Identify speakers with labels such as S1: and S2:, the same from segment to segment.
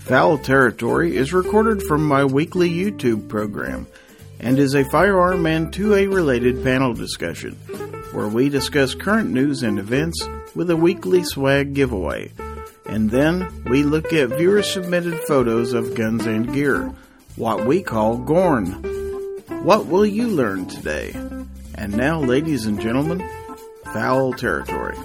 S1: Foul Territory is recorded from my weekly YouTube program and is a firearm and 2A related panel discussion where we discuss current news and events with a weekly swag giveaway. And then we look at viewer submitted photos of guns and gear, what we call Gorn. What will you learn today? And now, ladies and gentlemen, Foul Territory.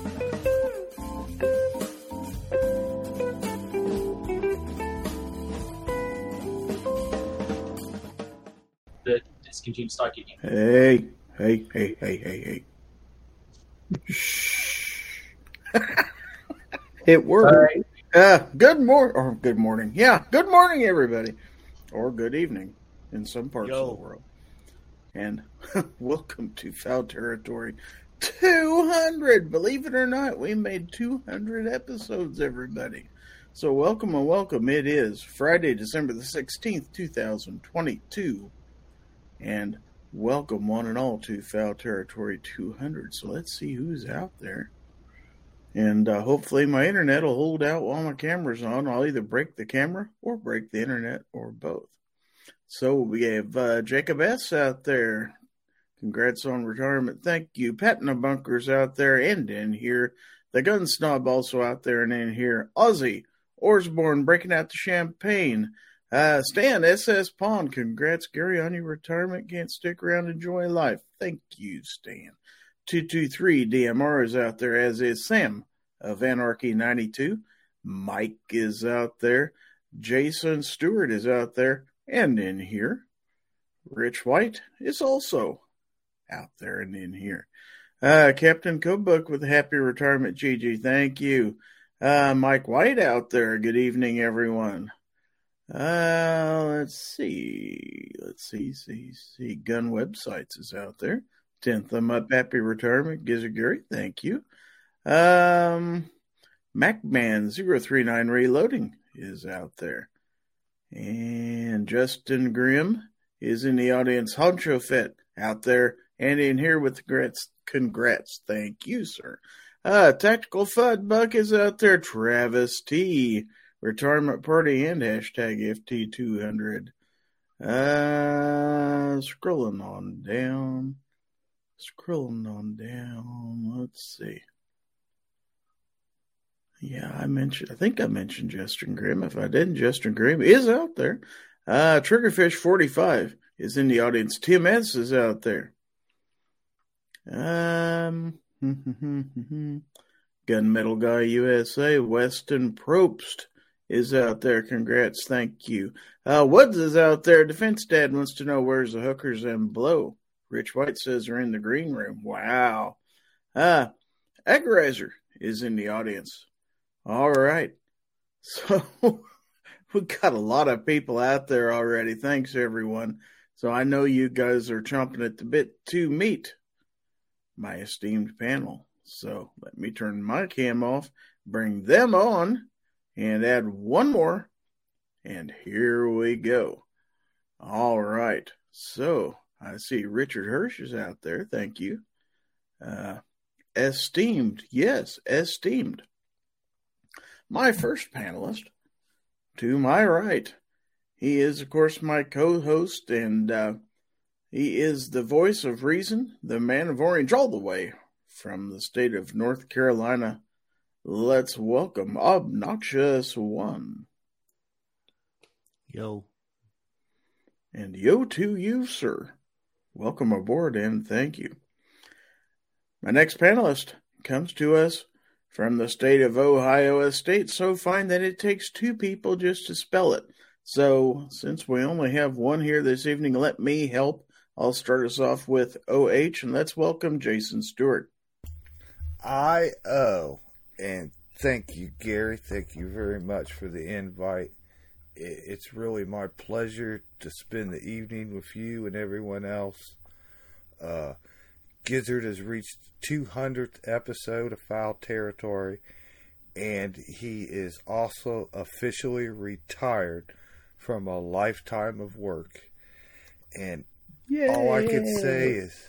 S2: the discontinued start kicking.
S1: Hey, hey, hey, hey, hey, hey. Shh. it worked.
S2: Sorry.
S1: Uh, good morning, or good morning. Yeah, good morning, everybody, or good evening in some parts of
S2: Yo.
S1: the world. And welcome to Foul Territory 200. Believe it or not, we made 200 episodes, everybody. So, welcome and welcome. It is Friday, December the 16th, 2022. And welcome, one and all, to Foul Territory 200. So, let's see who's out there. And uh, hopefully, my internet will hold out while my camera's on. I'll either break the camera or break the internet or both. So we have uh, Jacob S. out there. Congrats on retirement. Thank you. Patna Bunkers out there and in here. The Gun Snob also out there and in here. Ozzy Orsborn breaking out the champagne. Uh, Stan SS Pond. Congrats, Gary, on your retirement. Can't stick around. Enjoy life. Thank you, Stan. 223 DMR is out there, as is Sam of Anarchy 92. Mike is out there. Jason Stewart is out there and in here. Rich White is also out there and in here. Uh, Captain Cookbook with happy retirement, Gigi. Thank you. Uh, Mike White out there. Good evening, everyone. Uh, let's see. Let's see, see, see. Gun Websites is out there. 10th thumb up. Happy retirement, Gizaguri. Thank you. Um, MacMan039 Reloading is out there. And Justin Grimm is in the audience. Honcho Fett out there and in here with congrats. Congrats. Thank you, sir. Uh, Tactical Fud Buck is out there. Travis T. Retirement Party and hashtag FT200. Uh, scrolling on down. Scrolling on down. Let's see. Yeah, I mentioned. I think I mentioned Justin Grimm. If I didn't, Justin Grimm is out there. Uh, Triggerfish forty five is in the audience. Tim S is out there. Um, Gunmetal Mm-hmm. Guy USA Weston Probst is out there. Congrats, thank you. Uh, Woods is out there. Defense Dad wants to know where's the hookers and blow. Rich White says they're in the green room. Wow. Uh, Agorizer is in the audience. All right. So we've got a lot of people out there already. Thanks, everyone. So I know you guys are chomping at the bit to meet my esteemed panel. So let me turn my cam off, bring them on, and add one more. And here we go. All right. So I see Richard Hirsch is out there. Thank you. Uh, esteemed. Yes, esteemed. My first panelist to my right. He is, of course, my co host, and uh, he is the voice of reason, the man of orange, all the way from the state of North Carolina. Let's welcome Obnoxious One.
S3: Yo,
S1: And yo to you, sir. Welcome aboard and thank you. My next panelist comes to us from the state of Ohio, a state so fine that it takes two people just to spell it. So, since we only have one here this evening, let me help. I'll start us off with OH and let's welcome Jason Stewart.
S4: I oh, and thank you, Gary. Thank you very much for the invite. I- It's really my pleasure to spend the evening with you and everyone else. Uh, Gizzard has reached 200th episode of Foul Territory, and he is also officially retired from a lifetime of work. And all I can say is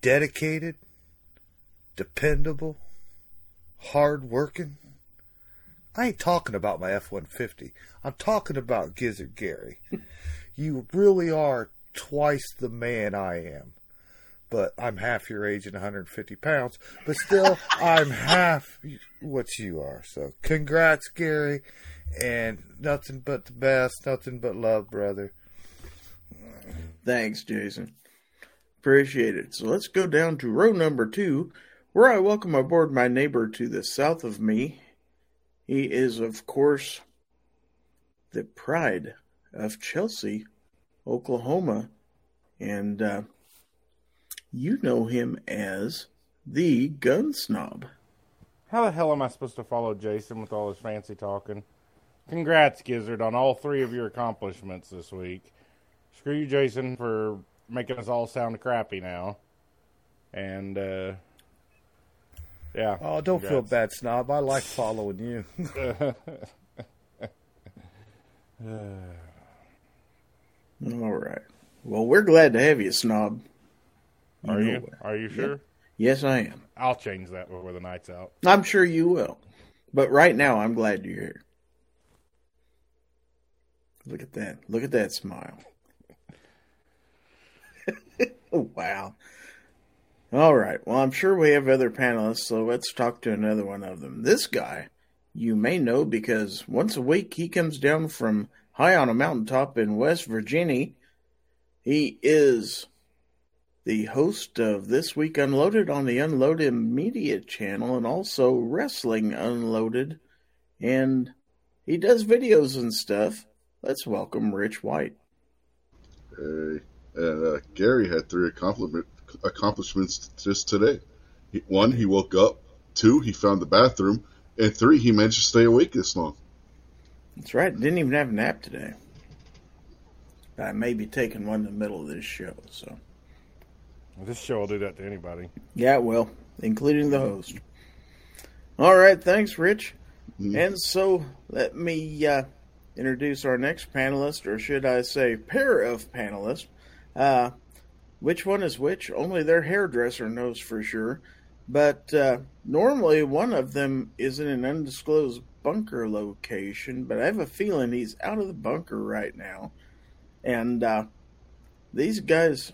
S4: dedicated, dependable, hard working, I ain't talking about my F 150. I'm talking about Gizzard Gary. you really are twice the man I am. But I'm half your age and 150 pounds. But still, I'm half what you are. So congrats, Gary. And nothing but the best, nothing but love, brother.
S1: Thanks, Jason. Appreciate it. So let's go down to row number two, where I welcome aboard my neighbor to the south of me. He is, of course, the pride of Chelsea, Oklahoma. And uh, you know him as the gun snob.
S3: How the hell am I supposed to follow Jason with all his fancy talking? Congrats, Gizzard, on all three of your accomplishments this week. Screw you, Jason, for making us all sound crappy now. And, uh, yeah.
S4: Oh, don't feel bad, snob. I like following you.
S1: All right. Well, we're glad to have you, snob.
S3: Are
S1: know
S3: you?
S1: it.
S3: Are you sure?
S1: Yes, I am.
S3: I'll change that before the night's out.
S1: I'm sure you will. But right now, I'm glad you're here. Look at that. Look at that smile. wow. All right. Well, I'm sure we have other panelists, so let's talk to another one of them. This guy, you may know because once a week he comes down from high on a mountaintop in West Virginia. He is the host of This Week Unloaded on the Unloaded Media channel and also Wrestling Unloaded. And he does videos and stuff. Let's welcome Rich White.
S5: Hey, and uh, Gary had three accomplishment, accomplishments just today. He, one, he woke up. Two, he found the bathroom. And three, he managed to stay awake this long.
S1: That's right, didn't even have a nap today. I may be taking one in the middle of this show, so.
S3: This show will do that to anybody.
S1: Yeah, it will, including the host. All right, thanks, Rich. And so let me uh, introduce our next panelist, or should I say, pair of panelists. Uh, which one is which? Only their hairdresser knows for sure. But uh, normally one of them is in an undisclosed bunker location, but I have a feeling he's out of the bunker right now. And uh, these guys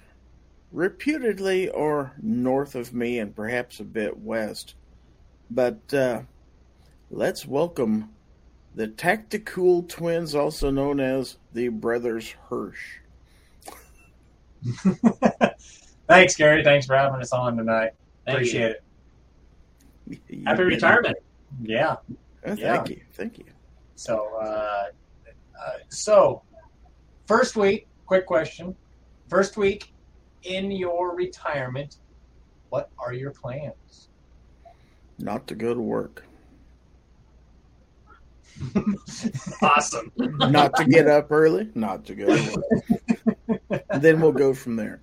S1: reputedly are north of me and perhaps a bit west. But uh, let's welcome the Tactical Twins, also known as the Brothers Hirsch.
S2: Thanks, Gary. Thanks for having us on tonight. Appreciate it. Happy retirement. Yeah.
S1: Oh, thank
S2: Yeah.
S1: you. Thank you.
S2: So, uh, uh, so first week. Quick question. First week in your retirement, what are your plans?
S1: Not to go to work.
S2: Awesome.
S1: Not to get up early. Not to go to work. then we'll go from there.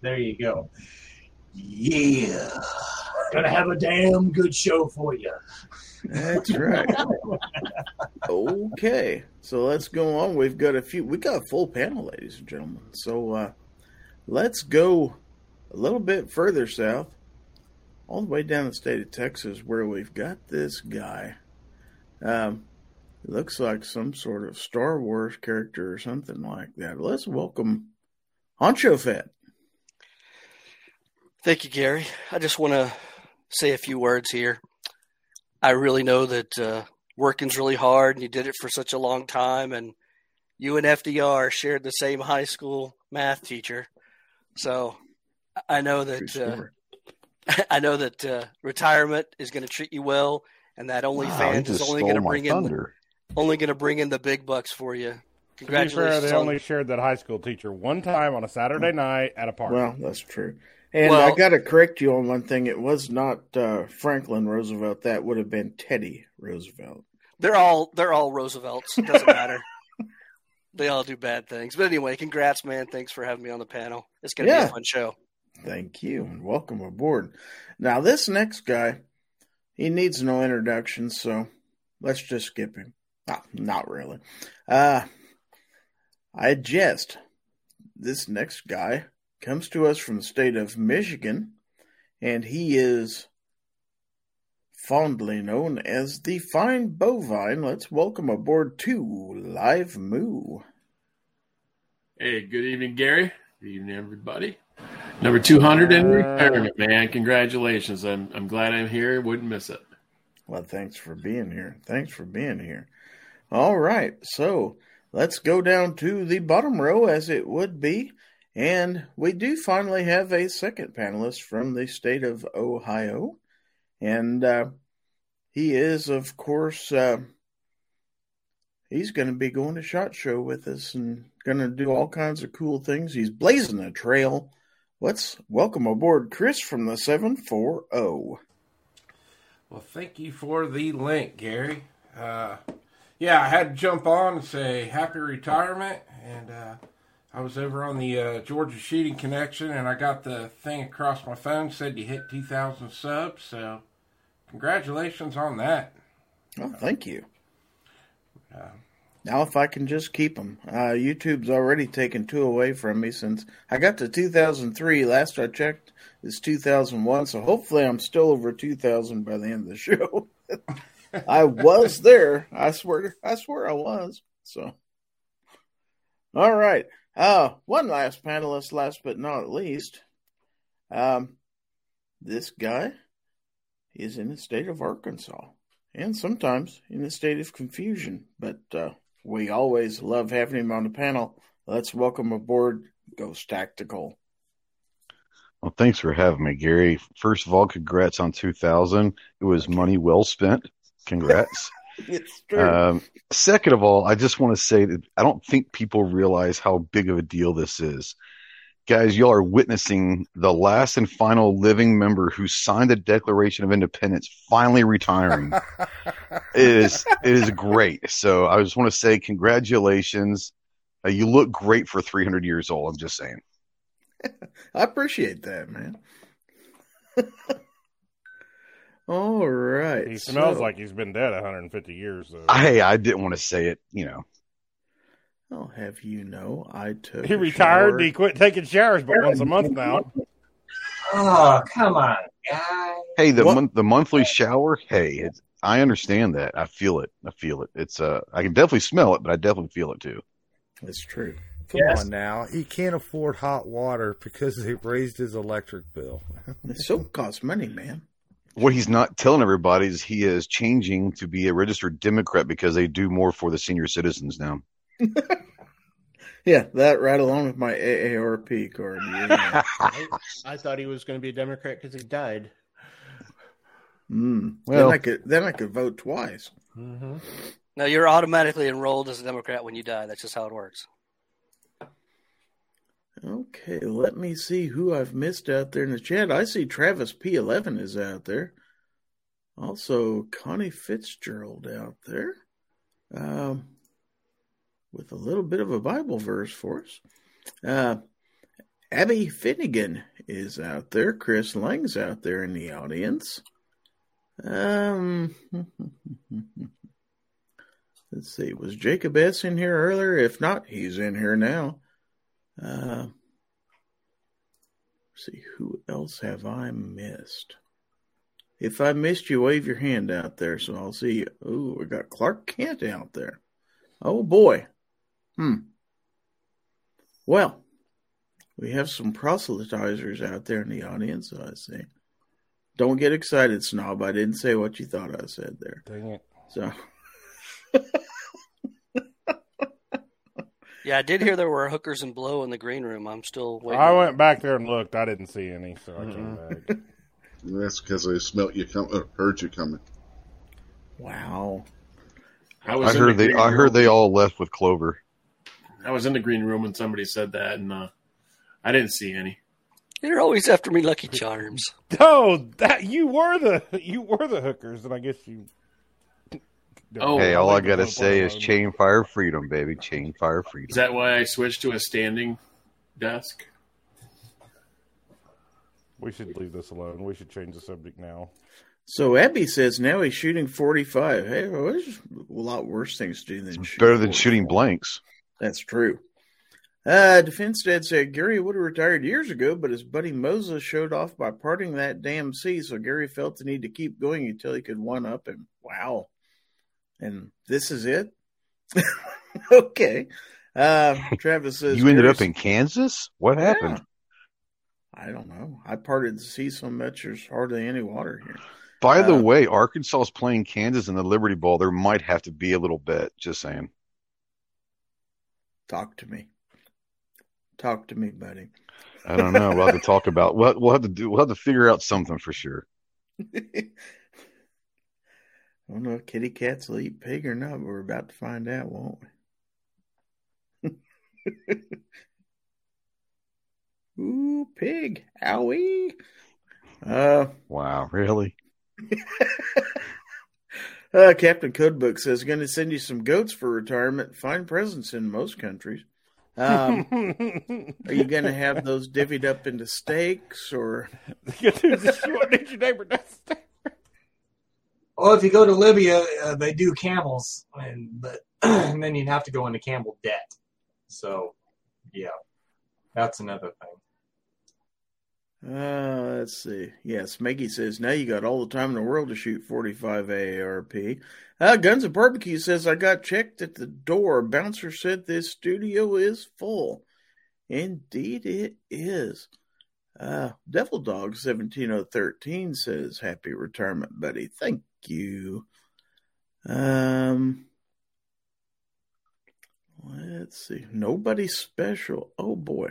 S2: There you go. Yeah. Gonna have a damn good show for you.
S1: That's right. okay, so let's go on. We've got a few. We got a full panel, ladies and gentlemen. So uh, let's go a little bit further south, all the way down the state of Texas, where we've got this guy. Um, looks like some sort of Star Wars character or something like that. Let's welcome Honcho Fett.
S6: Thank you, Gary. I just want to say a few words here. I really know that uh, working's really hard, and you did it for such a long time, and you and FDR shared the same high school math teacher, so I know that uh, I know that uh, retirement is going to treat you well, and that OnlyFans is only going to bring in only going to bring in the big bucks for you.
S3: To be fair,
S6: Congratulations!
S3: they
S6: on-
S3: only shared that high school teacher one time on a Saturday
S4: Mm.
S3: night at a park.
S1: Well, that's true. And I
S6: Well-
S1: got to correct you on one thing. It was not uh, Franklin Roosevelt. That would have been Teddy Roosevelt.
S6: They're all they're all Roosevelts. It doesn't matter. they all do bad things. But anyway, congrats, man. Thanks for having me on the panel. It's gonna be
S1: Yeah.
S6: a fun show.
S1: Thank you and welcome aboard. Now, this next guy, he needs no introduction, so let's just skip him. Ah, not really. Uh, I jest. This next guy comes to us from the state of Michigan, and he is fondly known as the fine bovine, let's welcome aboard to Live Moo.
S7: Hey, good evening, Gary. Good evening, everybody. Number 200 in
S3: Uh,
S7: retirement, man. Congratulations. I'm, I'm glad I'm here. Wouldn't miss it.
S1: Well, thanks for being here. Thanks for being here. All right, so let's go down to the bottom row as it would be. And we do finally have a second panelist from the state of Ohio. And uh, he is, of course, uh, he's going to be going to SHOT Show with us and going to do all kinds of cool things. He's blazing a trail. Let's welcome aboard Chris from the oh. 740.
S8: Well, thank you for the link, Gary. Uh, yeah, I had to jump on and say happy retirement, and uh, I was over on the uh, Georgia Shooting Connection, and I got the thing across my phone said you hit 2,000 subs, so congratulations on that.
S1: Oh, thank you.
S8: Yeah.
S1: Now, if I can just keep them, uh, YouTube's already taken two away from me since I got to 2003. Last I checked, it's 2001, so hopefully I'm still over 2000 by the end of the show. I was there. I swear. I swear I was. So, all right. Uh, one last panelist, last but not least. Um, this guy is in the state of Arkansas and sometimes in a state of confusion. But uh, we always love having him on the panel. Let's welcome aboard Ghost Tactical.
S9: Well, thanks for having me, Gary. First of all, congrats on 2000. It was money well spent. Congrats.
S1: It's
S9: um, second of all, I just want to say that I don't think people realize how big of a deal this is. Guys, y'all are witnessing the last and final living member who signed the Declaration of Independence finally retiring. it is it is great. So I just want to say congratulations. Uh, you look great for 300 years old. I'm just saying.
S1: I appreciate that, man. All right.
S3: He smells
S1: so-
S3: like he's been dead 150 years, though.
S9: Hey, I didn't want to say it. You know.
S1: I'll have you know, I took.
S3: he
S1: a
S3: retired.
S1: shower.
S3: He quit taking showers, but once a month now.
S2: Oh, come on, guy.
S9: Hey, the
S1: What-
S9: mon- the monthly shower. Hey, it's, I understand that. I feel it. I feel it. It's uh, I can definitely smell it, but I definitely feel it too.
S1: It's true.
S4: Come
S2: Yes.
S4: on now. He can't afford hot water because they raised his electric bill.
S1: The soap costs money, man.
S9: What he's not telling everybody is he is changing to be a registered Democrat because they do more for the senior citizens now.
S1: Yeah, that right along with my AARP card. Yeah.
S10: I thought he was going to be a Democrat because he died.
S1: mm.
S9: Well-
S1: then I could then I could vote twice.
S10: Mm-hmm.
S6: No, you're automatically enrolled as a Democrat when you die. That's just how it works.
S1: Okay, let me see who I've missed out there in the chat. I see Travis P11 is out there. Also, Connie Fitzgerald out there. Um, with a little bit of a Bible verse for us. Uh, Abby Finnegan is out there. Chris Lang's out there in the audience. Um, let's see. Was Jacob S. in here earlier? If not, he's in here now. Uh, see who else have I missed? If I missed you, wave your hand out there so I'll see you. Ooh, we got Clark Kent out there. Oh boy. Hmm. Well, we have some proselytizers out there in the audience, I see. Don't get excited, Snob. I didn't say what you thought I said there.
S3: Dang it.
S1: So
S6: Yeah, I did hear there were hookers and blow in the green room. I'm still waiting.
S3: I went back there and looked. I didn't see any, so I came back.
S5: That's because I smelt you coming, uh, heard you coming.
S1: Wow.
S7: was in
S9: I heard
S7: the
S9: they
S7: green
S9: I
S7: room.
S9: heard they all left with Clover.
S7: I was in the green room when somebody said that, and uh, I didn't see any.
S6: You're always after me, Lucky Charms.
S3: Oh, that you were the you were the hookers, and I guess you.
S7: Oh,
S9: hey, all I
S3: leave the
S9: gotta
S3: clip
S9: say is
S3: alone.
S9: chain fire freedom, baby. Chain fire freedom.
S7: Is that why I switched to a standing desk?
S3: We should leave this alone. We should change the subject now.
S1: So Abby says now he's shooting 45. Hey, well, there's a lot worse things to do than shoot.
S9: Better than
S1: 45.
S9: shooting blanks.
S1: That's true. Uh, Defenstad said Gary would have retired years ago, but his buddy Moses showed off by parting that damn sea, so Gary felt the need to keep going until he could one up him. Wow. And this is it? okay. Uh, Travis says
S9: you ended
S1: "Gary's-
S9: up in Kansas? What happened?
S1: I don't know. I parted the sea so much there's hardly any water here.
S9: By the
S1: Uh,
S9: way, Arkansas is playing Kansas in the Liberty Bowl. There might have to be a little bet. Just saying.
S1: Talk to me. Talk to me, buddy.
S9: I don't know. We'll have to talk about. We'll, we'll have to do. We'll have to figure out something for sure.
S1: I don't know if kitty cats will eat pig or not, but we're about to find out, won't we? Ooh, pig. Owie. Uh,
S9: Wow, really?
S1: uh, Captain Codebook says, going to send you some goats for retirement. Fine presents in most countries. Um, are you going to have those divvied up into steaks or
S3: just shorted your neighbor.
S2: Well, if you go to Libya, uh, they do camels, and but and then you'd have to go into camel debt. So, yeah, that's another thing.
S1: Uh, let's see. Yes, Maggie says now you got all the time in the world to shoot 45 AARP. Uh, Guns and Barbecue says I got checked at the door. Bouncer said this studio is full. Indeed, it is. Uh, Devil Dog 17013 says happy retirement, buddy. Thank you. Um, let's see. Nobody special. Oh boy.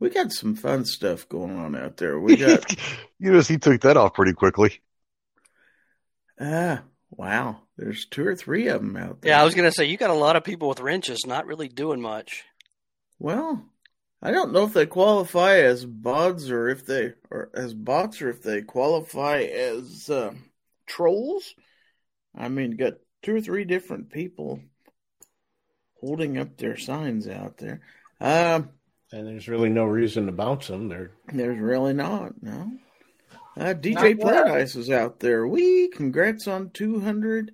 S1: We got some fun stuff going on out there. We got
S9: you notice he took that off pretty quickly.
S1: ah, wow. There's two or three of them out there.
S6: Yeah, I was gonna say you got a lot of people with wrenches not really doing much.
S1: Well, I don't know if they qualify as bots or if they or as bots or if they qualify as uh, trolls. I mean, got two or three different people holding up their signs out there. Um,
S10: And there's really no reason to bounce them. They're
S1: There's really not, no. Uh,
S2: Not
S1: DJ
S2: yet.
S1: Paradise is out there. We congrats on 200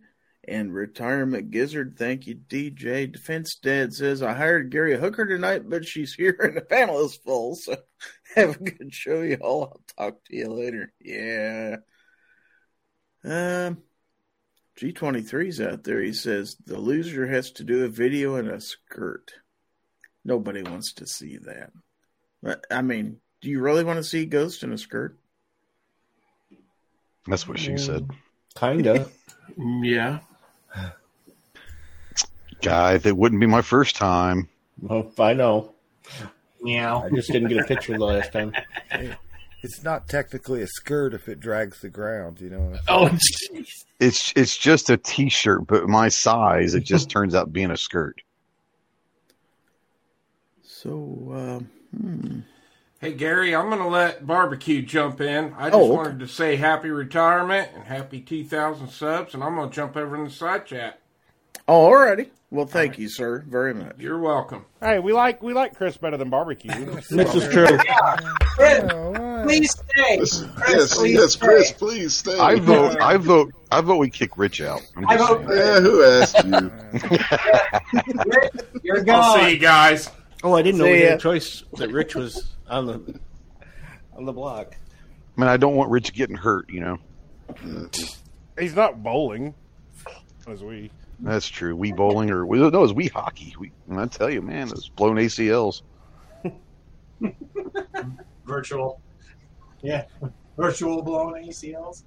S1: and retirement gizzard. Thank you, DJ. Defense Dad says I hired Gary Hooker tonight, but she's here and the panel is full. So have a good show, y'all. I'll talk to you later. Yeah. Um, G23's out there. He says the loser has to do a video in a skirt. Nobody wants to see that. But, I mean, do you really want to see Ghost in a skirt?
S9: That's what she said.
S10: kind of.
S7: Yeah.
S9: Guy, that wouldn't be my first time.
S10: well, I know.
S2: Meow.
S10: I just didn't get a picture the last time.
S4: It's not technically a skirt if it drags the ground, you know.
S7: Oh, jeez.
S9: It's it's just a t-shirt, but my size, it just turns out being a skirt.
S1: So, um, hmm.
S8: Hey Gary, I'm gonna let barbecue jump in. I just
S1: Oh, okay.
S8: wanted to say happy retirement and happy 2,000 subs, and I'm gonna jump over in the side chat.
S1: Oh, alrighty. Well, thank you, sir, very much.
S8: You're welcome.
S3: Hey, we like we like Chris better than barbecue.
S10: This is true.
S2: Chris,
S4: Oh, wow.
S2: please stay.
S5: This-
S2: Chris,
S5: yes,
S2: please
S5: yes,
S2: stay.
S5: Chris, please stay.
S9: I vote I vote I vote we kick Rich out. I'm
S2: I
S9: just
S2: vote-
S9: saying.
S5: Yeah, who asked you?
S2: Chris, you're
S8: I'll see
S2: gone.
S8: you guys.
S10: Oh, I didn't know
S1: See
S10: we
S1: ya.
S10: had a choice that Rich was on the on the block.
S9: I mean, I don't want Rich getting hurt, you know.
S1: Mm.
S3: He's not bowling, as we.
S9: That's true. We bowling or we, no, it was we hockey. We, and I tell you, man, those blown ACLs.
S2: Virtual. Yeah. Virtual blown ACLs.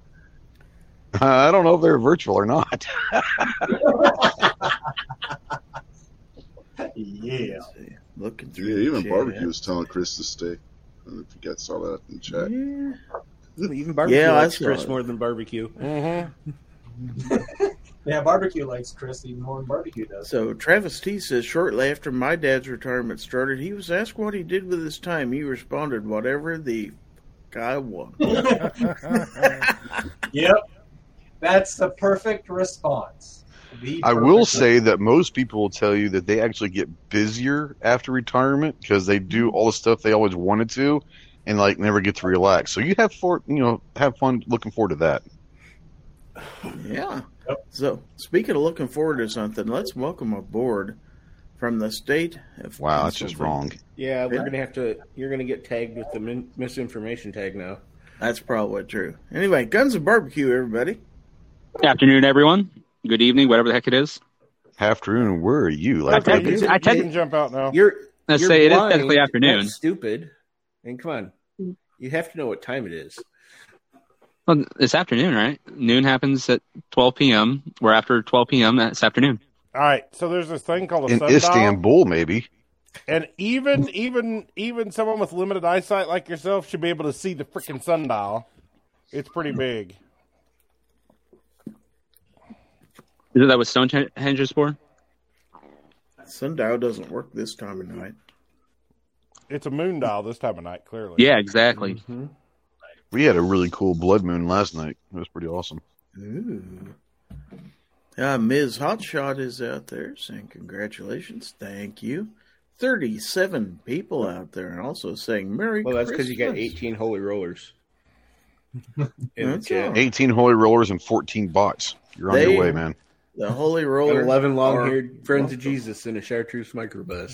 S9: I don't know if they're virtual or not.
S2: Yeah.
S1: Let's see. Looking through.
S5: Yeah,
S1: the
S5: even
S1: chat.
S5: barbecue was telling Chris to stay. I don't know if you guys saw that in the chat.
S1: Yeah.
S10: Even barbecue
S1: Yeah, I
S10: likes
S1: saw
S10: Chris
S1: it.
S10: more than barbecue.
S3: Mm-hmm.
S2: Mm-hmm. Yeah, barbecue likes Chris even more than barbecue does.
S1: So Travis T says shortly after my dad's retirement started, he was asked what he did with his time. He responded, "Whatever the guy won."
S2: Yep. That's the perfect response. The
S9: I will
S2: perfect-
S9: say that most people will tell you that they actually get busier after retirement because they do all the stuff they always wanted to, and like never get to relax. So you have for you know have fun looking forward to that.
S1: yeah. So speaking of looking forward to something, let's welcome aboard from the state of
S9: Wow, that's just
S1: Pennsylvania.
S9: wrong.
S10: Yeah, we're
S1: Yeah.
S10: gonna have to. You're gonna get tagged with the min- misinformation tag now.
S1: That's probably true. Anyway, guns and barbecue, everybody.
S11: Afternoon, everyone. Good evening, whatever the heck it is.
S9: Afternoon, where are you? Like,
S11: Okay.
S9: like,
S3: You,
S11: I
S3: you
S11: tec-
S3: can jump out now.
S10: You're.
S11: Let's
S10: you're
S11: say it is
S10: blind,
S11: technically afternoon.
S10: That's stupid. And come on, you have to know what time it is.
S11: Well, it's afternoon, right? Noon happens at 12 p.m. We're after 12 p.m. this afternoon.
S3: All right, so there's this thing called a
S9: in
S3: sundial,
S9: Istanbul, maybe.
S3: and even even even someone with limited eyesight like yourself should be able to see the freaking sundial. It's pretty big.
S11: Is that what Stonehenge is for?
S1: Sundial doesn't work this time of night.
S3: It's a moon dial this time of night, clearly.
S11: Yeah, exactly.
S3: Mm-hmm.
S9: We had a really cool blood moon last night. It was pretty awesome.
S1: Ooh. Uh, Ms. Hotshot is out there saying congratulations. Thank you. 37 people out there and also saying Merry
S10: Well, that's because
S1: Christmas.
S10: you got 18 holy rollers. In the
S1: That's
S10: chat.
S1: all right.
S9: 18 holy rollers and 14 bots. You're on
S1: They-
S9: your way, man.
S1: The Holy
S10: Got
S1: Roller.
S10: 11 long
S1: are-
S10: haired friends of Jesus in a chartreuse microbus.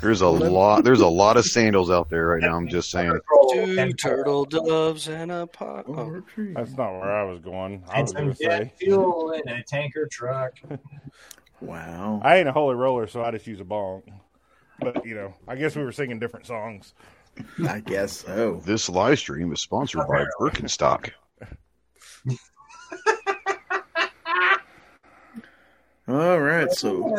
S9: There's a lot. There's a lot of sandals out there right now. I'm just saying.
S2: uh,
S6: Two turtle doves and a pot.
S1: Oh,
S6: Oh,
S1: retreat.
S3: That's not where I was going. I
S2: And
S3: was
S2: some
S3: going to
S2: jet
S3: say
S2: fuel in a tanker truck.
S1: Wow.
S3: I ain't a holy roller, so I just use a bong. But you know, I guess we were singing different songs.
S1: I guess so.
S9: This live stream is sponsored by Birkenstock.
S1: All right. So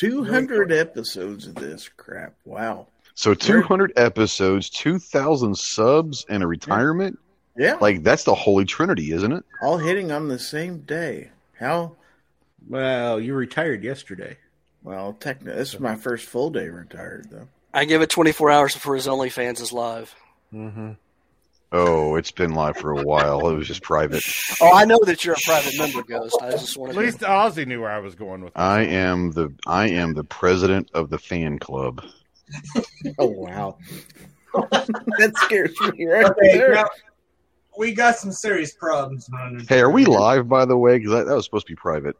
S1: 200 episodes of this crap. Wow.
S9: So 200 episodes, 2,000 subs, and a retirement.
S1: Yeah.
S9: Like that's the holy trinity, isn't it?
S1: All hitting on the same day. How?
S10: Well, you retired yesterday.
S1: Well, technically, this is my first full day retired, though.
S6: I give it 24 hours before his OnlyFans is live.
S10: Mm-hmm.
S9: Oh, it's been live for a while. It was just private.
S6: Oh, I know that you're a private member, Ghost. I just want
S3: At
S6: to.
S3: least Ozzy knew where I was going with.
S9: I am the I am the president of the fan club.
S1: Oh, wow. that scares me right
S2: Okay,
S1: there.
S2: now, we got some serious problems running.
S9: Hey, are we live by the way? Because that, that was supposed to be private.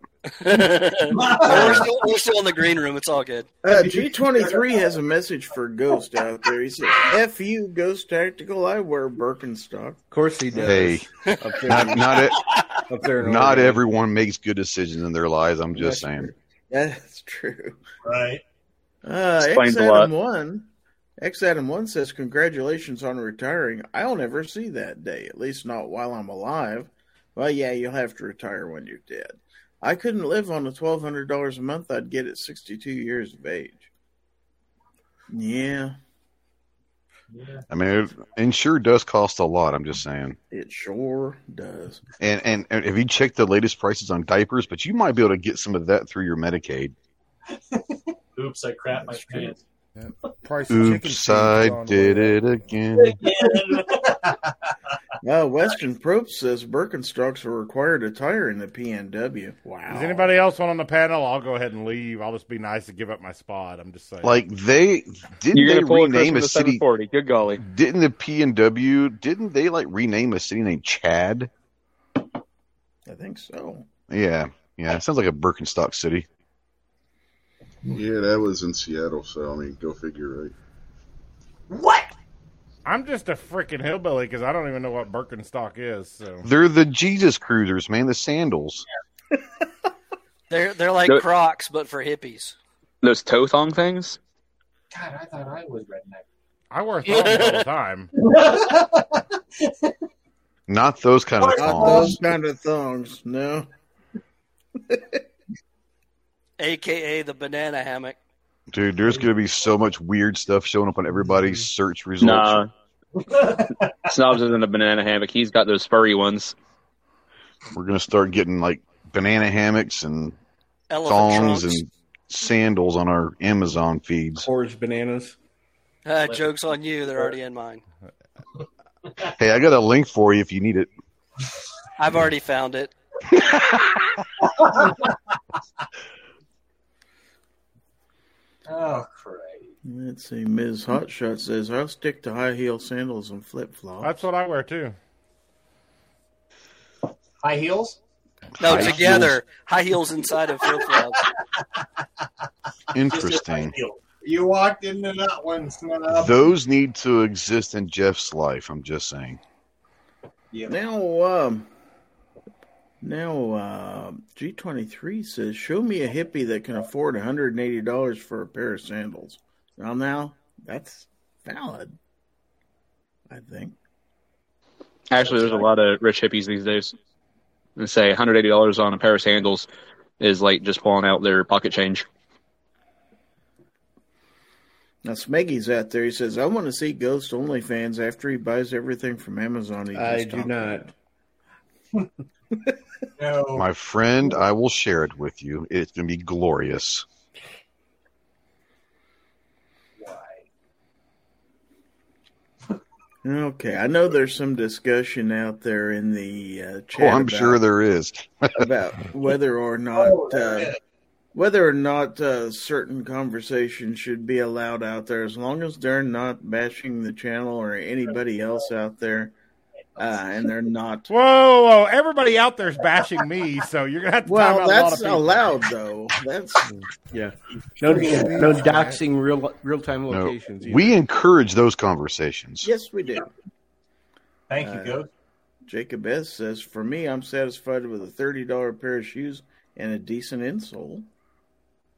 S6: we're, still, we're still in the green room. It's all good.
S1: Uh, G23 has a message for Ghost out there. He says, F you, Ghost Tactical. I wear Birkenstock.
S10: Of course he does.
S9: Hey,
S10: Up there,
S9: not not e-
S10: up there in
S9: not
S10: Oregon.
S9: everyone makes good decisions in their lives. I'm just saying.
S1: That's true.
S2: Right.
S1: Uh, X
S11: Explains a
S1: Adam 1. X Adam 1 says, Congratulations on retiring. I'll never see that day, at least not while I'm alive. Well, yeah, you'll have to retire when you're dead. I couldn't live on the $1,200 a month I'd get at 62 years of age. Yeah,
S2: Yeah.
S9: I mean, it- insure does cost a lot. I'm just saying.
S1: it sure does.
S9: And, and and have you checked the latest prices on diapers? But you might be able to get some of that through your Medicaid.
S2: Oops, I crap my
S4: That's true.
S2: pants.
S4: Price of chicken feet's
S9: Oops, I
S4: gone
S9: did
S4: way
S9: it
S4: up.
S9: again.
S1: Uh, Western Probe says Birkenstocks are required to tire in the PNW. Wow.
S3: Is anybody else on the panel? I'll go ahead and leave. I'll just be nice and give up my spot. I'm just saying.
S9: Like they didn't
S11: You're
S9: they
S11: gonna pull a
S9: rename a
S11: Christmas
S9: city?
S11: 740. Good golly.
S9: Didn't the P and W? Didn't they like rename a city named Chad?
S1: I think so.
S9: Yeah, yeah. It sounds like a Birkenstock city.
S5: Yeah, that was in Seattle, so I mean, go figure, right?
S2: What?
S3: I'm just a freaking hillbilly because I don't even know what Birkenstock is. So
S9: They're the Jesus cruisers, man. The sandals.
S6: They're they're like
S11: Good.
S6: Crocs, but for hippies.
S11: Those toe thong things?
S2: God, I thought I was redneck.
S3: I wear thongs all the time.
S9: Not those kind of
S2: Not
S1: Not
S9: thongs.
S1: those kind of thongs. No.
S6: AKA the banana hammock.
S9: Dude, there's gonna be so much weird stuff showing up on everybody's search results.
S11: Nah. Snobs is in the banana hammock. He's got those furry ones.
S9: We're gonna start getting like banana hammocks and
S6: Elephant
S9: thongs
S6: trunks.
S9: and sandals on our Amazon feeds.
S10: Coors bananas.
S6: Uh, joke's on you. They're already in mine.
S9: Hey, I got a link for you if you need it.
S6: I've already found it.
S2: Oh, crazy.
S1: Let's see. Ms. Hotshot says, I'll stick to high heel sandals and flip flops.
S3: That's what I wear too.
S2: High heels?
S6: No,
S9: High
S6: together. High heels inside of flip flops.
S9: Interesting.
S2: You walked into that one, snub.
S9: Those need to exist in Jeff's life. I'm just saying.
S1: Now, um, now uh, G23 says, "Show me a hippie that can afford 180 dollars for a pair of sandals." Well, now that's valid, I think.
S11: Actually, there's a lot of rich hippies these days. And say $180 on a pair of sandals is like just pulling out their pocket change.
S1: Now Smeggy's out there. He says, "I want to see Ghost OnlyFans after he buys everything from Amazon." He
S10: I
S1: just
S10: do
S1: talked
S10: not.
S2: No.
S9: My friend, I will share it with you. It's going to be glorious.
S1: Okay, I know there's some discussion out there in the uh,
S9: Oh,
S1: chat.
S9: I'm
S1: about,
S9: sure there is.
S1: about whether or not
S2: Oh,
S1: uh,
S2: yeah.
S1: whether or not uh, certain conversations should be allowed out there, as long as they're not bashing the channel or anybody else out there, uh, and they're not.
S3: Whoa, whoa! Everybody out there's bashing me, so you're gonna have to time
S1: Well,
S3: out a lot of
S1: that's
S3: people.
S1: allowed though. That's
S10: Yeah. No, no doxing real real time
S9: No,
S10: locations. either.
S9: we encourage those conversations.
S1: yes, we do.
S2: Thank you,
S1: Uh,
S2: Ghost.
S1: Jacob S says, "For me, I'm satisfied with a thirty dollar pair of shoes and a decent insole."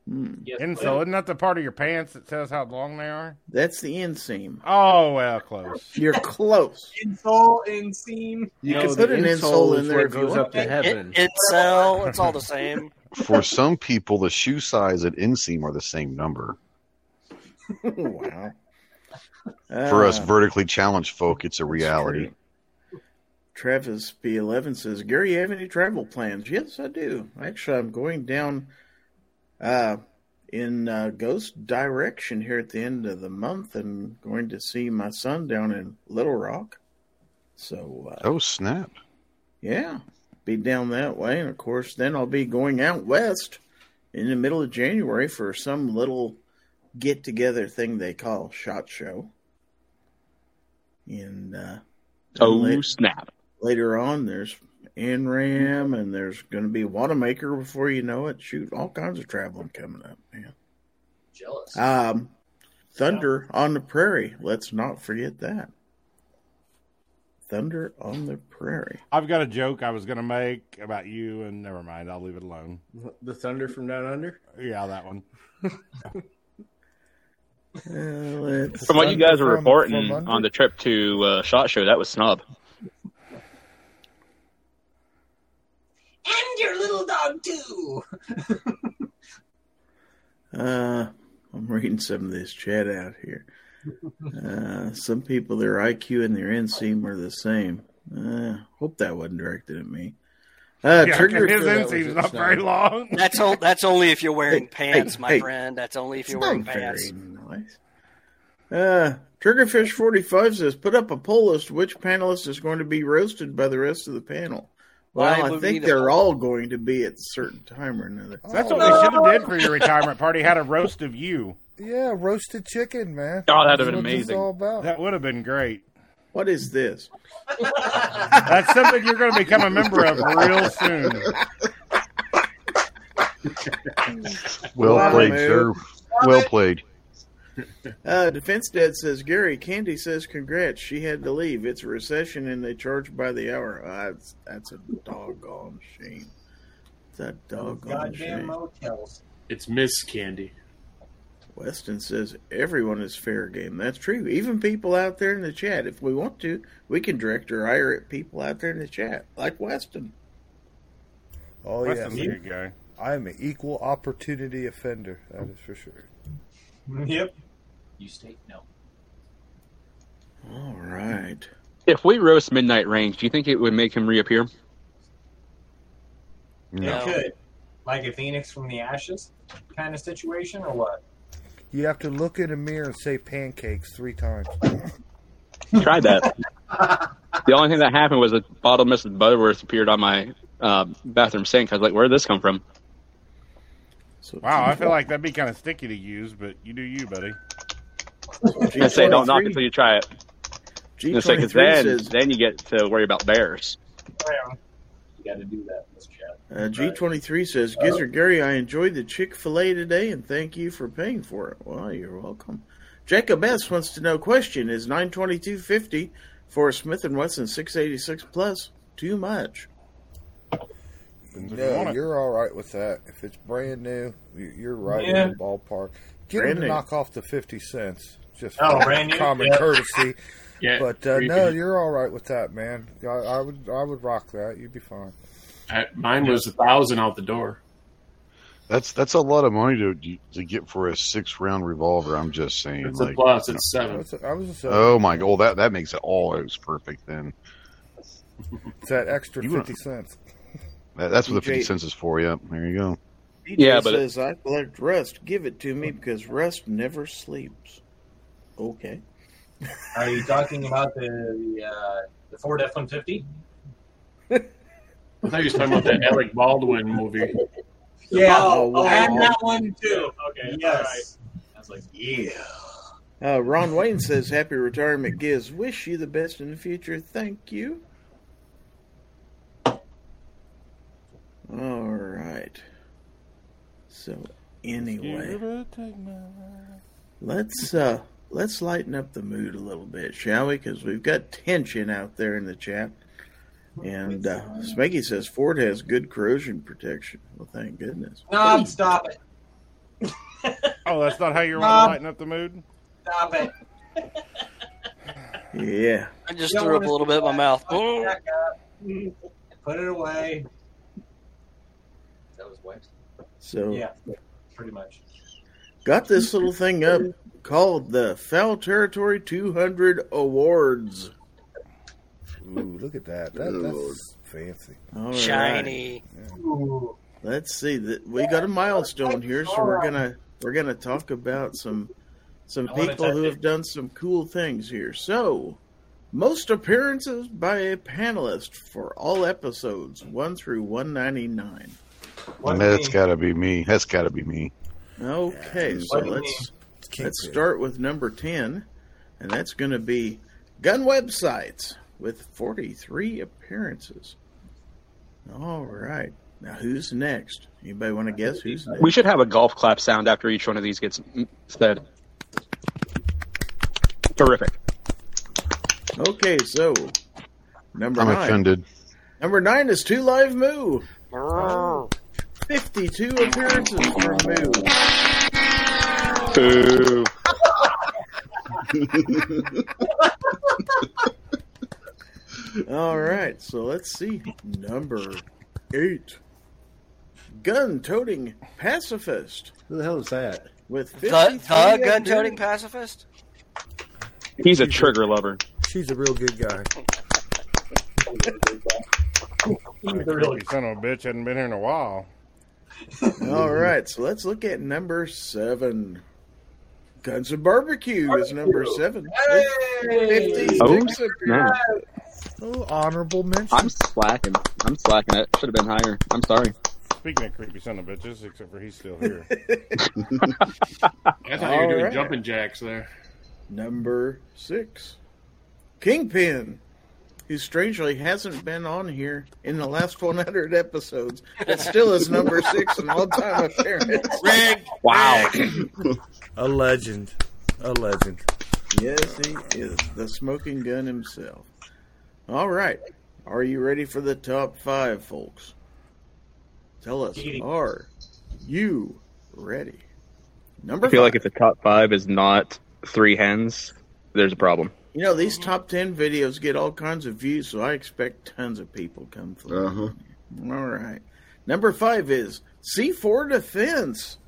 S1: Hmm.
S2: Yes,
S3: Insole, isn't that the part of your pants that says how long they are?
S1: That's the inseam.
S3: Oh well, close.
S1: You're close.
S2: Insole, inseam.
S10: You
S1: No,
S10: can
S1: the
S10: put an
S1: insole
S10: insole
S1: is
S10: in
S1: where it
S10: there. It goes
S1: goes
S10: up to
S6: It-
S10: heaven.
S6: It, incel, it's all the same.
S9: For some people, the shoe size and inseam are the same number.
S1: wow.
S9: For us
S1: Ah,
S9: vertically challenged folk, it's a
S1: that's
S9: reality.
S1: true. Travis B11 says, Gary, you have any travel plans? Yes, I do. Actually, I'm going down uh, in uh, ghost direction here at the end of the month and going to see my son down in Little Rock. So, uh,
S9: Oh, snap.
S1: yeah, be down that way. And of course, then I'll be going out west in the middle of January for some little get together thing they call Shot Show. And uh,
S11: Oh
S1: Lit.
S11: snap!
S1: later on, there's NRAM and there's going to be Wanamaker before you know it. Shoot, all kinds of traveling coming up, man.
S2: Jealous.
S1: Um, Thunder on the Prairie. Let's not forget that. Thunder on the Prairie.
S3: I've got a joke I was gonna make about you, and never mind. I'll leave it alone.
S10: The thunder from down under.
S3: Yeah, that one.
S1: Uh, let's
S11: From what you guys were
S4: From-
S11: reporting
S4: from under?
S11: on the trip to uh, Shot Show, that was snub.
S2: And your little dog, too.
S1: Uh, I'm reading some of this chat out here. Uh, some people, their IQ and their inseam are the same. Uh, hope that wasn't directed at me. Uh,
S3: Yeah, 'cause
S1: trigger
S3: his
S1: for-
S10: that
S3: inseam's
S10: was
S3: not
S10: it,
S3: very
S10: so.
S3: long.
S6: That's all. That's only if you're wearing
S1: Hey,
S6: pants, my
S1: hey.
S6: friend. That's only if
S1: It's
S6: you're wearing
S1: not very
S6: pants.
S1: nice. Uh, Triggerfish forty five says, "Put up a poll as to which panelist is going to be roasted by the rest of the panel."
S6: Why
S1: Well, I
S6: would we
S1: think
S6: need a
S1: they're
S6: poll? Oh,
S1: all going to be at a certain time or another.
S3: That's what they should have did for your retirement party. Had a roast of you.
S4: Yeah, roasted chicken, man.
S11: Oh, that'd have
S4: That's
S11: been
S4: what this is
S11: amazing.
S4: all about.
S3: That would have been great.
S1: What is this?
S3: That's something you're going to become a member of real soon.
S9: Well
S1: Wow,
S9: played,
S1: man.
S9: sir. Well played.
S1: Uh, Defense Dad says, Gary, Candy says, congrats. She had to leave. It's a recession and they charge by the hour. Uh, that's, that's a doggone shame. It's a doggone
S2: Goddamn
S1: shame.
S2: motels.
S7: It's Miss Candy.
S1: Weston says, everyone is fair game. That's true. Even people out there in the chat. If we want to, we can direct our ire at people out there in the chat, like Weston.
S4: Oh
S3: That's a
S4: yeah,
S3: good guy.
S4: I am an equal opportunity offender. That is for sure.
S2: Yep. You state no.
S1: All right.
S11: If we roast Midnight Range, do you think it would make him reappear?
S9: No.
S2: It could. Like a phoenix from the ashes kind of situation, or what?
S4: You have to look in a mirror and say pancakes three times.
S11: Tried that. the only thing that happened was a bottle of Mrs. Butterworth appeared on my uh, bathroom sink. I was like, "Where did this come from?"
S1: So
S3: Wow, I feel like that'd be kind of sticky to use, but you do you, buddy.
S11: I say, "Don't knock it until you try it." And it's like, 'cause
S1: G23
S11: then,
S1: says,
S11: then you get to worry about bears.
S2: Well, You got to do that Uh, in this chat.
S1: Uh, G23 says, Gizzard Gary, I enjoyed the Chick fil A today and thank you for paying for it. Well, you're welcome. Jacob S. wants to know question Is 92250 for a Smith & Wesson 686 Plus too much?
S4: No, you're all right with that. If it's brand new, you- you're right
S1: Yeah.
S4: in the ballpark. Get
S1: Brand
S4: them to
S1: new.
S4: knock off the fifty cents, just
S2: Oh,
S4: for
S2: brand new?
S4: common
S2: Yeah.
S4: courtesy.
S7: Yeah,
S4: but uh,
S7: agree
S4: no,
S7: with you.
S4: you're all right with that, man. I, I would, I would rock that. You'd be fine.
S7: I, mine was a thousand out the door.
S9: That's that's a lot of money to to get for a six round revolver. I'm just saying.
S7: It's a
S9: like,
S7: plus.
S9: you know.
S7: It's seven.
S4: That's a, I was just saying,
S9: Oh my god, that that makes it always perfect. Then
S4: it's that extra
S9: You
S4: fifty cents.
S9: that, that's what the fifty
S1: DJ
S9: cents is for. Yep, there you go.
S1: DJ
S11: Yeah, but it-
S1: says, I collect rust. Give it to me because rust never sleeps. Okay.
S2: Are you talking about the the, uh, the Ford F one fifty?
S7: I thought you were talking about that Alec Baldwin movie.
S2: Yeah,
S1: Oh, wow.
S2: and that one too. Okay, yes. I was like, yeah.
S1: Uh, Ron Wayne says, Happy retirement, Giz. Wish you the best in the future. Thank you. All right. So, anyway, let's uh, let's lighten up the mood a little bit, shall we? Because we've got tension out there in the chat. And uh, Smeggy says Ford has good corrosion protection. Well, thank goodness.
S2: Knob, stop it!
S3: Oh, that's not how you're
S2: Rob.
S3: to lighten up the mood.
S2: Stop it!
S1: Yeah.
S6: I just
S2: You don't
S6: threw up
S2: wanna
S6: a little bit in my
S2: see
S6: mouth.
S2: Put it
S6: Oh,
S2: back up. Put it away. That was wet.
S1: So
S2: Yeah, pretty much.
S1: got this little thing up called the Foul Territory 200 Awards.
S4: Ooh, look at that. that
S5: Good Lord.
S4: that's fancy.
S1: All right.
S6: shiny.
S2: Ooh.
S1: Let's see. th- We got a milestone here, so we're gonna we're gonna talk about some some
S2: I wanna
S1: people who
S2: touch
S1: have done some cool things here. So, most appearances by a panelist for all episodes one through one ninety nine.
S2: What
S9: And
S2: do you
S9: that's
S2: mean?
S9: got to be me. That's got to be me.
S1: Okay, so
S2: What do you
S1: let's
S4: It's
S1: let's
S4: kingfish.
S1: start with number ten, and that's gonna be gun websites with forty three appearances. All right. Now who's next? Anybody want to guess who's next?
S11: We should have a golf clap sound after each one of these gets mm, said. Terrific.
S1: Okay, so number
S9: I'm
S1: 9
S9: offended.
S1: Number nine is Two Live Moo. Fifty-two appearances for Moo.
S11: Boo.
S1: All right, so let's see. Number eight, gun-toting pacifist
S10: Who the hell is that?
S1: with
S6: The,
S1: fifty-three.
S6: the gun
S1: appearances.
S6: toting pacifist?
S11: He's a trigger lover.
S4: She's a real good guy.
S2: He's a really
S3: Creepy son of a bitch hadn't been here in a while.
S1: All right, so let's look at number seven. Guns and Barbecue is number seven. with
S2: Hey!
S1: 56
S11: Oh,
S1: appearances.
S4: Oh, honorable mention.
S11: I'm slacking. I'm slacking. That should have been higher. I'm sorry.
S3: Speaking of creepy son of bitches, except for he's still here.
S7: I thought you were doing
S1: Alright.
S7: jumping jacks there.
S1: Number six, Kingpin, who strangely hasn't been on here in the last 100 episodes, but still is number six in all time appearance.
S11: Wow.
S4: A legend. A legend.
S1: Yes, he is the smoking gun himself. All right, are you ready for the top five, folks? Tell us,
S2: Eating.
S1: are you ready? Number
S11: I feel
S1: five.
S11: like if the top five is not three hens, there's a problem.
S1: you know, these
S4: Mm-hmm.
S1: top 10 videos get all kinds of views, so I expect tons of people come through.
S5: Uh huh.
S1: All right. Number five is C4 Defense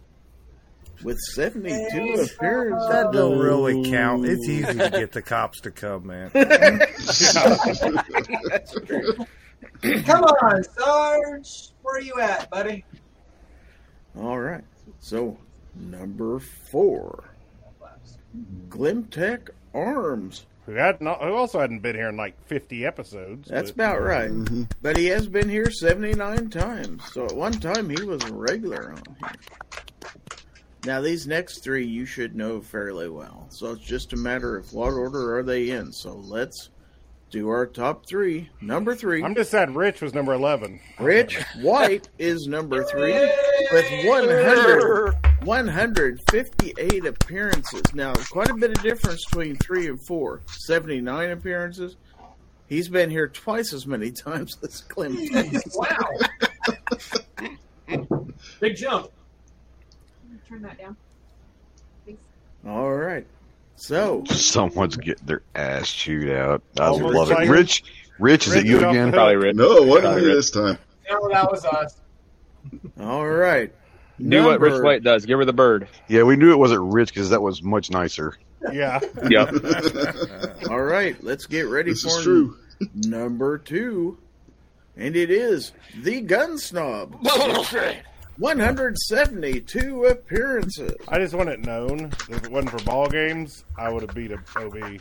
S1: with 72 appearances.
S4: That don't really count. It's easy to get the cops to come, man.
S2: Come on, Sarge. Where are you at, buddy?
S1: All right. So, number four, Glimtech Arms.
S3: who had not, who also hadn't been here in like fifty episodes.
S1: That's
S3: but
S1: about right. But he has been here 79 times. So, at one time, he was a regular on here. Now, these next three you should know fairly well. So, it's just a matter of what order are they in. So, let's do our top three. Number three.
S3: I'm just sad Rich was number 11.
S1: Rich White is number three with 100, 158 appearances. Now, quite a bit of difference between three and four 79 appearances. He's been here twice as many times as Clem.
S2: wow. Big jump.
S12: Turn that down.
S1: All right. So
S9: Someone's getting their ass chewed out. I
S3: Almost
S9: love
S3: like-
S9: it. Rich, Rich, is it
S3: Rich
S9: you
S3: is off
S9: again?
S3: the hook. Probably
S11: Rich.
S5: No, it wasn't
S9: Sorry,
S5: me
S9: Rich.
S5: this time.
S2: No, that was us.
S1: All right.
S11: Do what Rich
S1: Number-
S11: White does. Give her the bird.
S9: Yeah, we knew it wasn't Rich because that was much nicer.
S3: Yeah.
S11: Yep.
S1: All right, let's get ready
S5: This
S1: for
S5: is true.
S1: number two. And it is the gun snob. 172 appearances.
S3: I just want it known. If it wasn't for ball games, I would have beat a OB.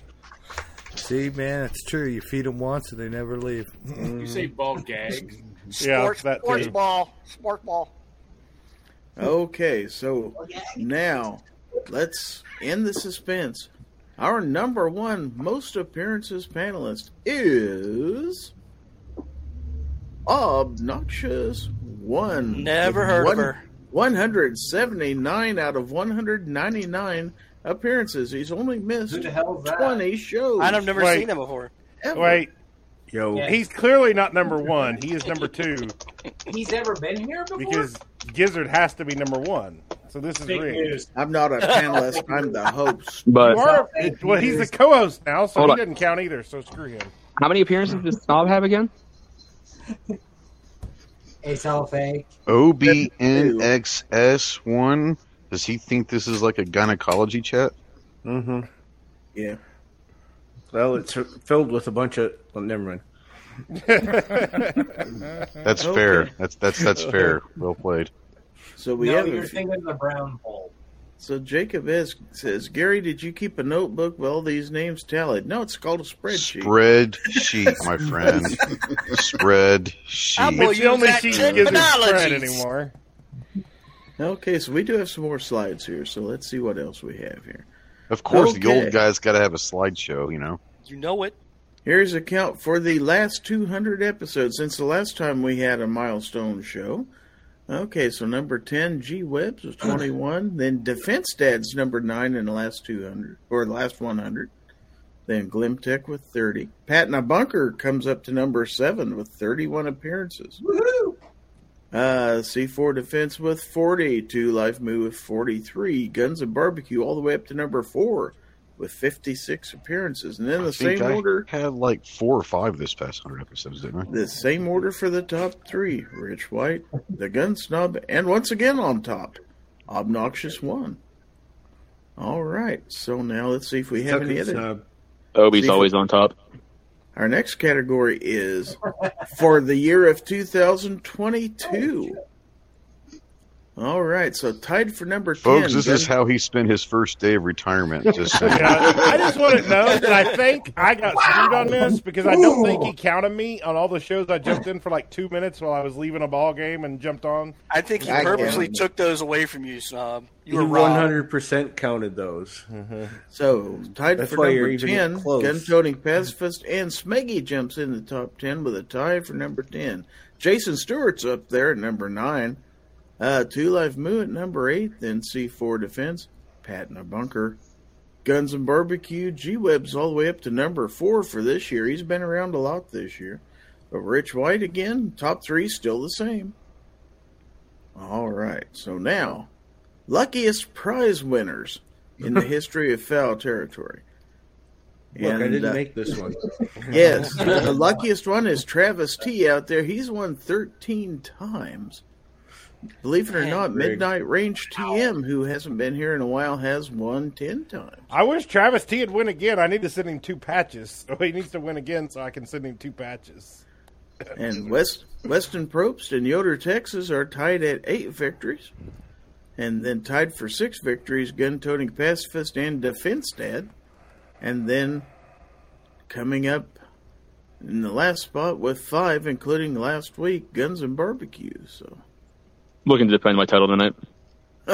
S4: See, man, it's true. You feed them once and they never leave.
S7: You say ball gags.
S3: Mm. Yeah,
S6: sports,
S3: that
S6: sports
S3: too.
S6: ball. Sport ball.
S1: Okay, so now let's end the suspense. Our number one most appearances panelist is Obnoxious One.
S6: Never
S1: with
S6: heard of
S1: one-
S6: her.
S1: 179 out of 199 appearances. He's only missed
S2: Who the hell is that?
S1: 20 shows.
S6: I've never
S3: Wait.
S6: seen him before.
S1: ever.
S3: Wait,
S4: Yo,
S2: Yeah.
S3: he's clearly not number one. He is number two
S2: He's ever been here before?
S3: because Gizzard has to be number one. So this is
S2: Big
S3: rigged.
S2: news.
S1: I'm not a panelist. I'm the host.
S3: You
S11: But
S3: are- well, he's the co-host now, so
S11: Hold
S3: he
S11: on.
S3: doesn't count either. So screw him.
S11: how many appearances does Snob have again?
S2: It's all fake.
S9: OBNXS1. Does he think this is like a gynecology chat?
S10: Mm-hmm.
S1: Yeah.
S10: Well, it's filled with a bunch of. Well, never mind.
S9: That's fair. That's that's that's fair. Well played.
S1: So we
S2: no,
S1: have a
S2: you're
S1: few-
S2: thinking of the brown hole.
S1: So Jacob S says, Gary, did you keep a notebook with all these names tallied? No, it's called a spreadsheet.
S9: Spreadsheet, my friend.
S6: I'm with
S9: Spreadsheet.
S3: It's the only
S6: use
S3: sheet
S6: that
S3: that gives us credit
S6: technologies.
S3: anymore.
S1: okay, so we do have some more slides here. So let's see what else we have here.
S9: Of course, the
S1: Okay.
S9: old guy's got to have a slideshow, you know.
S6: You know it.
S1: Here's a count for the last 200 episodes since the last time we had a milestone show. Okay, so number 10, G Webbs was
S9: Uh-huh.
S1: 21. then Defense Dad's number 9 in the last 200, or the last 100. Then Glimtech with 30. Pat in a Bunker comes up to number 7 with 31 appearances.
S2: Woohoo!
S1: Uh, C4 Defense with 42, Life Moo with 43, Guns and Barbecue all the way up to number 4 with 56 appearances. And then the
S9: I think
S1: same
S9: I
S1: order.
S9: had like four or five this past hundred episodes, didn't I?
S1: The same order for the top three Rich White, the Gun Snub, and once again on top, Obnoxious One. All right, so now let's see if we have
S10: Suck
S1: any
S10: it,
S1: other.
S10: snob.
S11: Obi's
S1: Stephen.
S11: always on top.
S1: Our next category is for the year of 2022. All right, so tied for number 10.
S9: Folks, this is
S1: Gun-
S9: how he spent his first day of retirement. Just saying.
S3: Yeah, I just want to know that I think I got screwed on this because I don't think he counted me on all the shows I jumped in for like two minutes while I was leaving a ball game and jumped on.
S6: I think he
S1: I
S6: purposely
S1: can't.
S6: took those away from you, Snob. You
S10: You
S6: were wrong.
S10: 100% counted those.
S1: Mm-hmm. So tied
S10: That's
S1: for
S10: why you're
S1: number
S10: even
S1: ten,
S10: close.
S1: gun-toting pacifist and Smeggy jumps in the top ten with a tie for number ten. Jason Stewart's up there at number nine. Uh, Two Life Moo at number eight, then C four defense, Pat in a bunker, Guns and Barbecue, G Web's all the way up to number four for this year. He's been around a lot this year. But Rich White again, top three still the same. All right, so now luckiest prize winners in the history of foul territory.
S10: Look, I
S1: And,
S10: didn't
S1: uh,
S10: make this one.
S1: Yes, the luckiest one is Travis T out there. He's won 13 times. Believe it or not,
S10: Greg.
S1: Midnight Range TM, who hasn't been here in a while, has won 10 times.
S3: I wish Travis T had win again. I need to send him two patches. So he needs to win again so I can send him two patches.
S1: And West Weston Probst and Yoder, Texas are tied at eight victories. And then tied for six victories, gun toting pacifist and defense dad. And then coming up in the last spot with five, including last week, guns and barbecue. So
S11: Looking to defend my title tonight.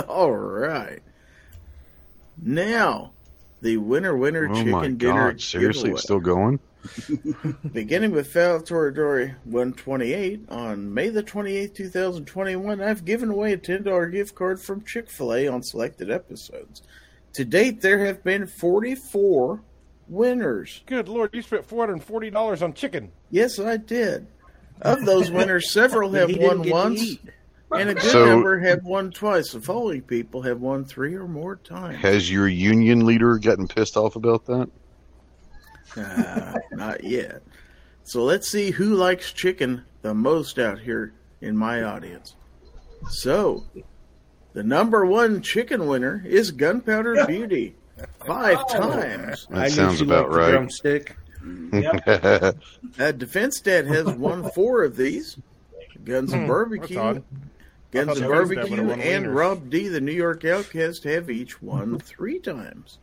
S1: all right. Now the winner winner
S9: Oh
S1: chicken
S9: my
S1: dinner.
S9: Oh, god! Seriously,
S1: giveaway.
S9: it's still going?
S1: Beginning with Foul Toradori 128 on May the 28th, 2021, I've given away a $10 gift card from Chick fil A on selected episodes. To date, there have been 44 winners.
S3: Good lord, you spent $440 on chicken.
S1: Yes, I did. Of those winners, several have
S3: He didn't
S1: won
S3: get to
S1: once,
S3: eat.
S1: and a good
S9: So-
S1: number have won twice. The following people have won three or more times.
S9: Has your union leader gotten pissed off about that?
S1: Uh, not yet. So let's see who likes chicken the most out here in my audience. So, the number one chicken winner is Gunpowder Beauty, five times.
S9: That sounds about right.
S1: Uh, Defense Dad has won four of these Guns and
S3: Hmm,
S1: Barbecue.
S3: that's
S1: Guns
S3: odd. I thought
S1: and
S3: Defense Dad
S1: Barbecue
S3: would've won
S1: and
S3: wieners.
S1: Rob D, the New York Outcast, have each won three times.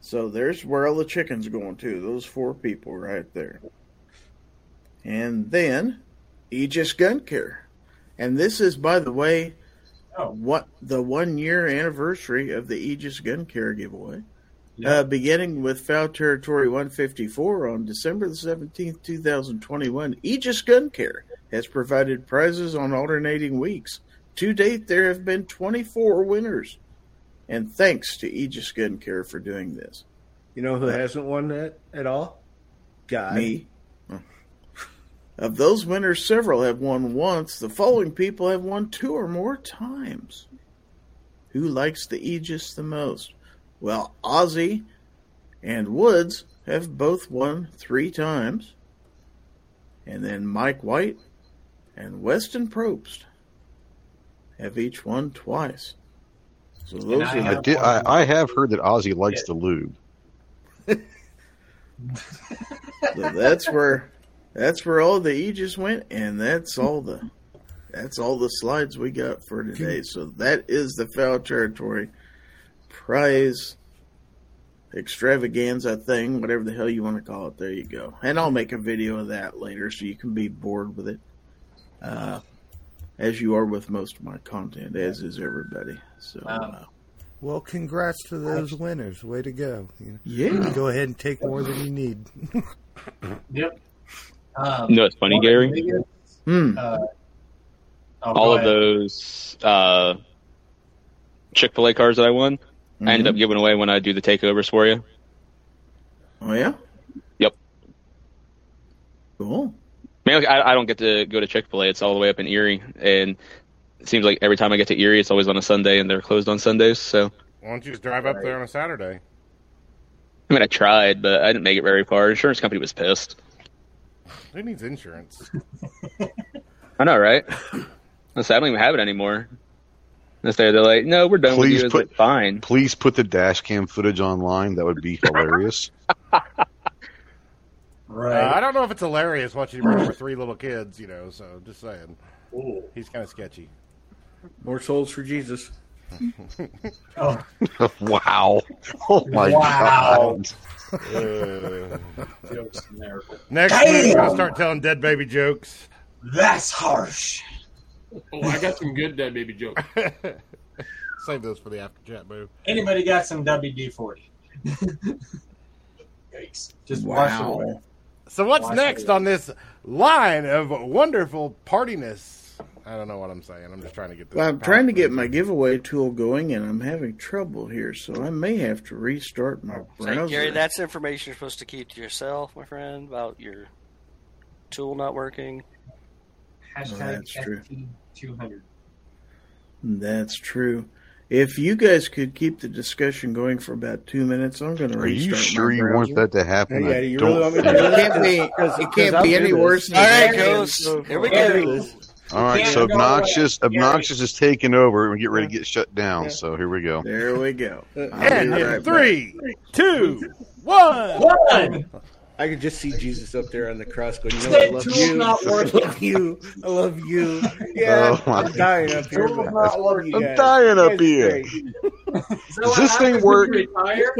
S1: So there's where all the chicken's going to, those four people right there. And then Aegis Gun Care. And this is, by the way,
S3: Oh.
S1: what the one year anniversary of the Aegis Gun Care giveaway. Uh, beginning with Foul Territory 154 on December the 17th, 2021, Aegis Gun Care has provided prizes on alternating weeks. To date, there have been 24 winners. And thanks to Aegis Gun Care for doing this.
S10: You know who hasn't won that at all? God.
S1: Me. Of those winners, several have won once. The following people have won two or more times. Who likes the Aegis the most? Well, Ozzy and Woods have both won three times. And then Mike White and Weston Probst have each won twice. So those are
S9: I,
S1: the
S9: did, I, I have heard that Ozzy likes the lube.
S1: So that's where that's where all the aegis went and that's all the that's all the slides we got for today so that is the foul territory prize extravaganza thing whatever the hell you want to call it there you go and i'll make a video of that later so you can be bored with it uh, as you are with most of my content as is everybody so uh,
S4: Well, congrats to those winners. Way to go. You-
S1: Yeah.
S4: Go ahead and take more than you need.
S2: Yep. Um,
S11: You know what's funny,
S2: one of the
S11: Gary?
S2: biggest,
S10: Hmm.
S2: uh, oh,
S11: all
S2: go
S11: of
S2: ahead.
S11: those uh, Chick Fil A cards that I won, I ended up giving away when I do the takeovers for you.
S1: oh yeah
S11: Yep.
S1: Cool.
S11: Man, like, I, I don't get to go to Chick Fil A. It's all the way up in Erie, and it seems like every time I get to Erie, it's always on a Sunday, and they're closed on Sundays. So
S3: Why don't you just drive up there on a Saturday?
S11: I mean, I tried, but I didn't make it very far. Insurance company was pissed.
S3: Who needs insurance?
S11: I know, right? I said, I don't even have it anymore. And so they're like, no, we're done with
S9: Please
S11: you. I was
S9: put-
S11: like, fine.
S9: Please put the dash cam footage online. That would be hilarious.
S2: Right.
S3: Uh, I don't know if it's hilarious watching him run over three little kids, you know, so just saying. He's kind of sketchy.
S10: More souls for Jesus.
S2: Oh.
S9: wow. Oh my
S3: Wow.
S9: god.
S3: Uh,
S2: Jokes in there.
S3: next week, I'll start telling dead baby jokes.
S2: That's harsh.
S7: Oh, I got some good dead baby jokes.
S3: Save those for the after chat, boo.
S2: Anybody got some WD forty? Yikes! Just wash it
S3: Wow. Oh,
S2: away.
S3: So what's
S2: Watch
S3: next
S2: me.
S3: on this line of wonderful partiness? I don't know what I'm saying. I'm just trying to get this.
S1: Well, I'm trying to get my giveaway tool going, and I'm having trouble here, so I may have to restart my
S6: So,
S1: browser.
S6: Gary, that's information you're supposed to keep to yourself, my friend, about your tool not working.
S1: Oh, that's true.
S2: Two hundred.
S1: That's true. If you guys could keep the discussion going for about two minutes, I'm going to
S9: Are
S1: restart
S9: you
S1: my
S9: sure you
S1: browser.
S9: want that to happen?
S10: Yeah,
S9: I
S10: you
S9: don't
S10: really want me to
S9: think-
S10: do
S1: It can't be.
S10: Because-
S1: It
S10: because
S1: can't
S10: I'll
S1: be
S10: do
S1: any
S10: this.
S1: worse. Than
S6: All right,
S1: that.
S6: Ghost.
S1: So-
S6: Here we
S10: I'll do
S6: go.
S10: this.
S9: All right,
S2: Can't
S9: so
S2: go away.
S9: obnoxious, obnoxious is taking over. We get ready to get shut down.
S10: Yeah.
S9: So here we go.
S1: There we go. I'll be
S3: And
S1: right
S3: in
S1: back.
S3: three, two, one.
S2: One.
S10: I could just see Jesus up there on the cross going, you know, I
S2: Said
S10: love
S2: tool's
S10: you.
S2: not
S10: I
S2: working.
S10: love you. I love you. Yeah,
S9: Oh, my
S10: I'm dying up here.
S2: Tool's
S10: but
S2: not
S10: I love
S2: working.
S10: you
S9: I'm
S10: guys.
S9: dying
S10: You
S9: up
S10: guys are
S9: here.
S10: great.
S9: Does
S2: So
S9: this
S2: what
S9: thing
S2: happens when
S9: work?
S2: you Retire.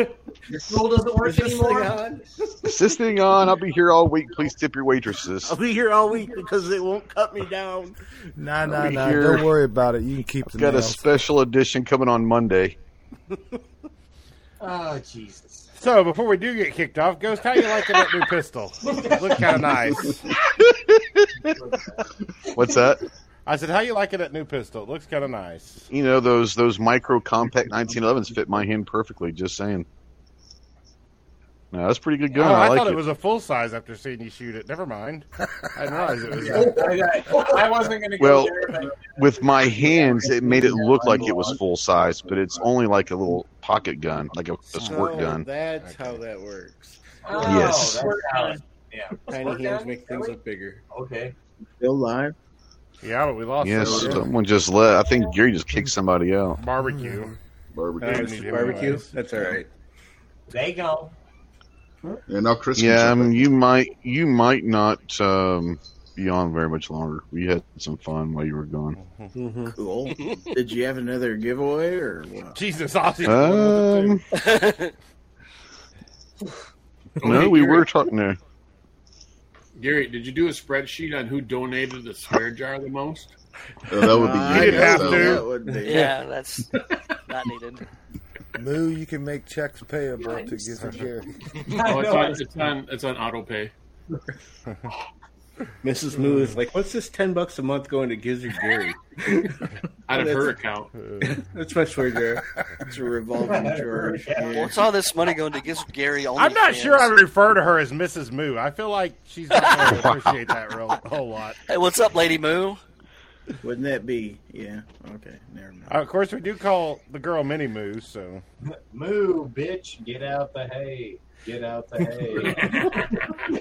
S2: Your tool doesn't
S10: Is
S2: work
S10: this thing
S2: anymore.
S10: on?
S9: Is this thing on? I'll be here all week. Please tip your waitresses.
S10: I'll be here all week because it won't cut me down.
S4: Nah,
S9: I'll
S4: nah,
S9: be
S4: nah.
S9: here.
S4: Don't worry about it. You can keep the
S9: Got a
S4: nails.
S9: special edition coming on Monday.
S2: Oh Jesus!
S3: So before we do get kicked off, Ghost, how you liking that new pistol? Look kind of nice.
S9: What's that?
S3: I said, how you liking that new pistol? It looks kind of nice.
S9: You know those those micro compact 1911s fit my hand perfectly. Just saying. No, that's a pretty good gun.
S3: Oh, I,
S9: I, like
S3: thought
S9: it.
S3: it. was a full size after seeing you shoot it. Never mind. I didn't realize it was.
S2: I, I wasn't going to go
S9: well,
S2: there, but
S9: with my hands, it made it look like it was full size, but it's only like a little pocket gun, like a, a squirt
S10: Oh,
S9: gun.
S10: That's how that works.
S2: Oh,
S9: Yes.
S2: that's valid. Yeah.
S10: Tiny hands
S2: gun?
S10: make things look bigger.
S2: Okay.
S1: Still live?
S3: Yeah, but we lost.
S9: Yes,
S3: those.
S9: someone just left. I think Gary just kicked somebody out.
S3: barbecue.
S5: Barbecue.
S3: Yeah,
S10: That's
S3: me too,
S10: barbecue.
S3: anyways.
S10: That's all right.
S2: They go.
S5: And now Chris. can
S9: Yeah, I
S5: jump
S9: mean, you might you might not um, be on very much longer. We had some fun while you were gone.
S10: Mm-hmm.
S1: Cool. Did you have another giveaway or what?
S3: Jesus, Ozzy.
S9: Um, no, we were talking there.
S7: Gary, did you do a spreadsheet on who donated the swear jar the most?
S5: in. Uh, that would be
S1: I
S5: great.
S3: didn't have
S5: That
S3: to.
S5: would-
S1: That would be.
S6: yeah, that's not needed.
S4: Moo, you can make checks payable to give to Gary.
S7: Oh, it's on, it's on, it's on auto pay.
S10: Mrs. Moo is like, what's this ten bucks a month going to Gizzard Gary?
S7: Out of her
S10: That's-
S7: account.
S10: That's my swear jar.
S1: It's a revolving door. Yeah.
S6: What's all this money going to give Gary?
S3: I'm not
S6: OnlyFans?
S3: sure I refer to her as Mrs. Moo. I feel like she's not going to appreciate that real whole lot.
S6: Hey, what's up, Lady Moo?
S1: Wouldn't that be? Yeah. Okay. Never mind.
S3: Uh, of course, we do call the girl Mini Moo. So
S2: Move, bitch. Get out the hay. Get out the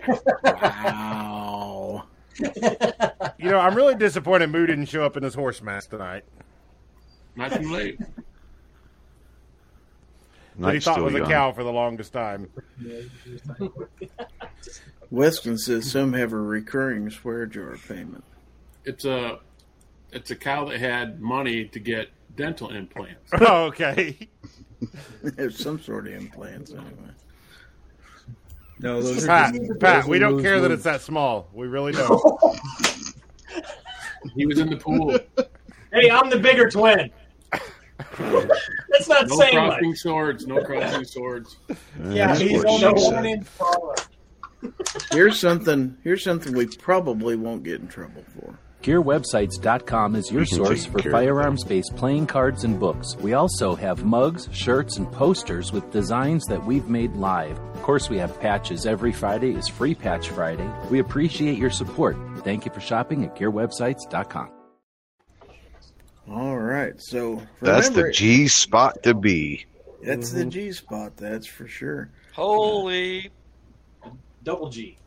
S2: hay.
S1: Wow.
S3: you know, I'm really disappointed Moo didn't show up in his horse mask tonight.
S7: Not too late.
S3: That he
S9: Night's
S3: thought
S9: still
S3: was a
S9: young.
S3: cow for the longest time.
S1: Weston says some have a recurring swear jar payment.
S7: It's a it's a cow that had money to get dental implants.
S3: Oh, okay.
S1: There's some sort of implants anyway.
S6: Oh,
S10: No, those are
S3: Pat,
S10: just,
S3: Pat,
S10: those
S3: we
S10: are
S3: don't
S10: Moo's
S3: care that
S10: moves.
S3: it's that small. We really don't.
S7: He was in the pool.
S2: hey, I'm the bigger twin. That's not
S7: No
S2: saying much.
S7: crossing swords. No crossing swords.
S2: Yeah,
S9: That's
S2: he's
S9: what
S2: only
S9: she
S2: one
S9: said.
S2: inch taller.
S1: Here's something. Here's something we probably won't get in trouble for.
S13: GearWebsites.com is your
S9: We can
S13: source
S9: take
S13: for
S9: care of
S13: firearms based playing cards and books. We also have mugs, shirts, and posters with designs that we've made live. Of course, we have patches. Every Friday is Free Patch Friday. We appreciate your support. Thank you for shopping at GearWebsites.com.
S1: All right. So
S9: That's the
S1: remember-
S9: G spot to be.
S1: That's
S2: Mm-hmm.
S1: the G spot. That's for sure.
S6: Holy
S2: Double G.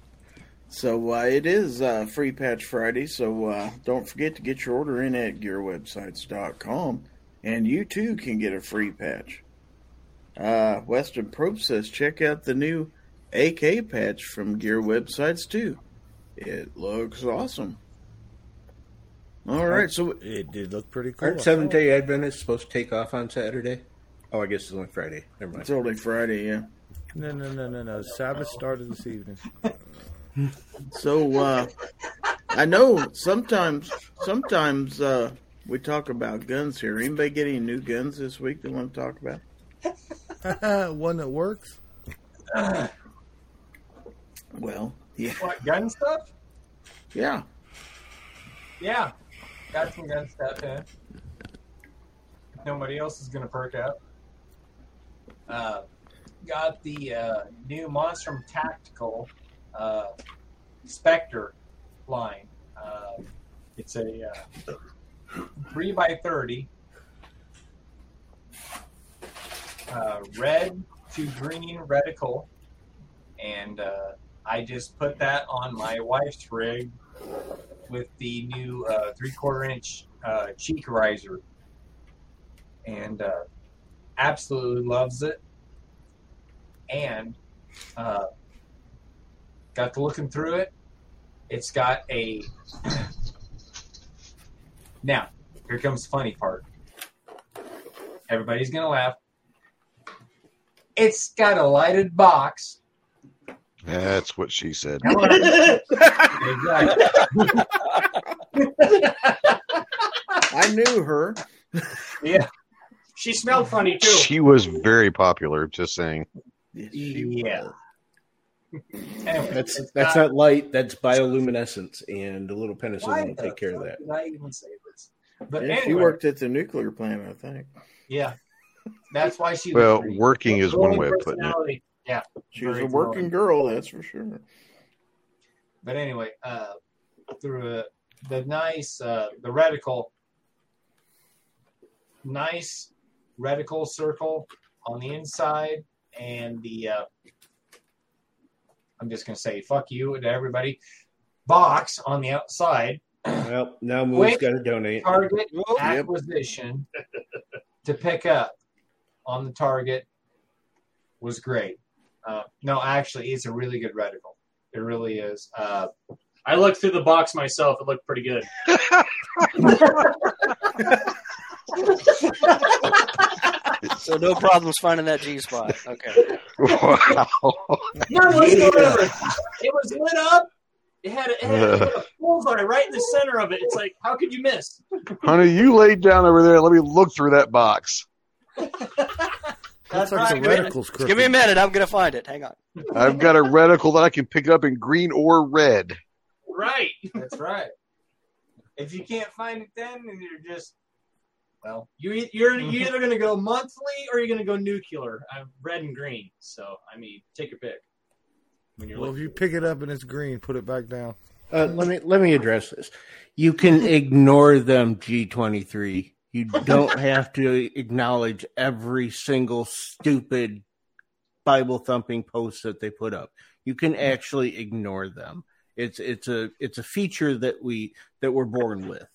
S1: So uh, it is uh, Free Patch Friday, so uh, don't forget to get your order in at gearwebsites.com, and you too can get a free patch. Uh, Western Probe says check out the new AK patch from Gear Websites too. It looks awesome. All right, so
S4: It did look pretty cool.
S10: Aren't Seventh Day Adventists supposed to take off on Saturday? Oh, I guess it's only Friday. Never
S1: it's
S10: mind.
S1: only Friday, yeah.
S4: No, no, no, no, no. Sabbath started this evening.
S1: So uh, I know sometimes sometimes uh, we talk about guns here. Anybody get any new guns this week they want to talk about?
S4: One that works.
S1: Well, yeah,
S2: What, gun stuff?
S1: yeah.
S2: Yeah. Got some gun stuff in. Nobody else is going to perk up. Uh, got the uh, new Monstrum Tactical uh, Spectre line. Uh, it's a uh, 3x30, uh, red to green reticle. And uh, I just put that on my wife's rig with the new uh, three-quarter inch uh, cheek riser, and uh, absolutely loves it. And uh, got to looking through it. It's got a now. Here comes the funny part. Everybody's gonna laugh. It's got a lighted box.
S9: That's what she said.
S2: Exactly.
S1: I knew her.
S2: yeah. She smelled funny too.
S9: She was very popular. Just saying.
S1: yeah.
S10: That's that's not light. That's bioluminescence, and a little penicillin will take care of that.
S2: Did I even say this? But
S1: Yeah, She
S2: anyway,
S1: worked at the nuclear plant, I think.
S2: yeah, that's why she.
S9: Well,
S2: was pretty.
S9: working is one
S2: Controlling
S9: way of putting it.
S2: personality. Yeah,
S1: She was a
S2: very
S1: working
S2: controlling.
S1: girl, that's for sure.
S2: But anyway, uh, through a, the nice uh, the reticle, nice reticle circle on the inside, and the uh, I'm just gonna say fuck you to everybody. Box on the outside.
S10: Well, now Moo's
S2: Wait.
S10: got to donate.
S2: target acquisition to pick up on the target was great. Uh, no, actually, it's a really good reticle. It really is. Uh,
S14: I looked through the box myself. It looked pretty good.
S6: So no problems finding that G spot. Okay.
S2: no, whatsoever. It was lit up. It had, a, it had a- it had a
S14: bullseye right in the center of it. It's like, how could you miss?
S9: Honey, you laid down over there. Let me look through that box.
S6: That's
S4: like the reticle's
S6: Give me a minute. I'm gonna find it. Hang on.
S9: I've got a reticle that I can pick up in green or red.
S14: Right.
S2: That's right. If you can't find it then, then you're just well. You e- you're
S14: You're either going to go monthly or you're going to go nuclear. I'm red and green, so I mean, take your pick. When you're
S4: Well,
S14: looking.
S4: if you pick it up and it's green, put it back down.
S10: Uh, let me let me address this. You can ignore them, G twenty three. You don't have to acknowledge every single stupid Bible thumping post that they put up. You can
S11: Mm-hmm.
S10: actually ignore them. It's it's a it's a feature that we that we're born with.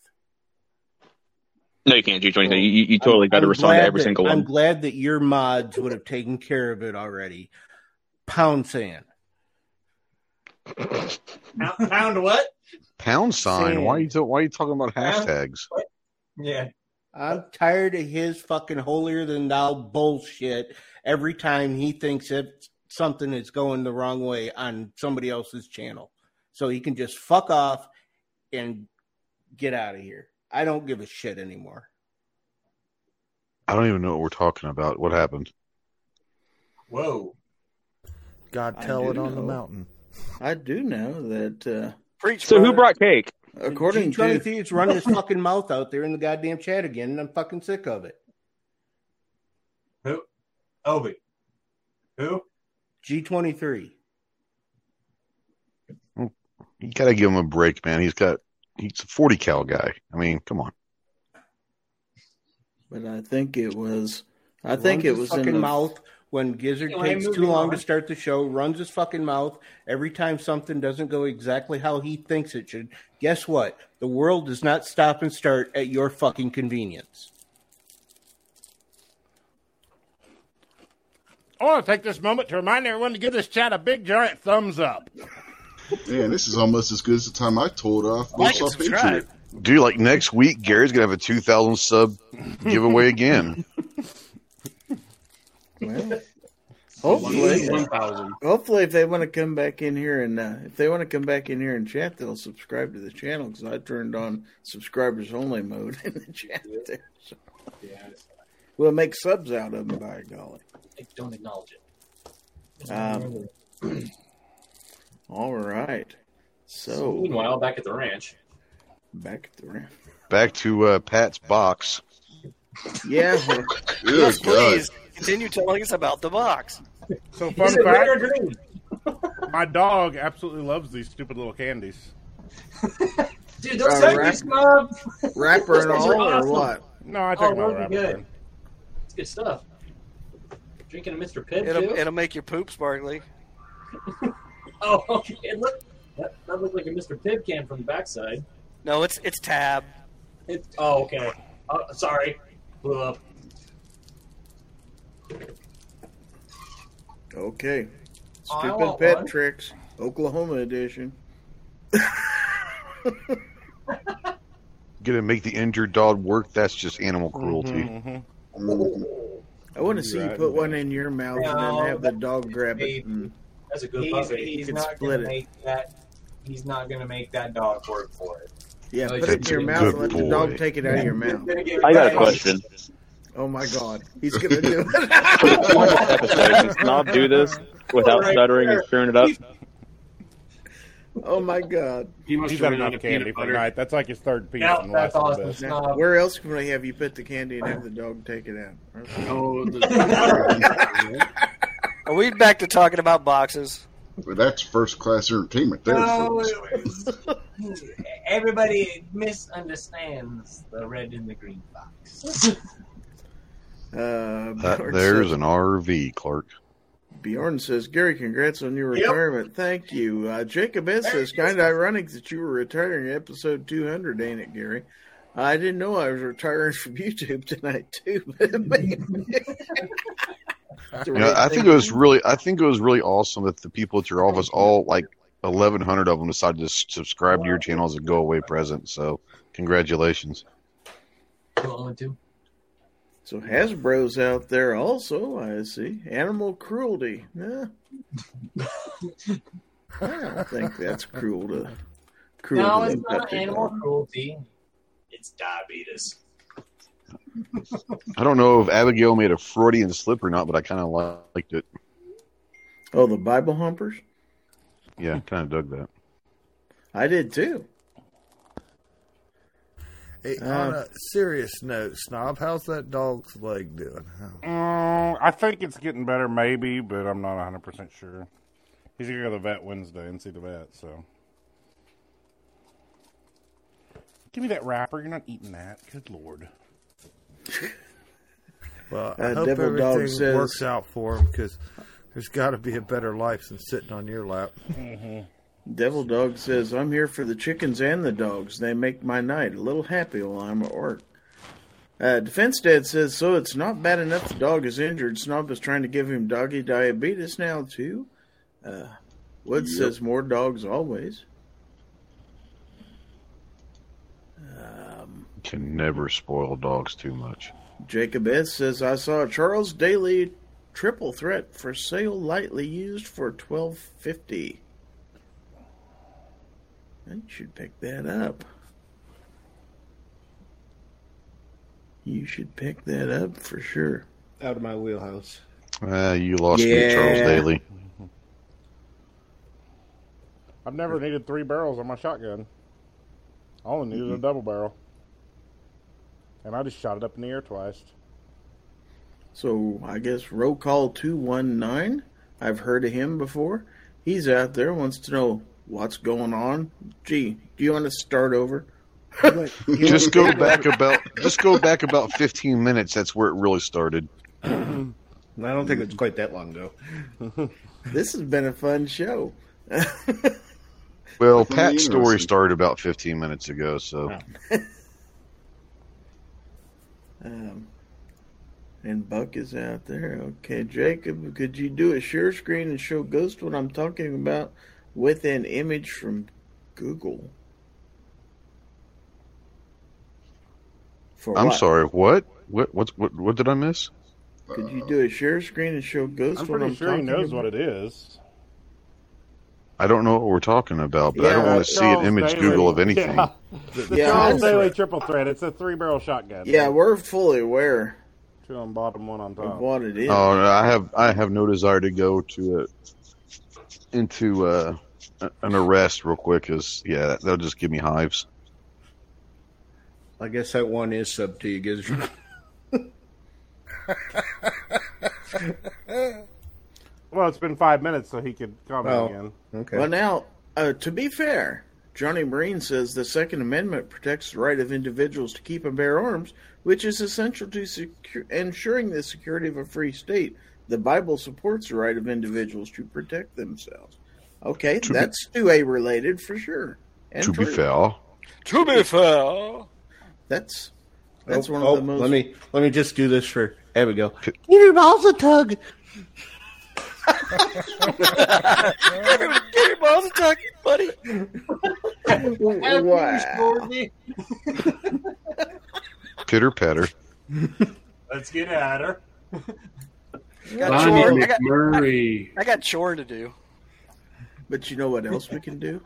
S11: No, you can't, G23. You, you, you totally got to
S10: I'm
S11: respond to
S10: glad
S11: every
S10: that-
S11: single
S10: I'm
S11: one.
S10: glad that your mods would have taken care of it already. Pound sand.
S14: Pound, pound what?
S9: Pound sign. Why are you why are you talking about hashtags?
S2: Yeah.
S10: I'm tired of his fucking holier than thou bullshit every time he thinks that something is going the wrong way on somebody else's channel. So he can just fuck off and get out of here. I don't give a shit anymore.
S9: I don't even know what we're talking about. What happened?
S2: Whoa.
S4: God,
S1: I
S4: tell it
S1: do
S4: on the
S1: know.
S4: mountain.
S1: I do know that. Uh,
S6: Preach.
S11: So who brought cake?
S1: According
S10: G23
S1: to
S10: is running his fucking mouth out there in the goddamn chat again, and I'm fucking sick of it.
S2: Who? Obi. Who?
S10: G23.
S9: You gotta give him a break, man. He's got he's a forty cal guy. I mean, come on.
S1: but I think it was. I think
S10: runs
S1: it
S10: his
S1: was in
S10: fucking
S1: the-
S10: mouth when Gizzard
S1: Anyway,
S10: takes too
S1: moving
S10: long
S1: on.
S10: to start the show. Runs his fucking mouth every time something doesn't go exactly how he thinks it should. Guess what? The world does not stop and start at your fucking convenience.
S3: I want to take this moment to remind everyone to give this chat a big giant thumbs up.
S5: Man, this is almost as good as the time I told off.
S3: Like
S5: Most
S3: and
S5: off
S3: subscribe.
S5: Patriot.
S9: Dude, like next week, Gary's gonna have a two thousand sub giveaway again.
S1: Hopefully,
S14: One thousand.
S1: hopefully, if they want to come back in here and uh, if they want to come back in here and chat, they'll subscribe to the channel because I turned on subscribers only mode in the chat. There, so. We'll make subs out of them, by golly.
S2: I don't acknowledge it.
S1: Um, all right. So,
S14: Meanwhile, back at the ranch.
S1: back at the ramp.
S9: Back to uh, Pat's box.
S1: Yeah.
S6: yes, please continue telling us about the box.
S3: So
S6: Is
S3: fun
S6: it red or
S3: fact: my dog absolutely loves these stupid little candies.
S2: Dude,
S1: those Uh, things wrap-
S2: up.
S1: Wrapper and all, or what?
S3: No, I
S14: Oh,
S3: took them out
S14: those are
S3: wrapper.
S14: good. It's good stuff. Drinking a Mr. Pibb
S6: It'll,
S14: too.
S6: it'll make your poop sparkly.
S14: Oh, okay. It looked that, that looked like a Mr. Pibb can from the backside.
S6: No, it's it's tab.
S14: It, oh, okay. Oh, sorry, blew up.
S1: Okay.
S14: Oh, I
S1: Stupid
S14: want
S1: pet
S14: one.
S1: tricks, Oklahoma edition.
S9: Gonna make the injured dog work. That's just animal
S3: Mm-hmm,
S9: cruelty.
S1: I want to see you put one in your mouth and
S2: No,
S1: then have the dog grab it. and-
S14: That's a good
S2: he's,
S14: puppy.
S2: he's
S1: You can
S2: not
S1: split
S2: going
S1: it.
S2: to make that. He's not going to make that dog work for it.
S1: Yeah,
S2: Oh,
S1: put it in
S2: that's
S1: your
S2: a
S1: mouth and
S2: good
S1: let the
S2: boy.
S1: dog take it out of your mouth.
S11: I got a question.
S1: Oh my God, he's gonna do
S11: For the 200th episode,
S1: it.
S11: can Snob do this without
S1: Right
S11: stuttering
S1: there.
S11: and screwing it up?
S1: oh my God,
S7: he
S3: He's had enough candy for tonight. That's like his third piece. in the last little bit.
S1: Now, Where else can we have you put the candy and have the dog take it out?
S7: Oh,
S6: Are we back to talking about boxes?
S5: That's first class entertainment there.
S2: No,
S5: folks.
S2: it was- everybody misunderstands the red and the green box.
S1: Uh,
S9: That,
S1: Bjorn
S9: there's
S1: says-
S9: an RV, Clark.
S1: Bjorn says, Gary, congrats on your retirement. Thank you. Uh, Jacob S. says, kind of ironic that you were retiring at episode 200, ain't it, Gary? I didn't know I was retiring from YouTube tonight, too. but it made me- It's a
S9: You know,
S1: weird
S9: I
S1: thing
S9: think
S1: to
S9: it was
S1: do.
S9: really, I think it was really awesome that the people at your office, all like 1,100 of them, decided to s- subscribe to your channel as a go away present. So, congratulations.
S1: So Hasbro's out there also, I see. Animal cruelty. Yeah. I don't think that's cruel to cruel
S2: no,
S1: to
S2: it's
S1: them
S2: not
S1: puppy
S2: animal
S1: dogs.
S2: cruelty. It's diabetes.
S9: I don't know if Abigail made a Freudian slip or not, but I kind of liked it.
S1: Oh, the Bible humpers?
S9: Yeah, kind of dug that.
S1: I did too.
S4: Hey,
S1: Uh,
S4: on a serious note, Snob, how's that dog's leg doing?
S3: Mm, I think it's getting better, maybe, but I'm not 100 percent sure. He's gonna go to the vet Wednesday and see the vet. So, give me that wrapper. You're not eating that. Good lord.
S4: Well, I
S1: Uh,
S4: hope
S1: Devil Dog
S4: everything
S1: says-
S4: works out for him because there's got to be a better life than sitting on your lap.
S3: Mm-hmm.
S1: Devil Dog says, I'm here for the chickens and the dogs. They make my night a little happy while I'm at work. Uh, Defense Dad says, So it's not bad enough the dog is injured. Snob is trying to give him doggy diabetes now, too. Uh, Wood
S5: Yep.
S1: says, More dogs always. Um,
S9: Can never spoil dogs too much.
S1: Jacob S. says, I saw a Charles Daly triple threat for sale, lightly used for twelve fifty. I should pick that up. You should pick that up for sure.
S10: Out of my wheelhouse.
S9: Uh, you lost me, Charles
S1: Yeah.
S9: Daly.
S3: I've never needed three barrels on my shotgun. I only
S1: Mm-hmm.
S3: needed a double barrel, and I just shot it up in the air twice.
S1: So I guess roll call two one nine. I've heard of him before. He's out there wants to know what's going on. Gee, do you want to start over?
S9: just go back about just go back about 15 minutes that's where it really started
S10: I don't think it's quite that long ago.
S1: This has been a fun show.
S9: well
S1: That's
S9: pat's story
S1: interesting.
S9: started about 15 minutes ago so
S1: Oh, Um, and Buck is out there. Okay, Jacob, could you do a share screen and show Ghost what I'm talking about with an image from Google? For
S9: i'm
S1: what?
S9: sorry what what what what, what did i miss
S1: Could you do a share screen and show Ghost
S3: I'm
S1: what
S3: pretty
S1: I'm
S3: sure he
S1: talking
S3: knows
S1: about?
S3: what it is.
S9: i don't know what we're talking about but i
S3: Yeah,
S9: don't want to
S3: that's
S9: see an
S3: Charles
S9: image
S3: Daly.
S9: google of anything
S3: Yeah. The
S1: Yeah,
S3: Charles
S1: I-
S3: Daly triple threat. It's a three barrel shotgun.
S1: Yeah, we're fully aware
S3: Two on bottom, one on
S1: of
S3: top.
S1: what it is.
S9: oh no, i have i have no desire to go to a into uh a- an arrest real quick because yeah that, that'll just give me hives
S10: I guess that one is sub to you, Gizzard.
S3: Well, it's been five minutes, so he could comment again.
S10: okay.
S1: Well, now, uh, to be fair, Johnny Marine says the Second Amendment protects the right of individuals to keep and bear arms, which is essential to secu- ensuring the security of a free state. The Bible supports the right of individuals to protect themselves. Okay,
S9: To be-
S1: that's two A related for sure. And
S9: to be
S1: true.
S9: fair
S6: To be fair.
S1: that's that's
S10: Oh,
S1: one
S10: oh,
S1: of the most.
S10: Let me let me just do this for Abigail. Give your balls a tug.
S6: Give your balls a tug, buddy.
S1: wow.
S9: pitter patter
S2: Let's get at her.
S6: Got
S7: Lonnie
S6: chore- I got-
S7: McMurray.
S6: I got chore to do.
S1: But you know what else we can do?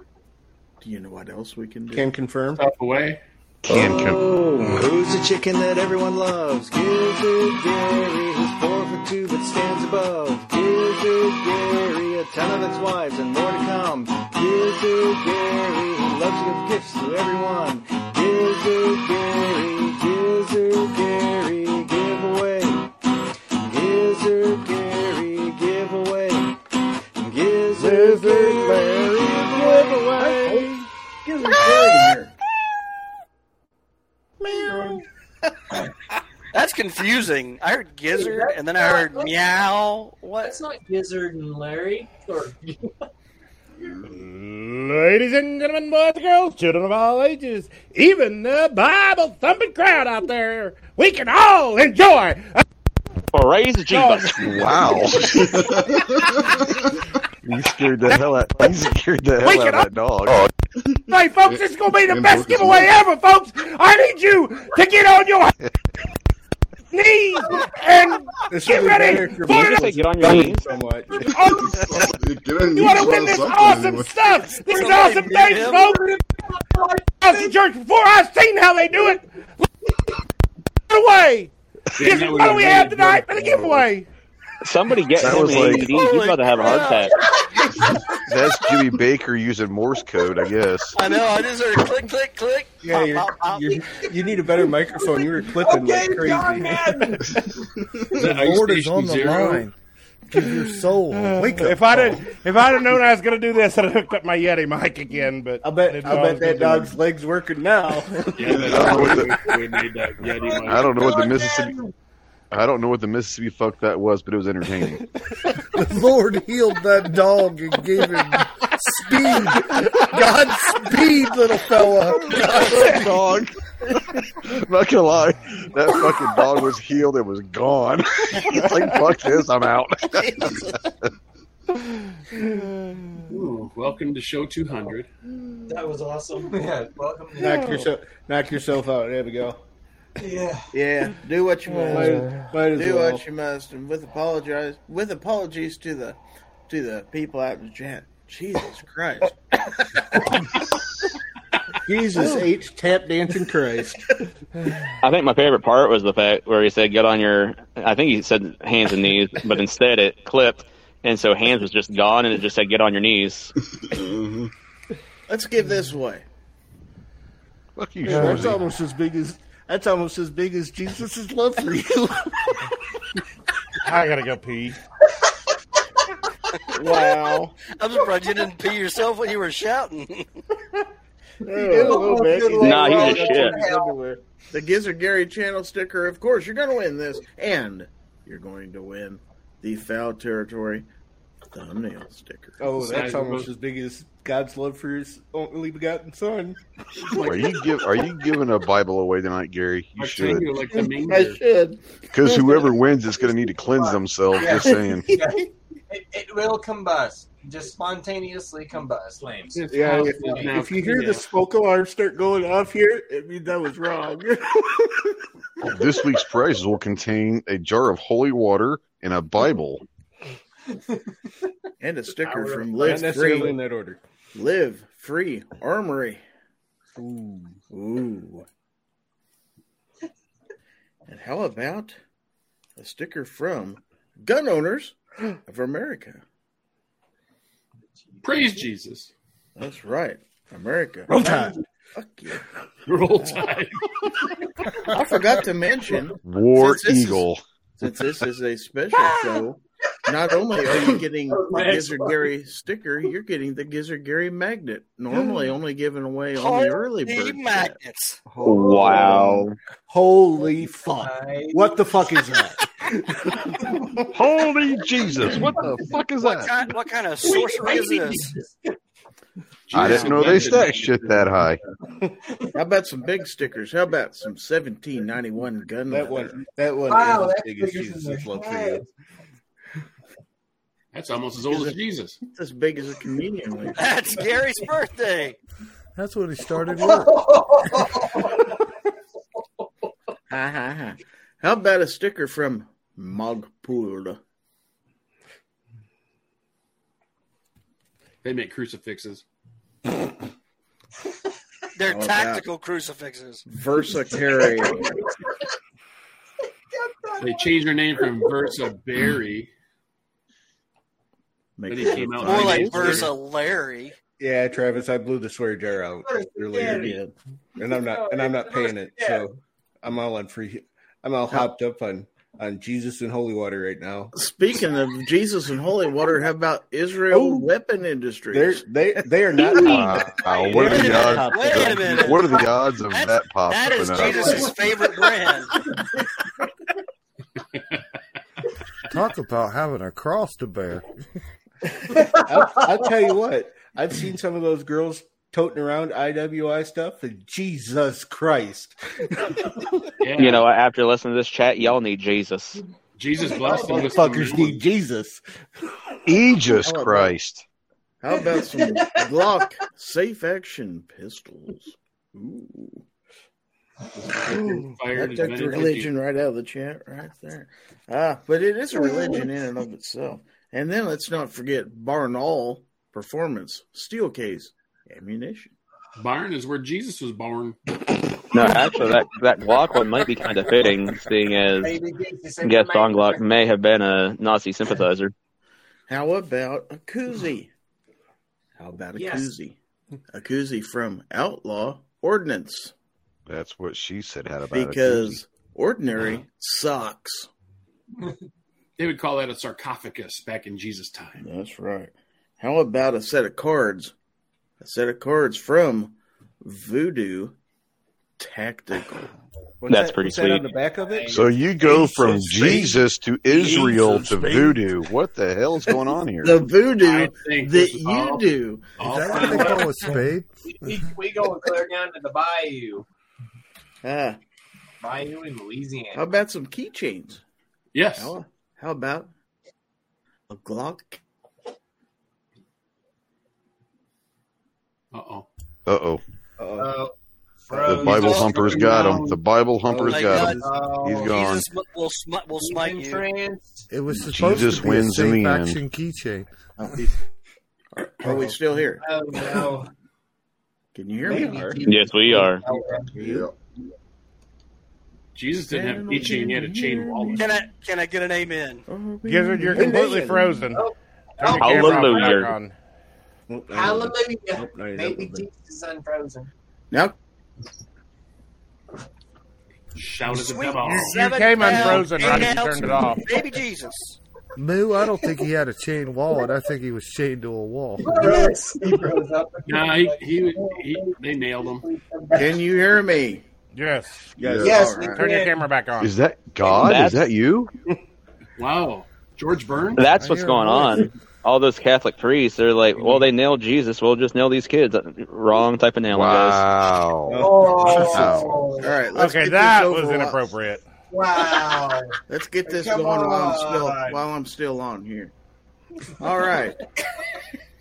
S1: Do you know what else we can do?
S10: Can confirm.
S7: Stop away.
S9: Can con-
S15: Oh, who's the chicken that everyone loves? Gizzard Gary, who's four foot two but stands above. Gizzard Gary, a ton of its wives and more to come. Gizzard Gary, who loves to give gifts to everyone. Gizzard Gary, Gizzard Gary, give away. Gizzard Gary, give away. Gizzard Gary, give away. Gizzard Gary.
S6: That's confusing. I heard gizzard and then I heard meow. What?
S14: That's not Gizzard and Larry. Or
S3: Ladies and gentlemen, boys and girls, children of all ages, even the Bible thumping crowd out there, we can all enjoy.
S11: Praise Jesus.
S9: Wow. you scared the hell out. You scared the hell
S3: Wake
S9: out
S3: it
S9: of that dog.
S3: Hey, folks, this is going to be the
S9: And
S3: best
S9: Dorcas
S3: giveaway
S9: Lee.
S3: ever, folks. I need you to get on your knees and get ready for this.
S11: Get on
S5: your knees.
S8: So much.
S5: Get on
S3: You
S5: your
S3: want to
S5: knees on
S3: win this
S5: something
S3: awesome
S5: anyway.
S3: stuff. These awesome things, folks. Awesome church before I've seen how they do it. Get away. This is what we have tonight for the giveaway.
S11: Somebody get
S9: That
S11: him
S9: was
S11: an
S9: like-
S11: AED. He's about to have a heart attack.
S9: That's Jimmy Baker using Morse code, I guess.
S6: I know. I just heard click, click, click.
S4: Yeah,
S6: Pop,
S4: you're,
S6: pop, pop.
S4: you're, you need a better microphone. You were clipping like crazy. the Lord is on the line. Give your soul a wake up.
S3: Uh, If I didn't, if I'd have known I was gonna do this, I'd have hooked up my Yeti mic again. But I bet,
S4: I bet that dog's
S3: legs working now.
S9: I don't know what the-
S7: we need that Yeti mic.
S9: I don't know what the Mississippi. I don't know what the Mississippi fuck that was, but it was entertaining.
S4: The Lord healed that dog and gave him speed. Godspeed, little fella.
S9: That dog. I'm not gonna lie, that fucking dog was healed and was gone. It's like fuck this, I'm out.
S7: Ooh, welcome to show 200.
S14: that was awesome.
S8: Yeah.
S14: Welcome to
S7: Knock
S14: the-
S7: yourself-
S4: knock yourself out. There we go.
S14: Yeah.
S1: Yeah, do what you must.
S4: Might- might as
S1: do
S4: well.
S1: what you must, and with apologize with apologies to the to the people out in the chat. Jesus Christ!
S10: Jesus H tap dancing Christ.
S11: I think my favorite part was the fact where he said, "Get on your." I think he said hands and knees, but instead it clipped, and so hands was just gone, and it just said, "Get on your knees."
S7: Mm-hmm.
S1: Let's give this away.
S9: Fuck
S11: you,
S10: Yeah, that's
S11: Shorzy.
S10: almost as big as that's almost as big as Jesus' love for you.
S3: I gotta go pee.
S1: Wow.
S6: I'm surprised you didn't pee yourself when you were shouting.
S1: Oh,
S11: Nah, he's a shit.
S1: The Gizzard Gary channel sticker. Of course, you're going to win this, and you're going to win the foul territory thumbnail sticker.
S4: Oh, that's almost as big as God's love for his only begotten son.
S9: Are you give? Are you giving a Bible away tonight, Gary? You should,
S4: I should.
S9: because whoever wins is going to need to cleanse themselves. Just saying.
S2: Yeah.
S14: It, it will combust. Just spontaneously combust. Flames.
S4: Yeah, if, if you hear the smoke alarm start going off here, it means that was wrong.
S9: This week's prizes will contain a jar of holy water and a Bible.
S1: And a sticker
S4: Not
S1: from Live
S4: necessarily
S1: Free.
S4: in that order.
S1: Live Free Armory.
S4: Ooh.
S1: Ooh. And how about a sticker from Gun Owners of America?
S7: Praise Jesus.
S1: That's right. America.
S7: Roll Tide.
S1: Fuck you.
S7: Roll Tide.
S1: I forgot to mention
S9: War
S1: Since this is-
S9: Eagle.
S1: since this is a special show, not only are you getting the Gizzard Gary sticker, you're getting the Gizzard Gary magnet. Normally only given away on the early bird.
S6: magnets.
S11: Wow.
S10: Holy fuck. What the fuck is that?
S9: Holy Jesus! What the fuck is
S6: What
S9: that?
S6: kind, what kind of sorcery is this?
S9: I didn't know they stacked shit that high.
S1: How about some big stickers? How about some 1791 gun?
S4: That
S1: one,
S4: that one
S7: Wow,
S4: is as
S7: that
S4: big as
S7: figures in
S4: Jesus'
S7: the
S4: love for
S7: head.
S4: you.
S7: That's almost as old as Jesus.
S1: It's as big as a comedian. leader.
S6: That's Gary's birthday.
S4: That's what he started
S1: Ha, ha, ha. How about a sticker from Mogpool?
S7: They make crucifixes.
S6: They're
S1: Oh, God.
S6: tactical crucifixes.
S1: Versacary.
S7: They changed their name from Versa Berry. Then it came out
S6: More like
S7: years later.
S6: Versa Larry.
S16: Yeah, Travis, I blew the swear jar out earlier,
S6: Daddy.
S16: and I'm not and I'm not paying it, so I'm all on free. I'm all hopped up on on Jesus and holy water right now.
S1: Speaking of Jesus and holy water, how about Israel weapon
S16: They're
S1: industries?
S16: they they are not.
S9: Wow, what are
S1: Wait
S9: the
S1: a
S9: odds?
S1: minute. Wait a minute.
S9: What are the odds of that popping
S6: That is
S9: up?
S6: Jesus' favorite brand.
S9: Uh,
S4: Talk about having a cross to bear.
S16: I'll, I'll tell you what. I've seen some of those girls toting around IWI stuff, and Jesus Christ,
S11: You know, after listening to this chat, y'all need Jesus.
S7: Jesus blessed them with some
S16: motherfuckers need Jesus.
S9: Aegis Christ.
S1: How about some Glock safe action pistols? Ooh.
S7: Fired
S1: That
S7: as
S1: took
S7: many
S1: the religion right out of the chat right there. Ah, but it is a religion in and of itself. And then let's not forget Barnall Performance Steel Case Ammunition.
S7: Barn is where Jesus was born.
S11: No, actually, that that Glock one might be kind of fitting, seeing as guest on Glock may have been a Nazi sympathizer.
S1: How about a koozie? How about a
S14: Yes.
S1: koozie? A koozie from Outlaw Ordnance
S9: That's what she said. Had about Uh-huh. it.
S1: because ordinary sucks.
S7: They would call that a sarcophagus back in Jesus' time.
S1: That's right. How about a set of cards? A set of cards from Voodoo Tactical.
S16: What's that- what's that on the back of it?
S9: So you go from
S16: Jesus,
S9: Jesus to Israel
S16: Jesus,
S9: to
S16: baby.
S9: voodoo. What the hell's going on here?
S1: The voodoo
S7: this
S1: that
S7: is
S1: you
S7: all-
S1: do.
S7: all
S4: Is that what they call a spade?
S2: we, we going clear down to the bayou.
S1: Ah,
S2: Bayou in Louisiana.
S1: how about some keychains?
S7: Yes.
S1: How, how about a Glock?
S7: Uh oh.
S9: Uh oh.
S2: Uh,
S9: The Bible humper's got him. The Bible humper's
S6: Oh my
S9: got him.
S6: God.
S9: He's gone.
S6: Jesus will, will, smi- will smite you.
S4: It was supposed
S9: Jesus
S4: to be
S9: wins
S4: a
S9: in
S4: safe
S9: the end.
S4: action keychain.
S1: Are we still here?
S2: Oh no!
S1: Can you hear
S2: They
S1: me?
S2: are.
S11: Yes, we are.
S7: Jesus didn't have a keychain; he had a chain wallet.
S6: Can I can I get an amen?
S3: Gizzard, you're completely frozen.
S9: Oh,
S3: Turn the camera off and back on.
S10: Oh.
S2: Hallelujah!
S16: no, you're
S2: Maybe
S16: not.
S2: Jesus is unfrozen.
S7: Shout at the
S2: Sweet
S7: devil.
S2: seven You came unfrozen,
S16: right? You turned it off.
S6: Baby Jesus.
S4: Moo, I don't think he had a chain wallet. I think he was chained to a wall.
S7: Nah, he, he, he, they nailed him.
S1: Can you hear me?
S3: Yes.
S1: Yes. Yes,
S3: All right.
S1: we
S3: Turn your
S1: can.
S3: camera back on.
S9: Is that God?
S11: That's-
S9: Is that you?
S7: Wow, George Burns.
S11: That's what's going on. All those Catholic priests, they're like, well, they nailed Jesus. We'll just nail these kids. Wrong type of nailing,
S9: Wow.
S1: All right. Let's
S3: okay,
S1: get
S3: that
S1: this
S3: was
S1: over with.
S3: inappropriate.
S2: Wow!
S1: Let's get this
S2: Come
S1: going while I'm
S2: on.
S1: still while I'm still on here. All right,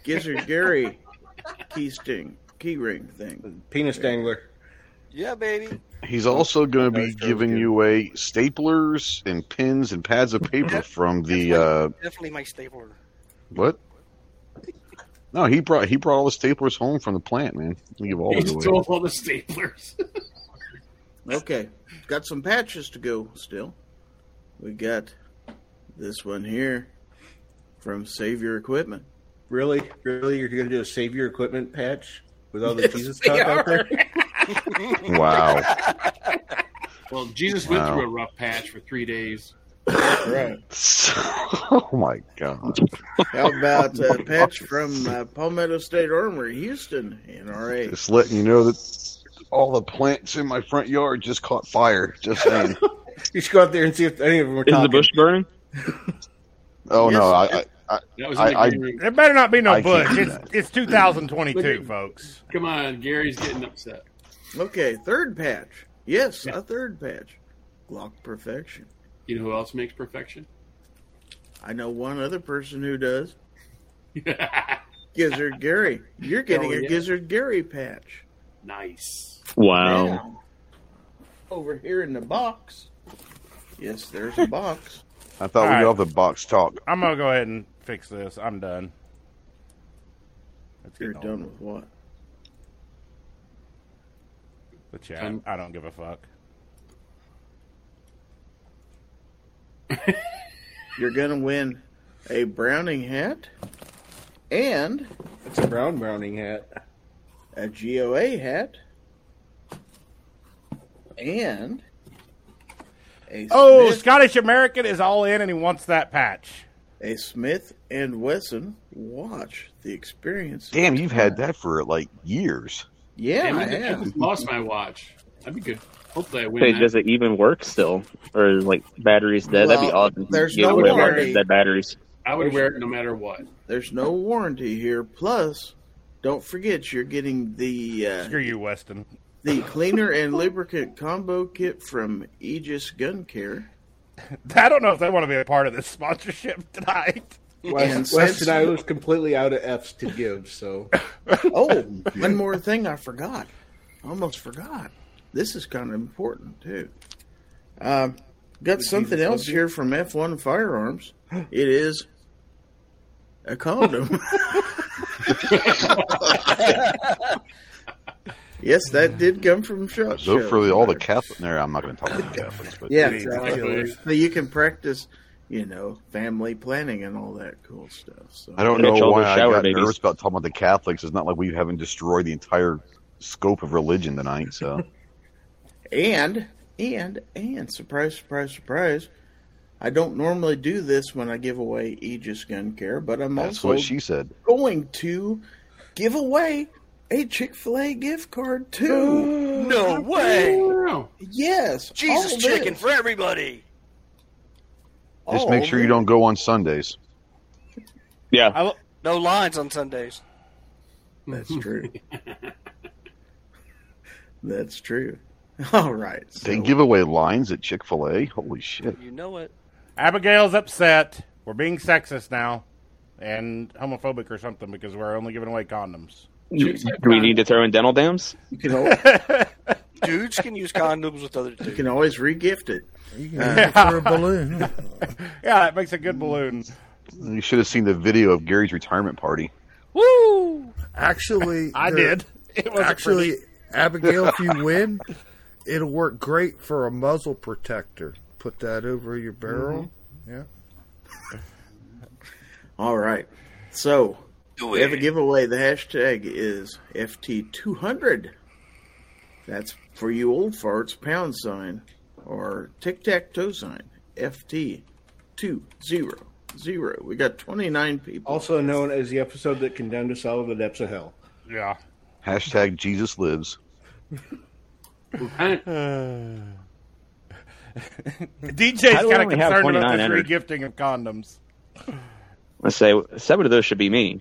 S1: Gizzard Gary, key sting, key ring thing.
S16: penis dangler.
S6: Yeah, baby.
S1: Oh,
S9: He's also going to be giving you away staplers and pins and pads of paper from the uh,
S6: Definitely my stapler.
S9: what? No, he brought he brought all the staplers home from the plant, man. He gave all
S7: He
S9: those away.
S7: stole all the staplers.
S1: Okay, got some patches to go still. We got this one here from Savior Equipment.
S16: Really, really, you're going to do a save your equipment patch with all the Jesus talk
S1: they
S16: out there?
S9: Wow.
S7: Well, Jesus went
S9: Wow.
S7: through a rough patch for three days.
S1: Right.
S9: oh my god.
S1: How about a patch from uh, Palmetto State Armory, Houston, NRA?
S9: Just letting you know that all the plants in my front yard just caught fire. Just saying.
S16: You should go out there and see if any of them are
S11: Is the
S16: talking.
S11: bush burning?
S9: Oh no, I, I, I,
S7: That was in the
S9: I, I
S7: green room.
S3: There better not be no
S9: I can't
S3: bush.
S9: do
S3: It's
S9: that.
S3: it's
S7: Look
S3: 2022,
S7: at-
S3: folks.
S7: Come on, Gary's getting upset.
S1: Okay, third patch. Yes, a third patch. Glock Perfection.
S7: You know who else makes perfection?
S1: I know one other person who does.
S7: nice.
S1: Gizzard Gary. You're getting
S7: Oh,
S1: a
S7: yeah.
S1: Gizzard Gary patch. Now, over here in the box. Yes, there's a box.
S9: I thought
S3: All
S9: we
S3: right.
S9: got off the box talk.
S3: I'm gonna go ahead and fix this. I'm done.
S1: You're done with what?
S3: The chat. I don't give a fuck.
S1: You're gonna win a Browning hat, and
S16: it's a brown Browning hat,
S1: a GOA hat, and a
S3: Oh,
S1: Smith,
S3: Scottish American is all in, and he wants that patch.
S1: a Smith and Wesson watch the experience.
S9: Damn, you've had that for like years.
S1: Yeah,
S7: Damn,
S1: I
S7: I,
S1: have.
S7: just lost my watch. That'd be good. Hopefully, I win.
S11: Hey,
S7: that.
S11: does it even work still, or is like batteries dead? That'd be
S1: Well,
S11: awesome.
S1: there's
S11: Give
S1: no
S11: away a lot of
S1: warranty.
S11: dead batteries.
S7: I would wear it no matter what.
S1: There's no warranty here. Plus, don't forget you're getting the uh,
S3: Screw you, Weston.
S1: the cleaner and lubricant combo kit from Aegis Gun Care.
S3: I don't know if they want to be a part of this sponsorship tonight.
S1: And
S16: West, West
S1: since-
S16: and I was completely out of F's to give, so
S1: Oh, one more thing I forgot. Almost forgot. This is kind of important too. Um, got something else here from F1 Firearms. It is a condom. yes, that did come from Shot
S9: So
S1: Show.
S9: for the, all the Catholic, no, I'm not going to talk about Catholics, but
S1: Yeah, exactly. So you can practice, you know, family planning and all that cool stuff. So
S9: I don't know
S11: Head, shoulder,
S9: why I
S11: shower,
S9: got
S11: babies.
S9: nervous about talking about the Catholics. It's not like we haven't destroyed the entire scope of religion tonight. So
S1: And and and surprise, surprise, surprise. I don't normally do this when I give away Aegis Gun Care, but I'm
S9: that's
S1: also
S9: what she said.
S1: going to give away a Chick Fil A gift card too.
S6: No way!
S3: Oh.
S1: Yes,
S6: Jesus
S14: Oh,
S1: all
S6: chicken
S1: this.
S6: for everybody.
S9: Just
S1: All
S9: make sure you
S1: this.
S9: don't go on Sundays.
S11: Yeah,
S6: No lines on Sundays.
S1: That's true. That's true. All right.
S9: They
S1: so-
S9: give away lines at Chick Fil A. Holy shit!
S6: You know it.
S3: Abigail's upset. We're being sexist now and homophobic or something because we're only giving away condoms.
S11: Do do we need to throw in dental dams?
S1: you can al-
S6: Dudes can use condoms with other
S1: you
S6: dudes.
S1: can always regift it.
S4: You can
S1: Uh,
S4: use it for a balloon.
S3: Yeah, that makes a good balloon.
S9: You should have seen the video of Gary's retirement party.
S6: Woo!
S4: Actually,
S3: I
S4: the-
S3: did. It was
S4: Actually,
S3: actually
S4: Abigail, if you win, it'll work great for a muzzle protector. Put that over
S9: Mhm.
S4: your barrel. Yeah.
S1: All right. So
S6: Do
S1: we have a giveaway. The hashtag is FT200. That's for you old farts, pound sign or tic tac toe sign. FT200. We got 29 people.
S16: also known as the episode that condemned us all of the depths of hell.
S3: yeah.
S9: Hashtag Jesus lives.
S3: DJ's
S11: How do we
S3: kind of
S11: only have
S3: concerned about
S11: 29
S3: the
S11: entered?
S3: regifting of condoms.
S11: Let's say seven of those should be me,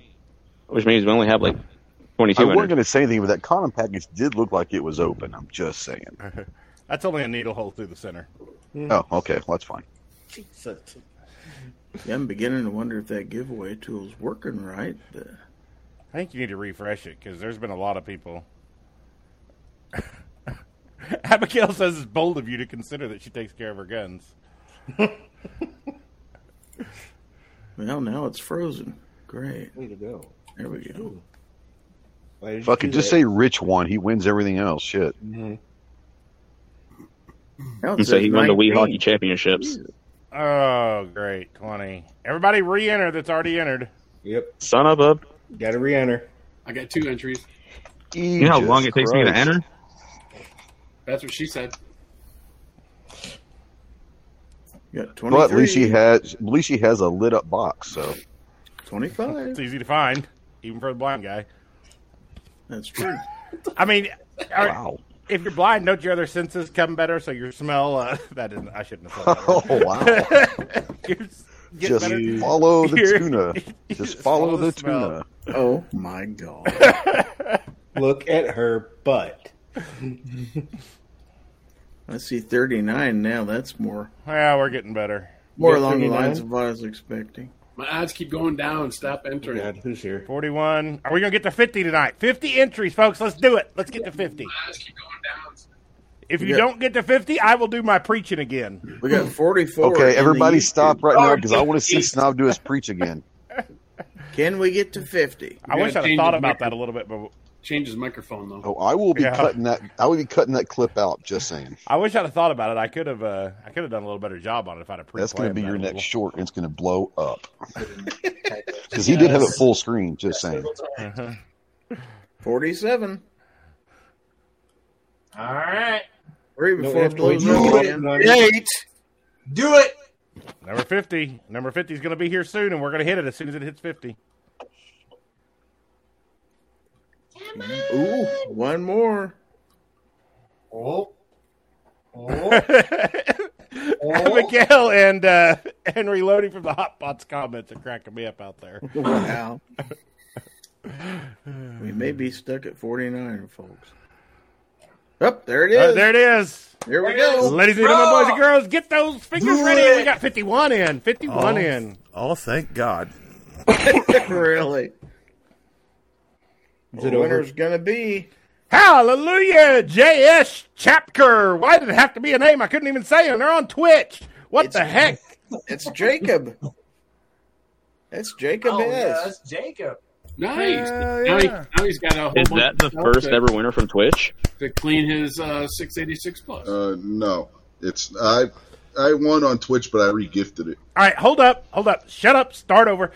S11: which means we only have like
S9: I
S11: twenty-two
S9: wasn't
S11: hundred.
S9: going to say anything, but that condom package did look like it was open. I'm just saying.
S3: That's only a needle hole through the center.
S9: Oh, okay. Well, that's fine.
S1: Yeah, I'm beginning to wonder if that giveaway tool's working right. but
S3: I think you need to refresh it because there's been a lot of people. Abigail says it's bold of you to consider that she takes care of her guns.
S1: well, now it's frozen. Great.
S16: Way to go!
S1: There we go.
S16: Why did you
S9: Fucking
S16: do
S9: just
S16: that? Mm-hmm.
S9: say Rich won. He wins everything else. Shit.
S1: Now it
S11: And so he
S1: says
S11: won the Wii
S1: 19.
S11: Hockey Championships.
S3: Oh, great. 20. Everybody re enter that's already entered.
S16: Yep,
S11: Son of a!
S16: got to re-enter.
S7: I got two entries.
S11: You know how long it takes me to
S9: Christ.
S11: enter?
S7: That's what she said.
S1: You got
S9: But at least he
S1: 23,
S9: has, at least he has a lit up box. So
S1: 25.
S3: It's easy to find, even for the blind guy.
S1: That's true.
S3: I mean, are-
S9: wow.
S3: if you're blind, don't your other senses come better? So your smell, uh, that isn't, I shouldn't have said that.
S9: Oh wow.
S11: Oh,
S3: Your s- get
S9: just
S3: better-
S9: follow the
S3: You're-
S9: tuna. Just follow, the,
S3: smell.
S9: tuna.
S1: Oh my god.
S16: Look at her butt.
S1: I see 39 now. That's more
S3: Yeah, we're getting better.
S1: more
S16: got
S1: along the
S16: 39?
S1: lines of what I was expecting.
S7: My odds keep going down. Stop entering.
S16: God, who's here?
S3: 41. Are we going to get to 50 tonight? 50 entries, folks. Let's do it. Let's get to 50.
S7: My odds keep going down.
S3: If you
S1: Yeah.
S3: don't get to 50, I will do my preaching again.
S1: We got 44. in
S9: Okay,
S1: the
S9: everybody
S1: YouTube.
S9: stop right now
S7: Oh,
S9: because I want to see
S7: geez.
S9: Snob do his preach again.
S1: Can we get to 50?
S3: I
S7: Yeah,
S3: wish I'd have
S7: change
S3: thought
S7: the
S3: about
S7: mixer.
S3: that a little bit before.
S7: change his microphone though.
S9: Oh, I will be
S7: Yeah.
S9: cutting that. I will be cutting that clip out. Just saying,
S3: I wish I'd have thought about it. I could have. Uh, I could have done a little better job on it if I'd have pre.
S9: that's going to be your next short. and It's going to blow up because
S3: Because
S9: he did have it full screen. Just saying.
S1: Forty-seven.
S2: All right.
S1: Three
S3: No,
S1: before
S3: it's
S1: it blows
S3: going
S1: up
S3: to-
S1: again.
S3: Eight.
S2: Do it.
S3: Number fifty. Number fifty is going to be here soon, and we're going to hit it as soon as it hits fifty.
S1: Ooh, one more.
S2: Oh.
S3: Miguel and uh, and reloading from the hot pots comments are cracking me up out there.
S1: Wow. we may be stuck at 49, folks. Up there it is.
S3: Uh, there it is.
S1: Here we go.
S3: Ladies and gentlemen, boys and girls, get those fingers
S1: Do
S3: ready.
S1: it.
S3: We got 51 in. 51
S4: Oh.
S3: in.
S4: Oh, thank God.
S1: really?
S4: Is
S1: the
S4: it over?
S1: winner's going to be.
S3: Hallelujah, J.S. Chapker. Why did it have to be a name? I couldn't even say it. They're on Twitch. What the heck?
S1: It's Jacob. It's Jacob
S2: Oh, yeah,
S1: S.
S2: that's Jacob.
S7: Nice.
S1: Hell
S7: now, he,
S1: yeah.
S7: has got a whole
S11: Is
S7: bunch
S11: that
S7: of
S11: the
S7: stuff
S11: first
S7: to-
S11: ever winner from Twitch?
S7: to clean his uh, 686 plus?
S5: Uh, no, it's I. I won on Twitch, but I regifted it.
S3: All right, hold up, hold up, shut up, start over.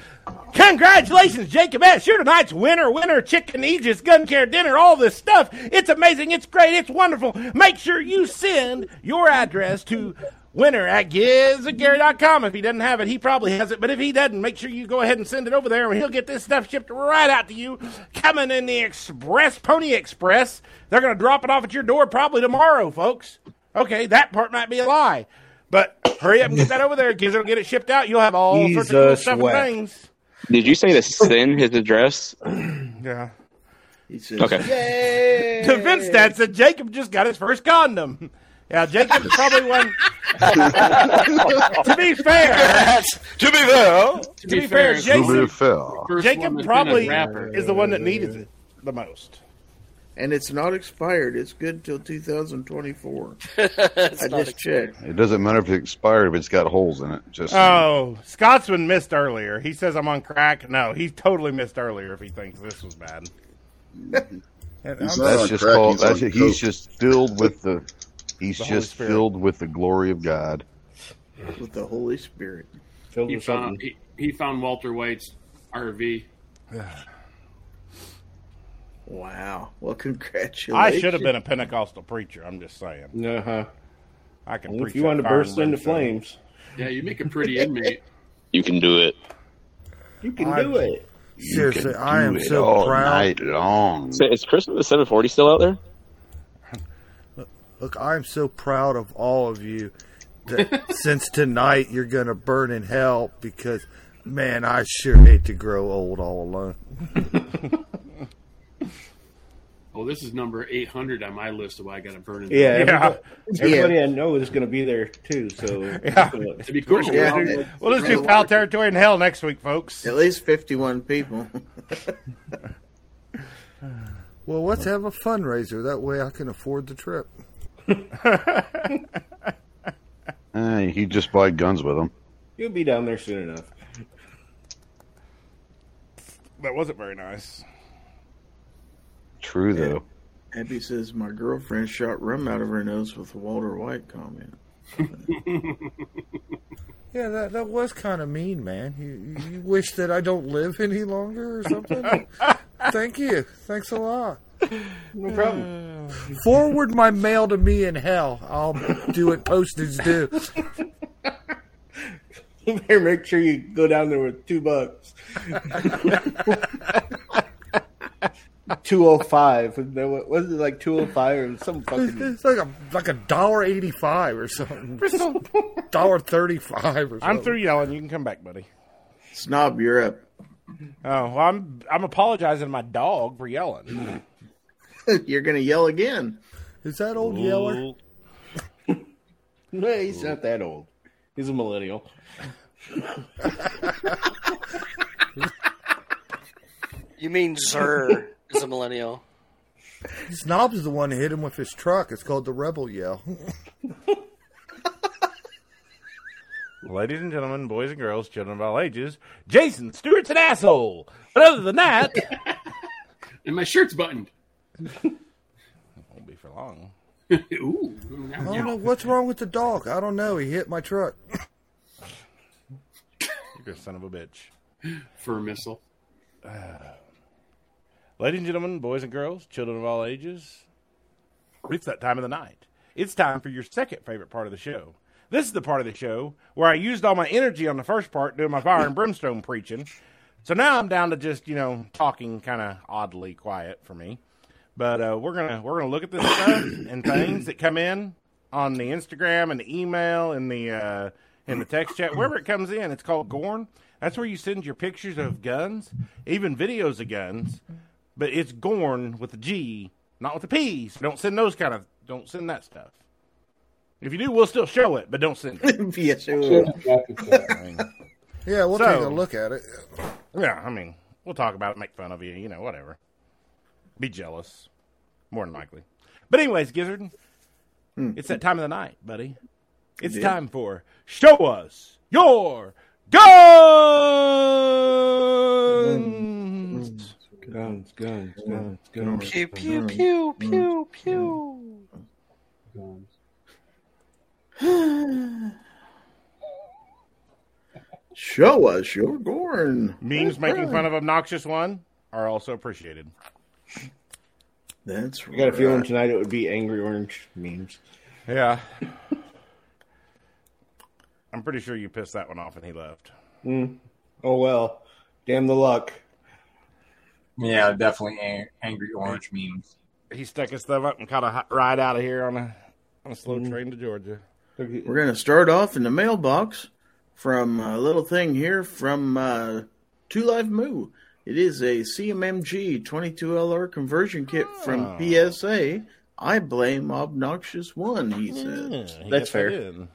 S3: Congratulations, Jacob S. You're tonight's winner, winner, chicken, Aegis, gun care, dinner, all this stuff. It's amazing, it's great, it's wonderful. Make sure you send your address to winner at gizagary.com. If he doesn't have it, he probably has it, but if he doesn't, make sure you go ahead and send it over there and he'll get this stuff shipped right out to you. Coming in the Express, Pony Express. They're going to drop it off at your door probably tomorrow, folks. Okay, that part might be a lie. But hurry up and get that over there. Giz will get it shipped out. You'll have all sorts of cool
S11: Jesus
S3: stuff
S11: wept.
S3: and things.
S11: Did you say to send his address?
S3: Yeah.
S11: Okay.
S1: Yay!
S3: To Vince Stats said Jacob just got his first condom. Yeah, Jacob probably won. to be fair,
S11: to be fair,
S3: to be fair,
S9: To be
S3: Jason,
S9: fair.
S3: Jacob probably is the one that needed it the most.
S1: And it's not expired. It's good till 2024. I
S6: not
S1: just checked.
S9: It doesn't matter if it expired, if it's got holes in it. Just
S3: Oh, Scotsman missed earlier. He says I'm on crack. No, he totally missed earlier. If he thinks this was bad.
S9: that's
S4: I'm not on
S9: just
S4: crack,
S9: called.
S4: he's
S9: That's
S4: on
S9: it. he's
S4: coke.
S9: just filled with the. He's
S1: The Holy
S9: just
S1: Spirit.
S9: filled with the glory of God.
S1: With the Holy Spirit.
S7: He found, he, he found Walter White's RV.
S1: Wow. Well, congratulations.
S3: I should have been a Pentecostal preacher. I'm just saying.
S16: Uh-huh.
S3: I can.
S16: Well,
S3: preach
S16: if you
S3: that
S16: want to
S3: fire and
S16: burst into
S3: brimstone.
S16: flames,
S7: Yeah, you make a pretty inmate.
S11: You can do it.
S16: you can
S4: I'm-
S16: do it.
S11: You
S4: Seriously,
S11: can
S4: I
S11: do
S4: am
S11: it
S4: so
S11: all
S4: proud.
S11: night long. So is Christmas the 740 still out there?
S4: Look, I am so proud of all of you that since tonight you're going to burn in hell because, man, I sure hate to grow old all alone.
S7: Oh, this is number 800 on my list of why I got to burn it.
S16: Yeah,
S7: down.
S16: everybody, everybody I know is going to be there too. So
S3: Yeah.
S7: It'd be cool.
S3: Yeah. Well, let's do foul territory in hell next week, folks.
S1: At least 51 people.
S4: Well, let's have a fundraiser. That way I can afford the trip.
S9: Eh, he just buy guns with him.
S16: you'll be down there soon enough.
S3: That wasn't very nice.
S9: True though.
S1: Abby says, My girlfriend shot rum out of her nose with a Walter White comment.
S4: Yeah, that, that was kind of mean, man. You, you- you wish that I don't live any longer or something? Thank you. Thanks a lot.
S16: No problem.
S4: Forward my mail to me in hell. I'll do what postage due.
S16: You better make sure you go down there with two bucks. two oh five. Was it like two oh five or some fucking?
S4: It's like a like a dollar eighty five or something. dollar thirty five or something.
S3: I'm through yelling. You can come back, buddy.
S1: Snob, you're up.
S3: Oh, well, I'm I'm apologizing to my dog for yelling.
S1: you're going to yell again.
S4: Is that old Yeller?
S16: No, he's not that old. He's a millennial.
S6: You mean Zer is a millennial?
S4: Snobs is the one that hit him with his truck. It's called the Rebel Yell.
S3: Ladies and gentlemen, boys and girls, children of all ages, Jason Stewart's an asshole. But other than that,
S7: And my shirt's buttoned.
S3: won't be for long.
S17: Ooh.
S4: I don't know what's wrong with the dog. I don't know. He hit my truck.
S3: You're a son of a bitch.
S17: For missile.
S3: Ladies and gentlemen, boys and girls, children of all ages, it's that time of the night. It's time for your second favorite part of the show. This is the part of the show where I used all my energy on the first part doing my fire and brimstone preaching. So now I'm down to just, you know, talking kind of oddly quiet for me. But uh, we're gonna we're gonna look at this stuff and things that come in on the Instagram and the email and the uh, in the text chat wherever it comes in. It's called Gorn. That's where you send your pictures of guns, even videos of guns. But it's Gorn with a G, not with a P. So don't send those kind of don't send that stuff. If you do, we'll still show it, but don't send it.
S1: yes, we will.
S4: Yeah, we'll
S3: So-
S4: take a look at it.
S3: Yeah, I mean, we'll talk about it, make fun of you, you know, whatever. Be jealous, more than likely. But anyways, Gizzard, it's that time of the night, buddy. It's
S17: Yeah.
S3: time for show us your guns.
S10: Guns, guns, guns, guns.
S18: Pew pew pew pew pew.
S1: Show us your Gorn.
S3: Memes
S1: That's
S3: making
S1: right.
S3: fun of obnoxious one are also appreciated.
S1: That's
S10: I got a feeling
S1: right.
S10: tonight it would be Angry Orange memes.
S3: Yeah. I'm pretty sure you pissed that one off and he left.
S10: Mm. Oh well, damn the luck.
S2: Yeah, definitely ang- angry orange memes.
S3: He stuck his thumb up and caught a hot ride out of here on a on a slow
S10: Mm-hmm.
S3: train to Georgia.
S1: We're going to start off in the mailbox from a little thing here from uh, Two Live Moo. It is a CMMG 22LR conversion kit from
S3: Ah.
S1: PSA. I blame Obnoxious One, he said.
S3: Yeah, I
S1: That's
S3: guess I
S1: fair.
S3: did.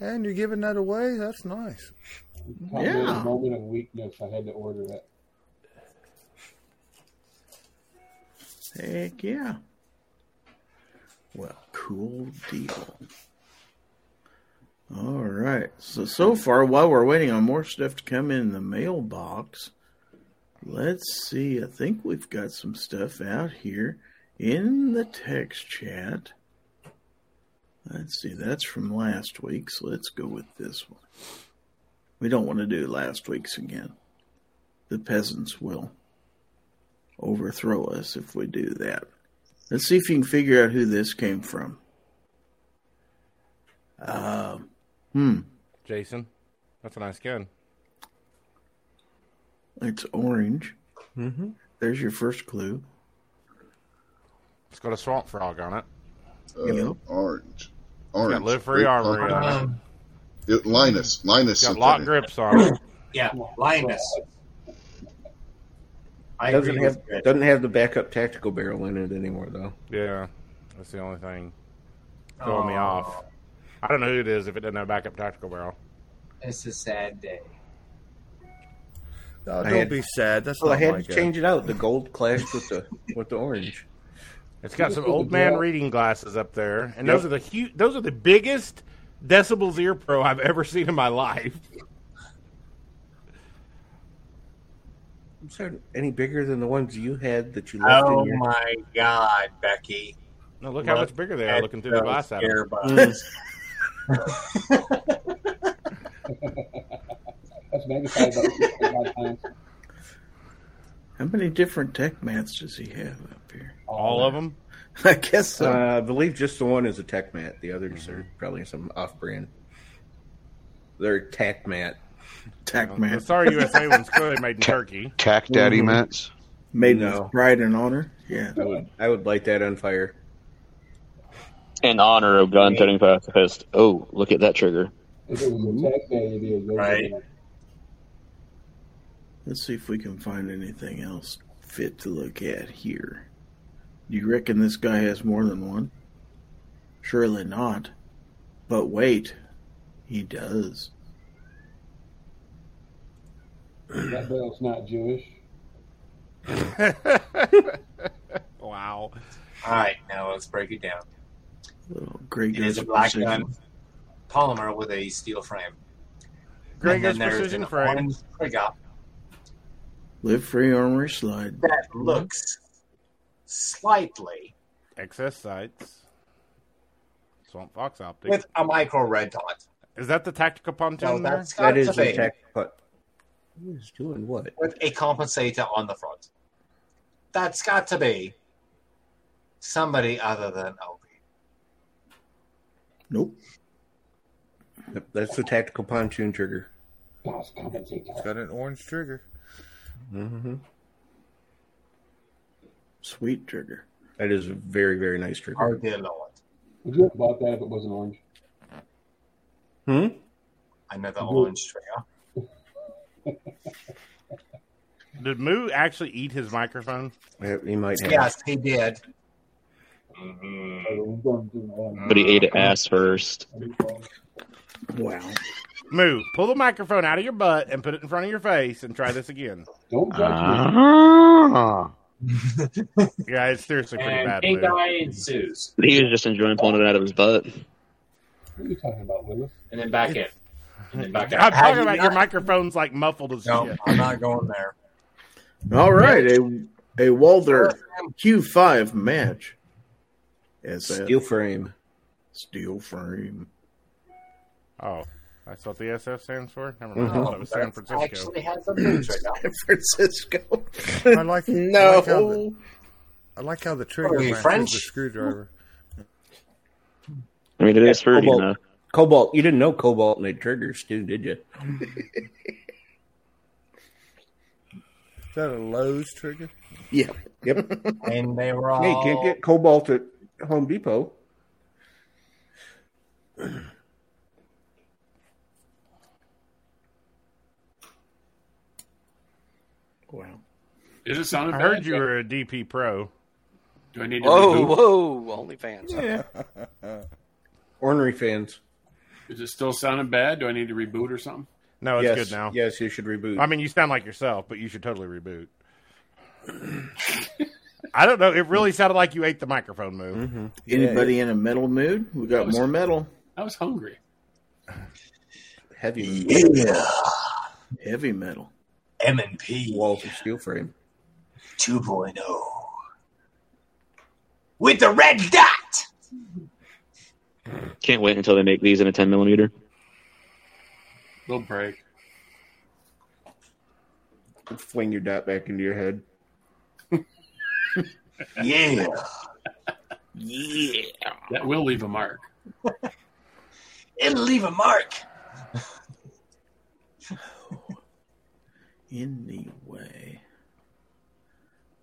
S4: And you're giving that away? That's nice.
S15: Probably
S1: Yeah.
S15: a moment of weakness. I had to order that.
S1: Heck yeah. Well, cool deal. All right. So so far, while we're waiting on more stuff to come in the mailbox, let's see. I think we've got some stuff out here in the text chat. Let's see. That's from last week, so let's go with this one. We don't want to do last week's again. The peasants will overthrow us if we do that. Let's see if you can figure out who this came from. Um, hmm,
S3: Jason, that's a nice gun.
S1: it's orange.
S10: Mm-hmm.
S1: There's your first clue.
S3: It's got a swamp frog on it.
S9: Uh,
S1: Yep.
S9: Orange. Orange.
S3: live free
S9: Great
S3: armory
S9: pump.
S3: on
S9: It- Linus. Linus.
S3: It's got
S9: sent
S3: lock
S9: that in.
S3: grips on it.
S2: Yeah, Linus. I
S10: doesn't
S2: agree
S10: have
S2: with Red.
S10: doesn't have the backup tactical barrel in it anymore though.
S3: Yeah, that's the only thing throwing me
S2: Aw.
S3: off. I don't know who it is if it doesn't have backup tactical barrel.
S2: It's a sad day.
S4: No,
S10: I
S4: Uh, don't
S10: had-
S4: be sad. That's
S10: Well, I
S4: not
S10: had
S4: my
S10: to
S4: guy.
S10: change it out. The gold clashed with the with the orange.
S3: It's got some old man reading glasses up there, and those are
S10: Yep.
S3: the hu- those are the biggest decibels ear pro I've ever seen in my life.
S10: I'm sorry, any bigger than the ones you had that you left
S2: Oh
S10: in your
S2: my God, Becky!
S3: No, look how much bigger they are
S2: at
S3: looking through the
S2: those
S3: glass at 'em.
S2: earbuds.
S15: That's magnified about five times.
S1: How many different tech mats does he have up here?
S3: All of them.
S1: I guess so.
S10: Uh, I believe just the one is a tech mat. The others are probably some off-brand. They're tech mat.
S1: tech mat. Mm-hmm.
S3: The sorry USA one's clearly made in Turkey.
S19: Tack Daddy
S10: Mhm.
S19: mats.
S1: Made
S10: No.
S1: with pride and honor. Yeah.
S10: I would I would light that on fire.
S11: In honor of gun toting pacifist. Oh, look at that trigger.
S15: If it was a tech day, it'd be a good
S2: Right.
S15: one.
S1: Let's see if we can find anything else fit to look at here. Do you reckon this guy has more than one? Surely not. But wait, he does.
S15: That bell's not Jewish.
S3: Wow.
S2: All right, now let's break it down.
S1: Little Grey
S2: It is
S1: Goose
S2: a black
S1: precision.
S2: gun polymer with a steel frame.
S3: Grey
S2: And then
S3: Goose
S2: there's
S3: precision
S2: an
S3: frame.
S2: orange trigger
S1: Live free armory slide.
S2: that looks slightly
S3: Excess sights. Swamp Fox optic.
S2: with a micro red dot.
S3: Is that the tactical pontoon
S2: No,
S3: there?
S2: that's That not is the the thing.
S10: tactical. Who's doing what?
S2: with a compensator on the front. That's got to be somebody other than Obi.
S1: Nope.
S10: Yep, That's the tactical pontoon trigger.
S4: It's got an orange trigger.
S10: Mm-hmm.
S1: Sweet trigger.
S10: That is a very, very nice
S2: Oh
S10: trigger.
S2: dear lord!
S20: Would you have bought that if it wasn't orange?
S10: Hmm?
S2: Another
S20: Mhm.
S2: orange trigger.
S3: Did Moo actually eat his microphone?
S10: Yeah, He might have.
S2: Yes, he did.
S11: But he ate it ass first.
S1: Wow.
S3: Moo, pull the microphone out of your butt and put it in front of your face and try this again.
S20: Don't
S6: Uh-huh.
S11: Ah.
S3: Yeah, it's seriously pretty
S7: And
S3: bad.
S7: pink
S3: Moo.
S7: eye ensues.
S11: He was just enjoying pulling it out of his butt.
S20: What are you talking about, Willis?
S7: And then back in. And then back
S3: I'm
S7: out.
S3: talking about your microphone's like muffled as
S2: No,
S3: shit.
S2: I'm not going there.
S1: All right, a a Walder Q5 match. As a
S10: Steel frame.
S1: steel frame.
S3: Oh, that's what the SF stands for?
S6: Mm-hmm.
S1: Mhm.
S3: Never mind. I thought it was San Francisco.
S2: Actually, has a blue trigger.
S1: San Francisco.
S4: I like I
S1: no.
S4: like how the, I like how the trigger
S2: Are we
S4: matches
S2: French?
S4: the screwdriver.
S11: I mean, it is fruity,
S10: Cobalt.
S11: though.
S10: Cobalt. You didn't know cobalt made triggers, too, did you?
S4: Is that a Lowe's trigger?
S10: Yeah. Yep.
S2: And they were all.
S10: hey, you can't get cobalt at Home Depot.
S1: Wow.
S7: Is it sounding
S3: I
S7: bad?
S3: heard you were a DP pro.
S7: Do I need to
S6: Whoa,
S7: reboot?
S6: whoa, OnlyFans.
S10: Ornery fans.
S7: Is it still sounding bad? Do I need to reboot or something?
S3: No, it's
S10: yes.
S3: good now.
S10: Yes, you should reboot.
S3: I mean, you sound like yourself, but you should totally reboot. I don't know. It really sounded like you ate the microphone move.
S1: Mm-hmm. Anybody in a metal mood? We got more metal.
S7: I was hungry.
S10: Heavy
S1: Yeah. Heavy metal.
S2: M and P oh.
S10: walls of steel frame.
S2: 2.0 with the red dot.
S11: Can't wait until they make these in a 10 millimeter.
S7: Little break.
S10: Fling your dot back into your head.
S2: Yeah.
S6: Yeah.
S7: That will leave a mark.
S2: It'll leave a mark.
S1: Anyway.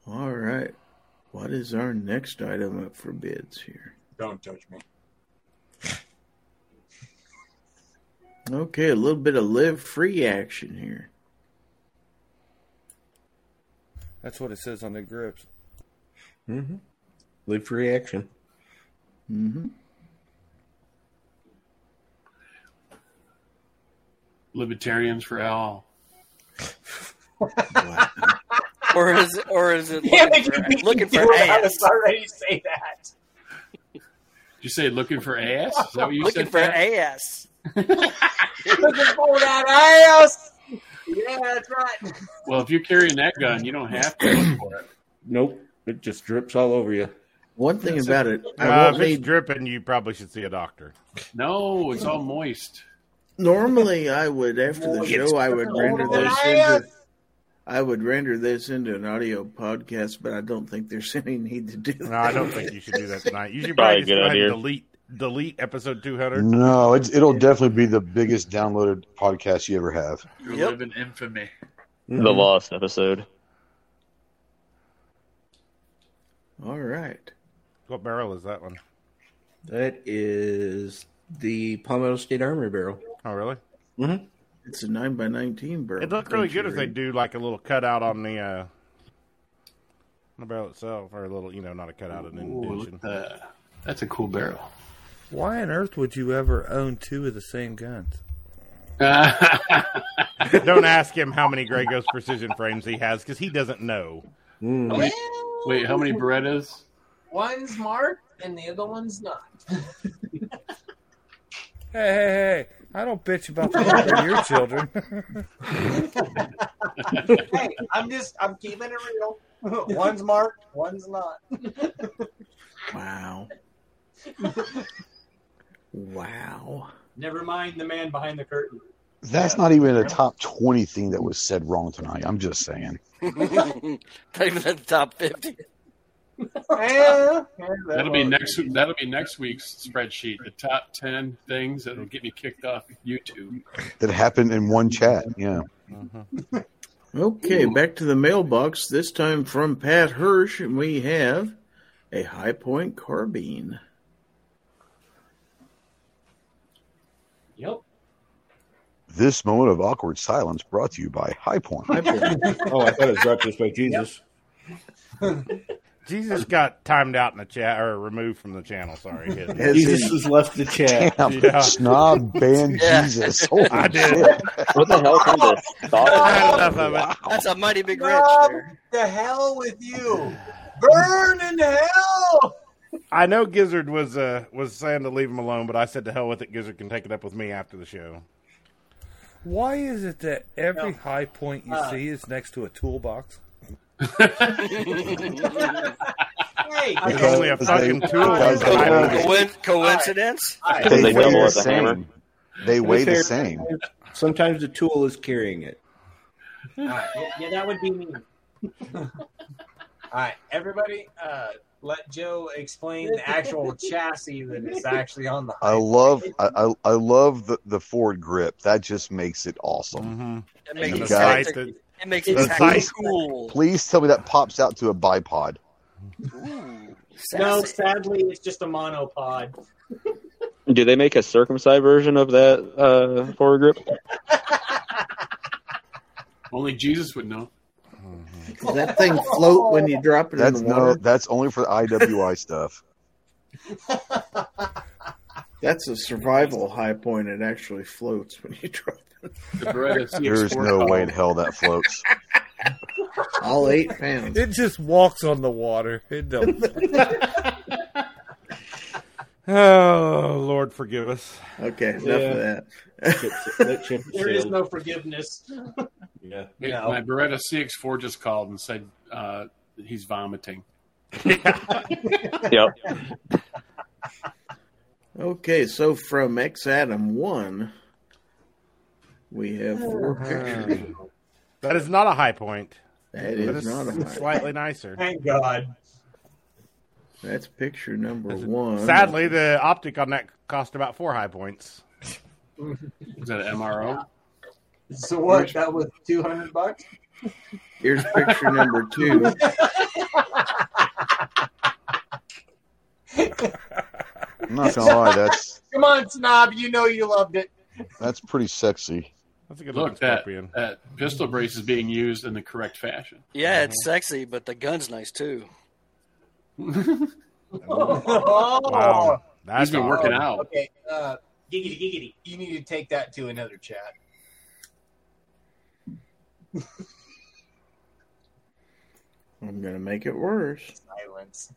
S1: All right. What is our next item up for bids here?
S2: Don't touch me.
S1: Okay, a little bit of live free action here.
S4: That's what it says on the grips.
S10: Mm-hmm. Live for reaction.
S1: Mm-hmm.
S7: Libertarians for all.
S6: Or is it, or is it
S2: Yeah,
S6: looking
S2: you beat
S6: for, looking
S2: me
S6: for
S2: to it. I
S6: ass?
S2: was already say that.
S7: Did you say looking for ass? Is that what you
S6: Looking
S7: said?
S6: for
S7: Pat?
S6: ass.
S2: Looking for that ass. Yeah, that's right.
S7: Well, if you're carrying that gun, you don't have to look for it.
S10: Nope. It just drips all over you.
S1: One thing
S7: That's
S1: about it, I
S3: Uh,
S1: won't
S3: if it's
S1: need.
S3: dripping, you probably should see a doctor.
S7: No, it's all moist.
S1: Normally, I would after the
S2: Well,
S1: show, I would
S2: it's-
S1: render
S2: Well,
S1: this
S2: I
S1: into.
S2: asked.
S1: I would render this into an audio podcast, but I don't think there's any need to do that.
S3: No, I don't think you should do that tonight. You should
S11: Probably a
S3: probably, just
S11: good
S3: go ahead and
S11: idea.
S3: delete delete episode two hundred.
S9: No, it's, it'll definitely be the biggest downloaded podcast you ever have.
S7: You
S6: Yep.
S7: live in infamy.
S4: Mm-hmm.
S11: The lost episode.
S1: All right.
S3: What barrel is that one?
S10: That is the Palmetto State Armory barrel.
S3: Oh, really?
S10: Mm-hmm.
S1: It's a 9 by 19 bro.
S3: It looked really good if they do like a little cutout on the uh, the barrel itself, or a little, you know, not a cutout, an
S7: Ooh, look
S3: indentation.
S7: at that. that's a cool barrel.
S4: Why on earth would you ever own two of the same guns?
S3: Don't ask him how many Grey Ghost precision frames he has because he doesn't know.
S4: Hmm.
S7: Wait, how many Berettas?
S2: One's marked and the other one's not.
S4: Hey, hey, hey! I don't bitch about the mother of your children.
S2: hey, I'm just I'm keeping it real.
S15: one's marked, one's not.
S1: Wow. wow.
S2: Never mind the man behind the curtain.
S9: That's not even a top 20 thing that was said wrong tonight. I'm just saying.
S6: Not even at the top fifty.
S15: Eh,
S2: yeah,
S7: That'll be next. That'll be next week's spreadsheet. The top ten things that'll get me kicked off YouTube.
S9: That happened in one chat. Yeah.
S1: Okay, back to the mailbox, this time from Pat Hirsch, and we have a high point carbine.
S2: Yep.
S9: This moment of awkward silence brought to you by High Point.
S10: High Point. Oh, I thought it was brought to us by Jesus.
S3: Jesus got timed out in the chat or removed from the channel. Sorry,
S10: As Jesus in- has left the chat.
S9: Damn, snob banned Yeah. Jesus. Holy
S3: I did.
S9: shit.
S11: What the hell kind of
S3: Had enough of it.
S6: That's a mighty big wrench.
S15: Rob,
S6: there.
S15: the hell with you! Burn in hell!
S3: I know Gizzard was uh, was saying to leave him alone, but I said to hell with it. Gizzard can take it up with me after the show.
S18: Why is it that every high point you
S15: Uh.
S18: see is next to a toolbox?
S15: hey,
S3: It's only a fucking tool.
S9: Because they weigh the-
S6: Coin- coincidence?
S9: They weigh
S11: double
S9: the
S11: as a hammer.
S9: same. They weigh the
S10: fair-
S9: same.
S10: Sometimes the tool is carrying it.
S2: yeah, that would be me.
S15: All right, everybody, uh, let Joe explain the actual chassis that is actually on the.
S9: I love I, I, I love the, the forward grip. That just makes it
S1: Mm-hmm.
S9: awesome.
S6: It makes
S9: You
S6: it
S9: guys-
S6: tactic- it makes
S9: Please-
S6: it tactic cool.
S9: Please tell me that pops out to a bipod.
S2: No, sadly, it's just a monopod.
S11: Do they make a circumcised version of that uh, forward grip?
S7: Only Jesus would know.
S1: Does that thing float when you drop it
S9: That's
S1: in the water?
S9: no. That's only for the IWI stuff.
S1: That's a survival high point. It actually floats when you drop it.
S7: The Beretta CX4
S9: There's no way in hell that floats.
S1: All eight pounds.
S18: It just walks on the water. It don't.
S3: Oh Lord, forgive us.
S1: Okay, enough
S10: Yeah.
S1: of that.
S10: That ship
S2: There is
S10: sailed.
S2: no forgiveness.
S10: Yeah.
S7: Yeah,
S2: No.
S7: My Beretta CX4 just called and said uh, he's vomiting.
S11: Yep.
S1: Okay, so from X Adam 1, we have four pictures.
S3: That is not a high point.
S1: That
S3: But
S1: is
S3: it's
S1: not a high.
S3: slightly nicer.
S15: Thank God.
S1: That's picture number one.
S3: Sadly, the optic on that cost about four high points.
S7: Is that an MRO?
S15: So what? That was two hundred bucks.
S1: Here's picture number two.
S9: I'm not gonna lie. That's
S15: Come on, snob. You know you loved it.
S9: that's pretty sexy.
S3: That's a good
S7: Look,
S3: looking
S7: that,
S3: scorpion.
S7: that pistol brace is being used in the correct fashion.
S6: Yeah, it's sexy, but the gun's nice too.
S2: Oh.
S3: Wow, that's
S7: he's been working
S3: awesome.
S7: out.
S15: Okay, uh,
S2: Giggity, giggity.
S15: you need to take that to another chat.
S1: I'm going to make it worse.
S15: Silence.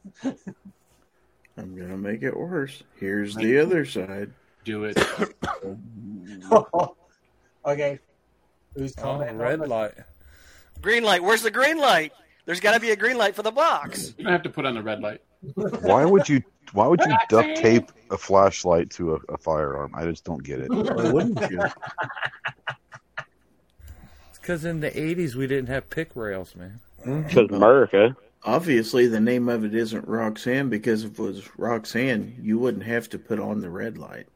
S1: I'm going to make it worse. Here's the other side.
S7: Do it.
S15: okay. Who's calling?
S18: Oh, red light.
S6: Green light. Where's the green light? There's got to be a green light for the box.
S7: You don't have to put on the red light.
S9: Why would you? Why would you duct tape a flashlight to a, a firearm? I just don't get it.
S10: Why wouldn't you?
S18: It's because in the '80s we didn't have pick rails, man.
S11: Because America.
S1: Obviously, the name of it isn't Roxanne because if it was Roxanne, you wouldn't have to put on the red light.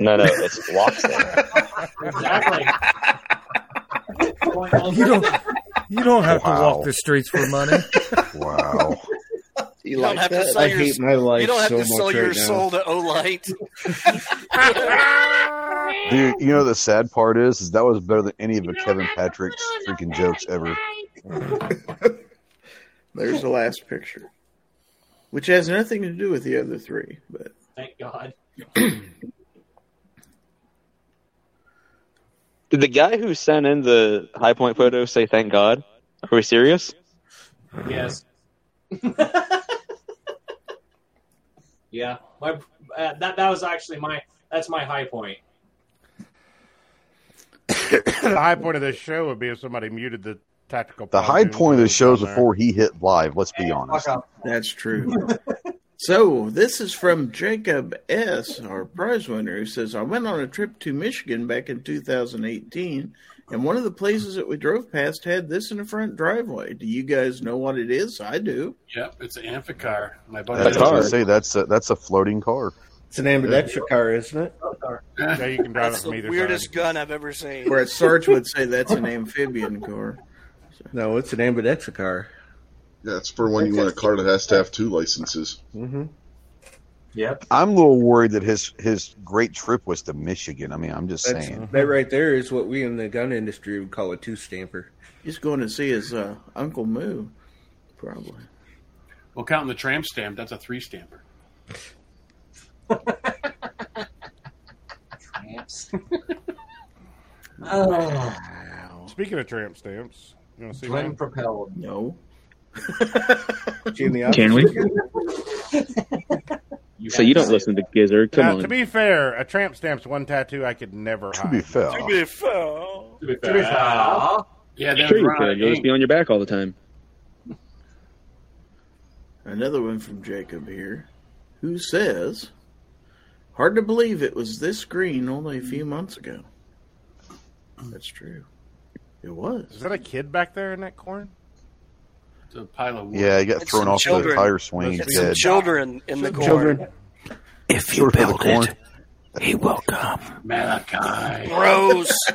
S11: No, no, it's Watson.
S2: Exactly. Going all
S18: You don't. You don't have to
S9: Wow.
S18: walk the streets for money.
S9: Wow.
S6: You don't have to sell
S10: I
S6: your.
S10: hate my life
S6: you don't have
S10: so
S6: to sell
S10: much
S6: your
S10: right now.
S6: soul to Olight.
S9: Dude, you know the sad part is, is that was better than any of Kevin Patrick's freaking jokes ever.
S1: There's the last picture, which has nothing to do with the other three, but
S2: Thank God.
S11: Did the guy who sent in the high point photo say thank God? Are we serious?
S2: Yes. yeah, my uh, that that was actually my that's my high point.
S3: the high point of this show would be if somebody muted the tactical.
S9: The high
S3: pontoons
S9: point of the
S3: was
S9: show's
S3: down there.
S9: before he hit live. Let's be honest.
S1: That's true. so this is from Jacob S., our prize winner, who says, I went on a trip to Michigan back in 2018, and one of the places that we drove past had this in the front driveway. Do you guys know what it is? I do.
S7: Yep, it's an Amphicar. My buddy.
S9: That's, I was gonna say that's a, that's a floating car.
S16: It's an ambidextrous car, isn't it?
S3: Yeah, you can drive
S6: That's
S3: it from
S6: the
S3: either
S6: weirdest
S3: side.
S6: gun I've ever seen.
S1: Whereas Sarge would say that's an amphibian car.
S16: No, it's an ambidextrous car.
S5: Yeah, it's for when you want a car that has to have two licenses.
S16: Mm-hmm.
S2: Yep.
S9: I'm a little worried that his his great trip was to Michigan. I mean, I'm just
S16: That's,
S9: saying.
S16: that right there is what we in the gun industry would call a two stamper.
S1: He's going to see his uh, Uncle Moo, probably.
S7: Well, counting the tram stamp, that's a three stamper.
S2: Tramps.
S3: Speaking of tramp stamps, you want to see
S2: Twin
S3: one?
S2: propelled.
S1: No.
S11: Can we? so you don't listen to Gizzard. Come
S3: now,
S11: on.
S3: to be fair, a tramp stamp's one tattoo I could never hide.
S9: be fair. To
S3: be
S7: fair. Yeah, that
S11: sure
S7: was
S11: you
S7: Ron,
S11: could. You'll
S7: ain't
S11: just be on your back all the time.
S1: Another one from Jacob here, who says, Hard to believe it was this green only a few months ago. That's true. It was.
S3: Is that a kid back there in that corn?
S7: It's a pile of wood.
S9: Yeah, he got
S6: It's
S9: thrown
S6: some
S9: off
S6: children.
S9: the tire swing. He's
S6: It's some
S9: dead.
S6: children in the corn.
S9: If you build it,
S13: he will come.
S7: Malachi.
S6: Gross.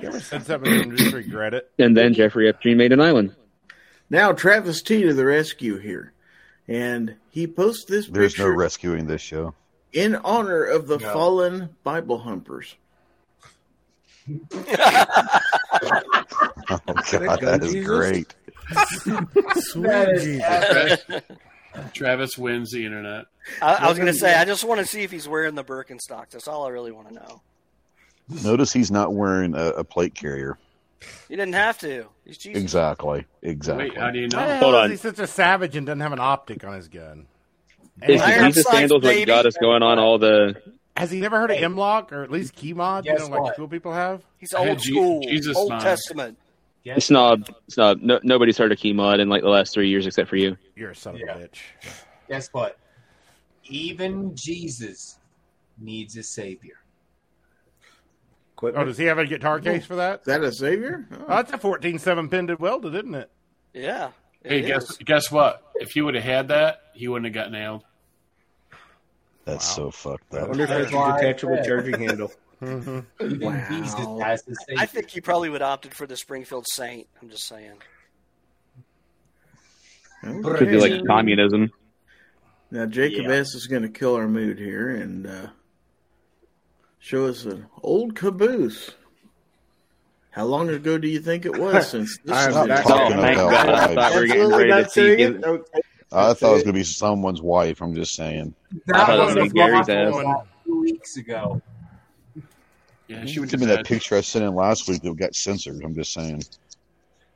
S3: You ever said something and just regret it?
S11: And then Jeffrey Epstein made an island.
S1: Now, Travis T to the rescue here. And he posts this
S9: There's no
S1: picture
S9: rescuing this show.
S1: in honor of the
S2: No.
S1: fallen Bible humpers.
S9: Oh god, that is great.
S1: That is
S7: Travis, Travis wins the internet.
S6: I, I was going to say, I just want to see if he's wearing the Birkenstocks. That's all I really want to know.
S9: Notice he's not wearing a, a plate carrier.
S6: He didn't have to. He's Jesus.
S9: Exactly. Exactly.
S7: Wait, how do you
S3: Why the
S7: know?
S3: hell
S11: Hold
S3: is
S11: on.
S3: he such a savage and doesn't have an optic on his gun?
S11: Is
S3: And
S11: the Jesus
S6: Ironside,
S11: sandals
S6: baby.
S11: what got us going on all the?
S3: Has he never heard of M-Lock or at least key mod? You know,
S2: Guess
S3: like
S2: what?
S3: cool people have.
S6: He's
S7: I had
S6: old
S7: Je-
S6: school,
S7: Jesus
S6: Old
S7: mind.
S6: Testament.
S2: Yes.
S11: Snob, snob. No, nobody's heard of Keymod in like the last three years except for you.
S3: You're a son
S2: Yeah.
S3: of a bitch.
S2: Guess what? Even Jesus needs a savior.
S3: Oh, does he have a guitar case for that?
S1: that a savior?
S3: Oh,
S1: Oh,
S3: that's a 14-7 pinned welded, isn't it?
S6: Yeah. it
S7: Hey, guess
S6: is.
S7: guess what? If he would have had that, he wouldn't have got nailed.
S9: That's so fucked
S16: I
S9: up.
S16: wonder if
S2: That's
S16: it's a
S2: why I
S16: detachable
S2: said.
S16: charging handle.
S2: Even
S1: Wow.
S2: Jesus has a savior.
S6: Oh, I think he probably would have opted for the Springfield Saint. I'm just saying.
S1: okay.
S11: Could be like communism.
S1: Now Jacob
S7: Yeah.
S1: S is going to kill our mood here and uh, show us an old caboose. How long ago do you think it was since this
S16: I'm
S1: is-
S16: not
S11: Oh,
S9: Talking
S11: thank
S9: about
S11: God! I
S9: lives.
S11: thought we were getting
S16: Absolutely
S11: ready to
S16: not
S11: see.
S16: saying
S11: Giz-
S16: it. Okay.
S9: I thought it was gonna be someone's wife. I'm just saying.
S11: I thought it was
S7: That
S11: gonna
S7: was
S11: be Gary's ass.
S3: One.
S2: two weeks ago.
S7: Yeah, she
S9: You
S7: would
S9: give
S7: have
S9: me that
S7: that
S9: picture I sent in last week that got censored. I'm just saying.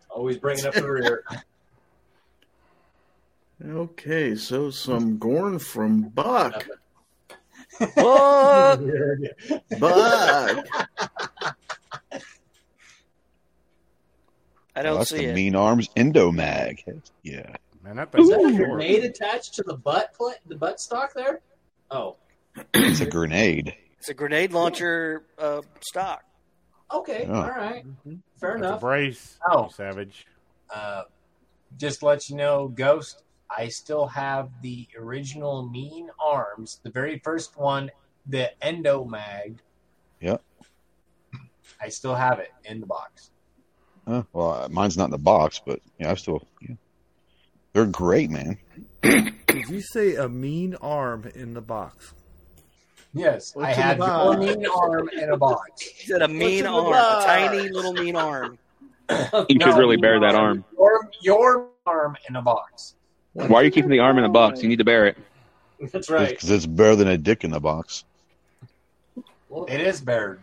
S2: Always bringing up the rear.
S1: Okay, so some gorn from Buck.
S6: What?
S1: Buck.
S6: I
S9: Well,
S6: don't
S9: Oh, that's
S6: see
S9: the
S6: it.
S9: Mean Arms Endomag. Heck Yeah.
S3: Man, that
S2: Is
S3: thing's
S2: that a
S3: short.
S2: grenade attached to the butt pla the butt stock there? Oh,
S9: It's a grenade.
S6: It's a grenade launcher uh, stock.
S2: okay,
S11: Oh.
S9: Yeah.
S2: all right, fair
S3: That's a
S2: enough.
S3: brace.
S2: Oh.
S3: you savage.
S2: Uh, just to let you know, Ghost, I still have the original Mean Arms, the very first one, the Endo Mag.
S9: Yep.
S2: I still have it in the box.
S9: Huh? well, mine's not in the box, but yeah, I still. Yeah. They're great, man.
S4: Did you say a mean arm in the box?
S2: Yes,
S16: What's
S2: I
S16: in the
S2: had the
S16: box?
S2: Mean Arm in a box.
S6: He said a mean
S2: in the
S6: arm, a
S2: box?
S6: tiny little mean arm.
S11: You
S2: No,
S11: should really
S2: Mean
S11: bear that arm.
S2: Your, your arm in a box.
S11: Why are you keeping the arm in a box? You need to bear it.
S2: That's
S9: Because it's better than a dick in the box.
S2: It is bared.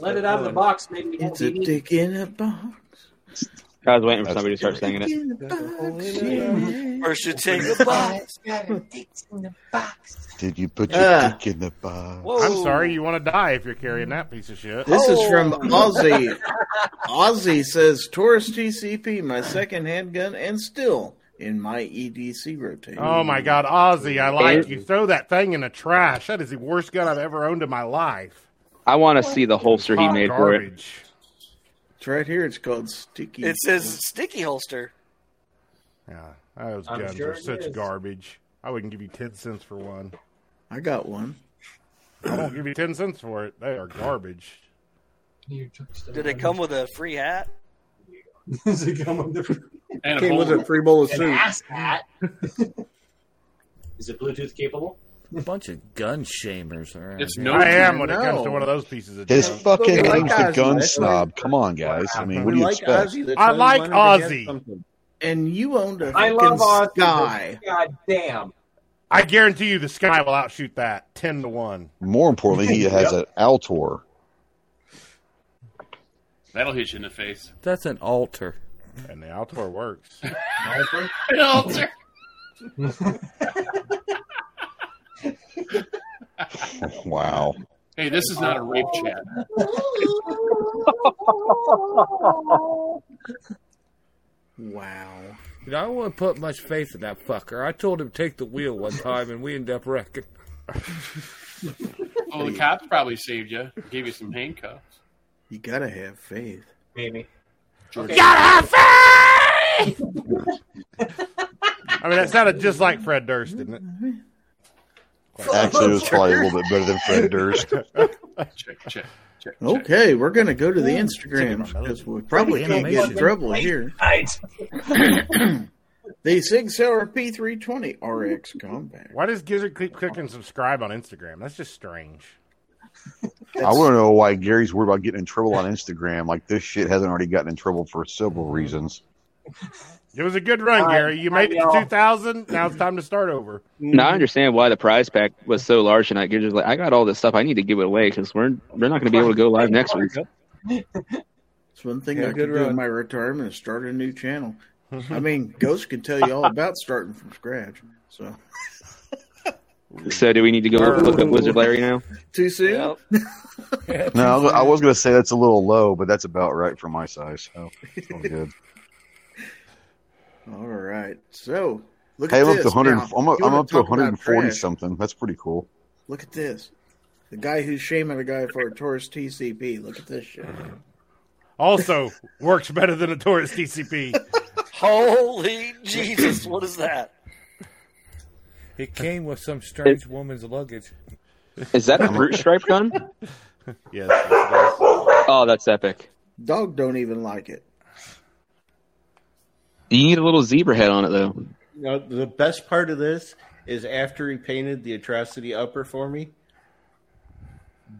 S2: Let it out of the box. Maybe it
S1: It's
S2: won't
S1: a
S2: be needed.
S1: dick in a box.
S11: I was waiting for somebody to start singing it.
S7: Oh,
S6: First you take
S11: a
S6: box.
S9: Did you put your
S3: Ah.
S9: dick in the box?
S3: I'm sorry, you want to die if you're carrying that piece of shit.
S1: This is from
S6: Oh.
S1: Ozzy. Ozzy says Taurus TCP, my second handgun, and still in my EDC rotation.
S3: Oh my God, Ozzy, I like you. Throw that thing in the trash. That is the worst gun I've ever owned in my life.
S11: I want to see the holster he
S3: Hot
S11: made
S3: garbage.
S1: It's right here. It's called Sticky.
S6: It says sticky holster.
S3: Yeah, those
S6: I'm
S3: guns
S6: sure
S3: are
S6: it
S3: such
S6: is.
S3: garbage. I wouldn't give you ten cents for one.
S1: I got one.
S3: I won't give you ten cents for it. They are garbage.
S6: Did it come with a free hat?
S14: Does it come with the
S1: And a Came bowl- with a free bowl of
S14: an
S1: soup.
S14: ass hat? Is it Bluetooth capable?
S18: A bunch of gun shamers. Around
S14: It's
S18: here.
S14: no- I am when it comes to
S3: one of those pieces of
S9: His
S3: junk.
S9: fucking
S3: Look, I like
S9: name's the
S3: Ozzy,
S9: gun
S3: that's
S9: snob. Come on, guys. I mean, what do
S1: We
S9: you
S1: like
S9: expect?
S1: Ozzy, that's
S3: I
S1: why we
S3: like
S1: wanted to get
S3: Ozzy.
S1: something. And you owned a
S14: I love Ozzy.
S1: fucking sky.
S14: God damn.
S3: I guarantee you, the sky will outshoot that ten to one.
S9: More importantly, he has
S3: Yep.
S9: an Altor.
S7: That'll hit you in the face.
S18: That's an altar.
S3: And the Altor works.
S7: An altar.
S9: Wow.
S7: Hey, this is not a rape chat.
S1: Wow.
S18: Dude, I wouldn't put much faith in that fucker. I told him to take the wheel one time, and we ended up wrecking.
S7: Well, Oh, the cops probably saved you, gave you some handcuffs.
S1: You gotta have faith.
S14: Maybe.
S7: Okay. Gotta have
S3: faith! I mean, that sounded just like Fred Durst, didn't it?
S9: Actually, it was probably a little bit better than Fred Durst.
S7: Check, check, check.
S1: Okay, we're gonna go to the Instagram because we probably
S9: Pretty
S1: can't get in
S9: animation.
S1: trouble here. the Sig Sauer P320 RX Combat.
S3: Why does Gizzard keep clicking subscribe on Instagram? That's just strange.
S9: I want to know why Gary's worried about getting in trouble on Instagram. Like, this shit hasn't already gotten in trouble for
S1: Mm-hmm.
S9: several reasons.
S3: It was a good run,
S7: All right,
S3: Gary. You made it to
S7: y'all.
S3: 2000. Now it's time to start over.
S11: Now I understand why the prize pack was so large tonight. You're just like, I got all this stuff. I need to give it away because we're they're not going to be able to go live next week.
S1: It's one thing
S11: Yeah,
S1: I
S11: good
S1: could do
S11: run.
S1: in my retirement is start a new channel. I mean, Ghost can tell you all about starting from scratch. So
S11: So do we need to go look up Wizard Larry now?
S1: too soon.
S9: No, I was going to say that's a little low, but that's about right for my size. So, it's all good.
S1: All right. So look
S9: Hey,
S1: at
S9: I'm up
S1: this.
S9: to 100.
S1: now.
S9: I'm up,
S1: You
S9: I'm
S1: wanna
S9: up to
S1: talk about
S9: 140
S1: trash.
S9: something. That's pretty cool.
S1: Look at this. The guy who's shaming a guy for a Taurus TCP. Look at this shit.
S3: Also, works better than a Taurus TCP.
S6: Holy Jesus, what is that?
S18: It came with some strange woman's luggage.
S11: Is that a brute stripe gun?
S3: Yes.
S11: Oh, that's epic.
S1: Dog don't even like it.
S11: You need a little zebra head on it though.
S16: You know, the best part of this is after he painted the atrocity upper for me,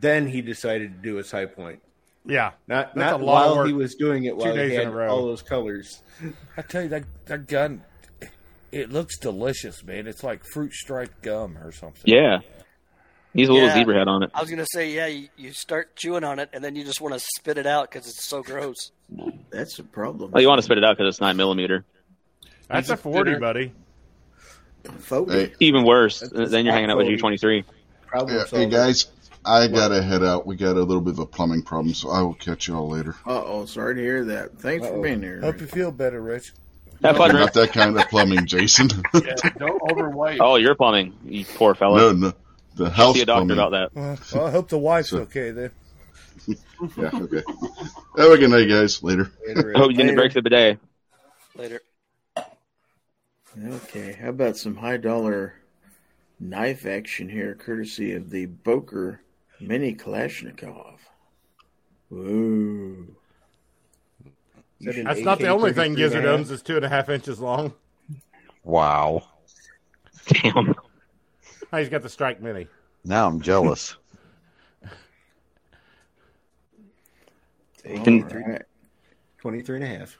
S16: then he decided to do his high point.
S3: Yeah,
S16: Not
S18: That's
S16: not
S18: a lot of
S16: while he
S18: work.
S16: was doing it
S18: Two
S16: while
S18: days
S16: he
S18: in
S16: had
S18: a row.
S16: all those colors.
S18: I tell you, that that gun, it looks delicious, man. It's like fruit striped gum or something.
S11: Yeah. Needs a little
S6: Yeah.
S11: zebra head on it.
S6: I was gonna say, yeah, you, you start chewing on it, and then you just want to spit it out because it's so gross.
S1: That's the problem.
S11: Well, Oh, you want to spit it out because it's nine millimeter.
S3: That's a 40, buddy.
S11: Even worse, then you're hanging out with U23.
S16: Problem
S5: Yeah, hey guys, I gotta head out. We got a little bit of a plumbing problem, so I will catch y'all later.
S1: Uh oh, sorry to hear that. Thanks for
S4: Uh-oh.
S1: being here.
S4: Hope you feel better, Rich.
S5: Not that kind of plumbing, Jason.
S7: Don't overweight.
S11: Oh, you're plumbing, you poor fellow.
S5: no, no, the house
S11: See a doctor
S5: plumbing.
S11: about that.
S4: Well, I hope the wife's okay then.
S5: Yeah, okay. Have a good night, guys. Later.
S11: I hope you didn't break the bidet.
S6: Later.
S1: Okay, how about some high dollar knife action here, courtesy of the Boker Mini Kalashnikov? Ooh.
S3: That's not the only thing Gizzard owns is two and a half inches long.
S9: Wow.
S11: Damn.
S3: Oh, he's got the Strike Mini.
S9: Now I'm jealous.
S1: All right.
S16: 23 and a half.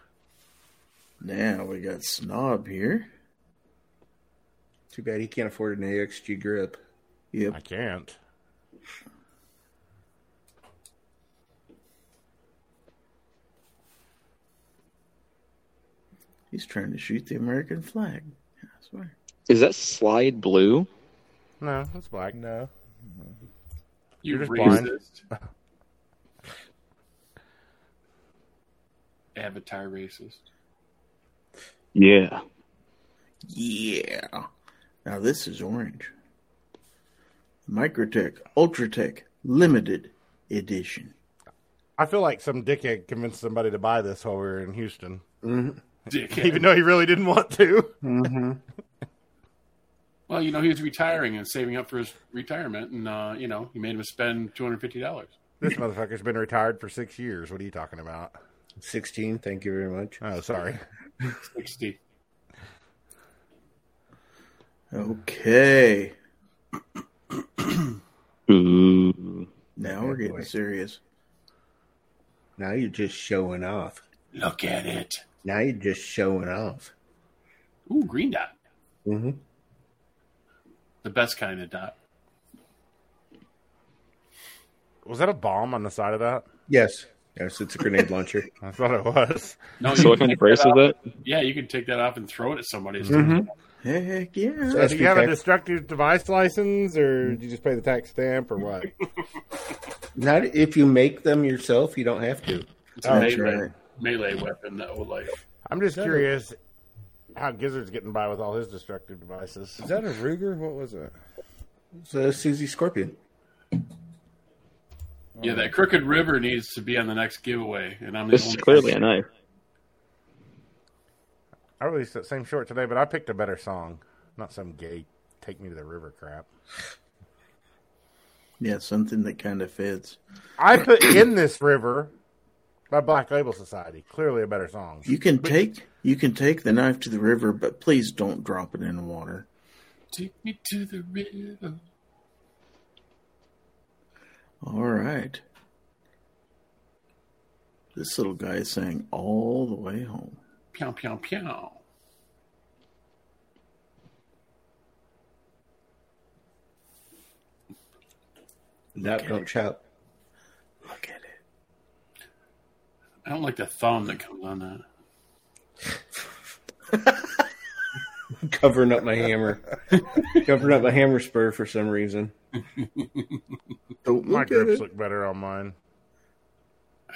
S1: Now we got Snob here.
S16: Too bad he can't afford an AXG grip.
S1: Yep.
S3: I can't.
S1: He's trying to shoot the American flag. I swear.
S11: Is that slide blue?
S3: No, that's black.
S18: No.
S7: You
S3: You're just
S7: racist. Avatar racist.
S11: Yeah.
S1: Yeah. Now this is orange. Microtech Ultratech Limited Edition.
S3: I feel like some dickhead convinced somebody to buy this while we were in Houston.
S10: Mhm.
S16: Mm-hmm.
S7: Dickhead.
S3: Even though he really didn't want to.
S10: Mm-hmm.
S7: Well, you know, he was retiring and saving up for his retirement, and uh, you know, he made him spend two hundred fifty dollars.
S3: This motherfucker's been retired for six years. What are you talking about?
S16: 16, thank you very much.
S3: Oh, sorry.
S7: Sixty.
S1: Okay.
S11: Ooh.
S1: Now we're getting serious.
S16: Now you're just showing off.
S7: Look at it.
S16: Now you're just showing off.
S7: Ooh, green dot.
S16: Mm-hmm.
S7: The best kind of dot.
S3: Was that a bomb on the side of that?
S16: Yes. Yes, it's a grenade launcher.
S3: I thought it was.
S7: you can take that off- Yeah, you can take that off and throw it at somebody.
S3: Mhm.
S1: Heck yeah.
S3: So do you have a destructive device license, or do you just pay the tax stamp, or what?
S16: Not if you make them yourself, you don't have to.
S7: It's a melee, melee weapon that will like.
S3: I'm just curious how Gizzard's getting by with all his destructive devices.
S4: Is that a Ruger? What was it?
S16: It's a Susie Scorpion.
S7: Yeah, that crooked river needs to be on the next giveaway, and I'm the
S11: This
S7: only
S11: is clearly a knife.
S3: I released that same short today, but I picked a better song, not some gay "Take Me to the River" crap.
S1: Yeah, something that kind of fits.
S3: I put "In This River" by Black Label Society. Clearly a better song.
S1: You can take you can take the knife to the river, but please don't drop it in the water.
S7: Take me to the river.
S1: All right. This little guy sang all the way home.
S7: Pew pew pew.
S16: Not don't shout.
S7: I don't like the thumb that comes on that.
S16: Covering up my hammer. Covering up my hammer spur for some reason.
S1: Don't
S3: Oh, My
S16: look at
S3: grips
S16: it.
S3: look better on mine.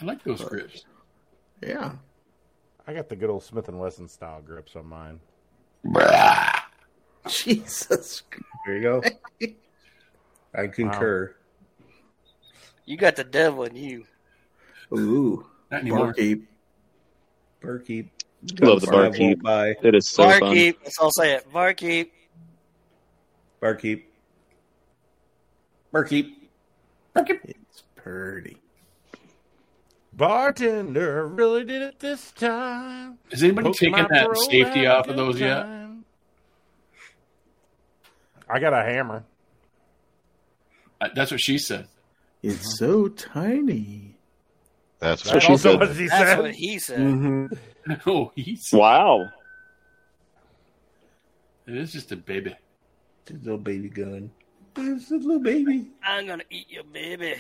S7: I like those grips.
S1: Yeah,
S3: I got the good old Smith and Wesson style grips on mine.
S1: Jesus.
S16: There you go. I concur.
S6: You got the devil in you.
S1: Ooh.
S7: Not
S6: anymore.
S1: Barkeep.
S16: Barkeep.
S11: Love
S16: That's
S11: the
S16: what I won't
S11: barkeep.
S16: buy.
S11: It is so fun.
S6: Barkeep. Let's all say it. Barkeep.
S16: Barkeep. Barkeep.
S1: It's pretty.
S3: Bartender really did it this time.
S7: Is anybody
S3: Hope
S7: taking
S3: my
S7: that
S3: parole
S7: safety
S3: had a
S7: off of
S3: good
S7: those yet?
S3: time. I got a hammer.
S7: Uh, That's what she said.
S1: It's so tiny.
S9: That's
S7: what she said.
S6: That's what he said.
S1: Mm-hmm.
S7: oh, he's
S11: Wow.
S7: it is just a baby.
S16: Little baby gun. It's a little baby.
S6: I'm gonna eat your baby.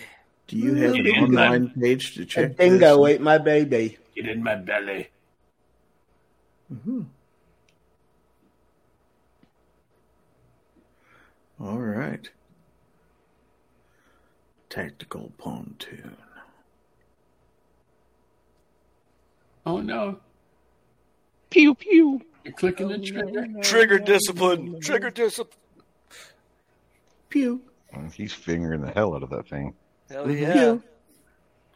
S1: Do you have an
S7: Yeah.
S1: online page to check?
S16: Dingo
S1: this?
S16: ate my baby.
S7: Get in my belly.
S1: Mhm. All right. Tactical pontoon.
S7: Oh no,
S11: Pew pew.
S7: you're clicking
S2: Oh,
S7: the trigger.
S6: Trigger discipline. Trigger discipline.
S1: Pew.
S9: He's fingering the hell out of that thing.
S6: Hell yeah.
S16: Mm-hmm.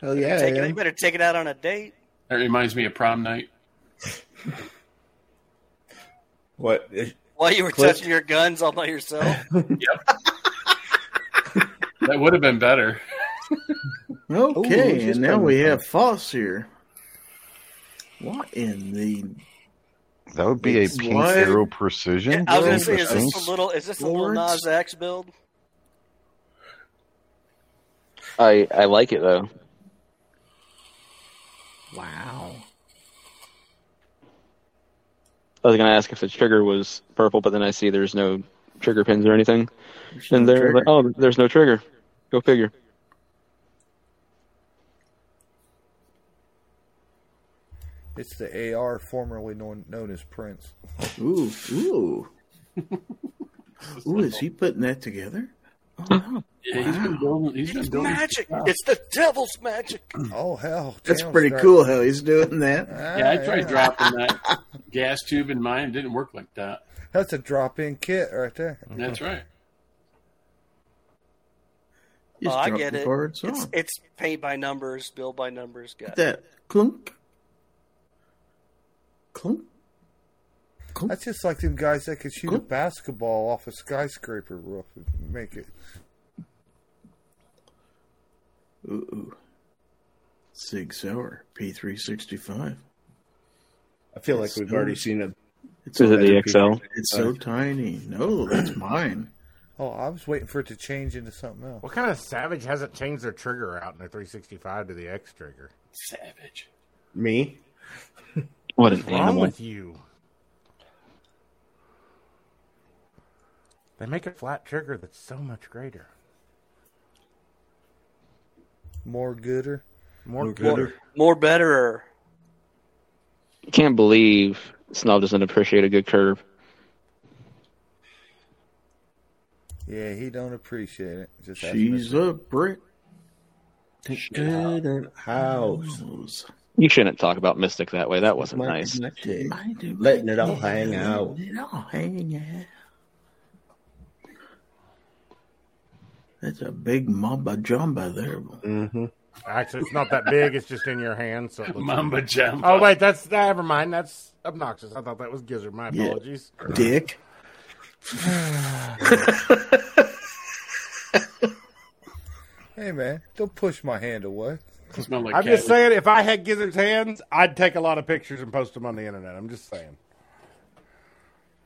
S16: Hell
S6: You,
S16: yeah.
S6: take
S16: I
S6: it, you
S16: am.
S6: better take it out on a date.
S7: That reminds me of prom night.
S16: What?
S6: While you were
S16: Click.
S6: touching your guns all by yourself.
S7: That would have been better.
S4: Oh,
S1: Okay,
S16: where's this
S1: and now
S16: coming
S1: we
S16: from?
S1: have Foss here. What in the
S9: That would be a
S1: It's
S9: pink
S1: what?
S9: arrow precision.
S6: I was gonna
S9: Those
S6: say, is
S9: things?
S6: this a little? Is this a little Nas
S1: Lords?
S6: X build?
S11: I I like it though.
S1: wow?
S11: I was gonna ask if the trigger was purple, but then I see there's no trigger pins or anything. and
S1: no
S11: they're like,
S1: trigger.
S11: oh, there's no trigger. Go figure.
S4: It's the AR formerly known, known as Prince.
S1: Ooh, ooh. ooh, is he putting that together? Oh, no.
S7: Yeah, he's been doing. He's been doing
S6: Magic. It's the devil's magic.
S4: Oh hell,
S1: That's
S4: Damn
S1: pretty
S4: straight.
S1: cool how he's doing that.
S7: Yeah, I
S16: Ah.
S7: tried dropping that gas tube in mine. It didn't work like that.
S4: That's a drop-in kit right there.
S7: That's right.
S6: Oh,
S1: Just
S6: I
S1: drop
S6: get
S1: the
S6: it.
S1: cards
S6: It's,
S1: on.
S6: it's paint by numbers, build by numbers. Got it.
S1: That clunk, clunk.
S4: That's just like them guys that could shoot a basketball off a skyscraper roof and make it.
S1: Ooh, Sig Sauer P365.
S16: I feel like
S1: It's
S16: we've
S1: so-
S16: already seen Uh, it.
S1: It's a
S11: Is it the Oh.
S1: better
S11: XL?
S1: piece. It's so tiny. No, that's mine.
S4: Oh, I was waiting for it to change into something else.
S3: What kind of savage hasn't changed their trigger out in their 365 to the X trigger?
S7: Savage.
S16: Me?
S11: What an
S3: What's wrong
S11: animal.
S3: with you? They make a flat trigger that's so much greater.
S4: More gooder.
S3: More
S6: More, more better.
S11: Can't believe Snob doesn't appreciate a good curve.
S4: Yeah, he don't appreciate it. Just ask
S1: She's
S4: him.
S1: a brick.
S16: Good and house.
S11: You shouldn't talk about Mystic that way. That wasn't nice.
S16: Letting it all hang out.
S1: It all hang out. That's a big mamba jamba there.
S16: Mm-hmm.
S3: Actually, it's not that big. It's just in your hand. So it looks
S7: Mamba jamba.
S3: Oh wait, that's never mind. That's obnoxious. I thought that was Gizzard. My
S1: Yeah.
S3: apologies.
S1: Dick.
S4: Hey man, don't push my hand away.
S7: Smell like
S3: I'm
S7: cat
S3: just saying, if I had Gizzard's hands, I'd take a lot of pictures and post them on the internet. I'm just saying.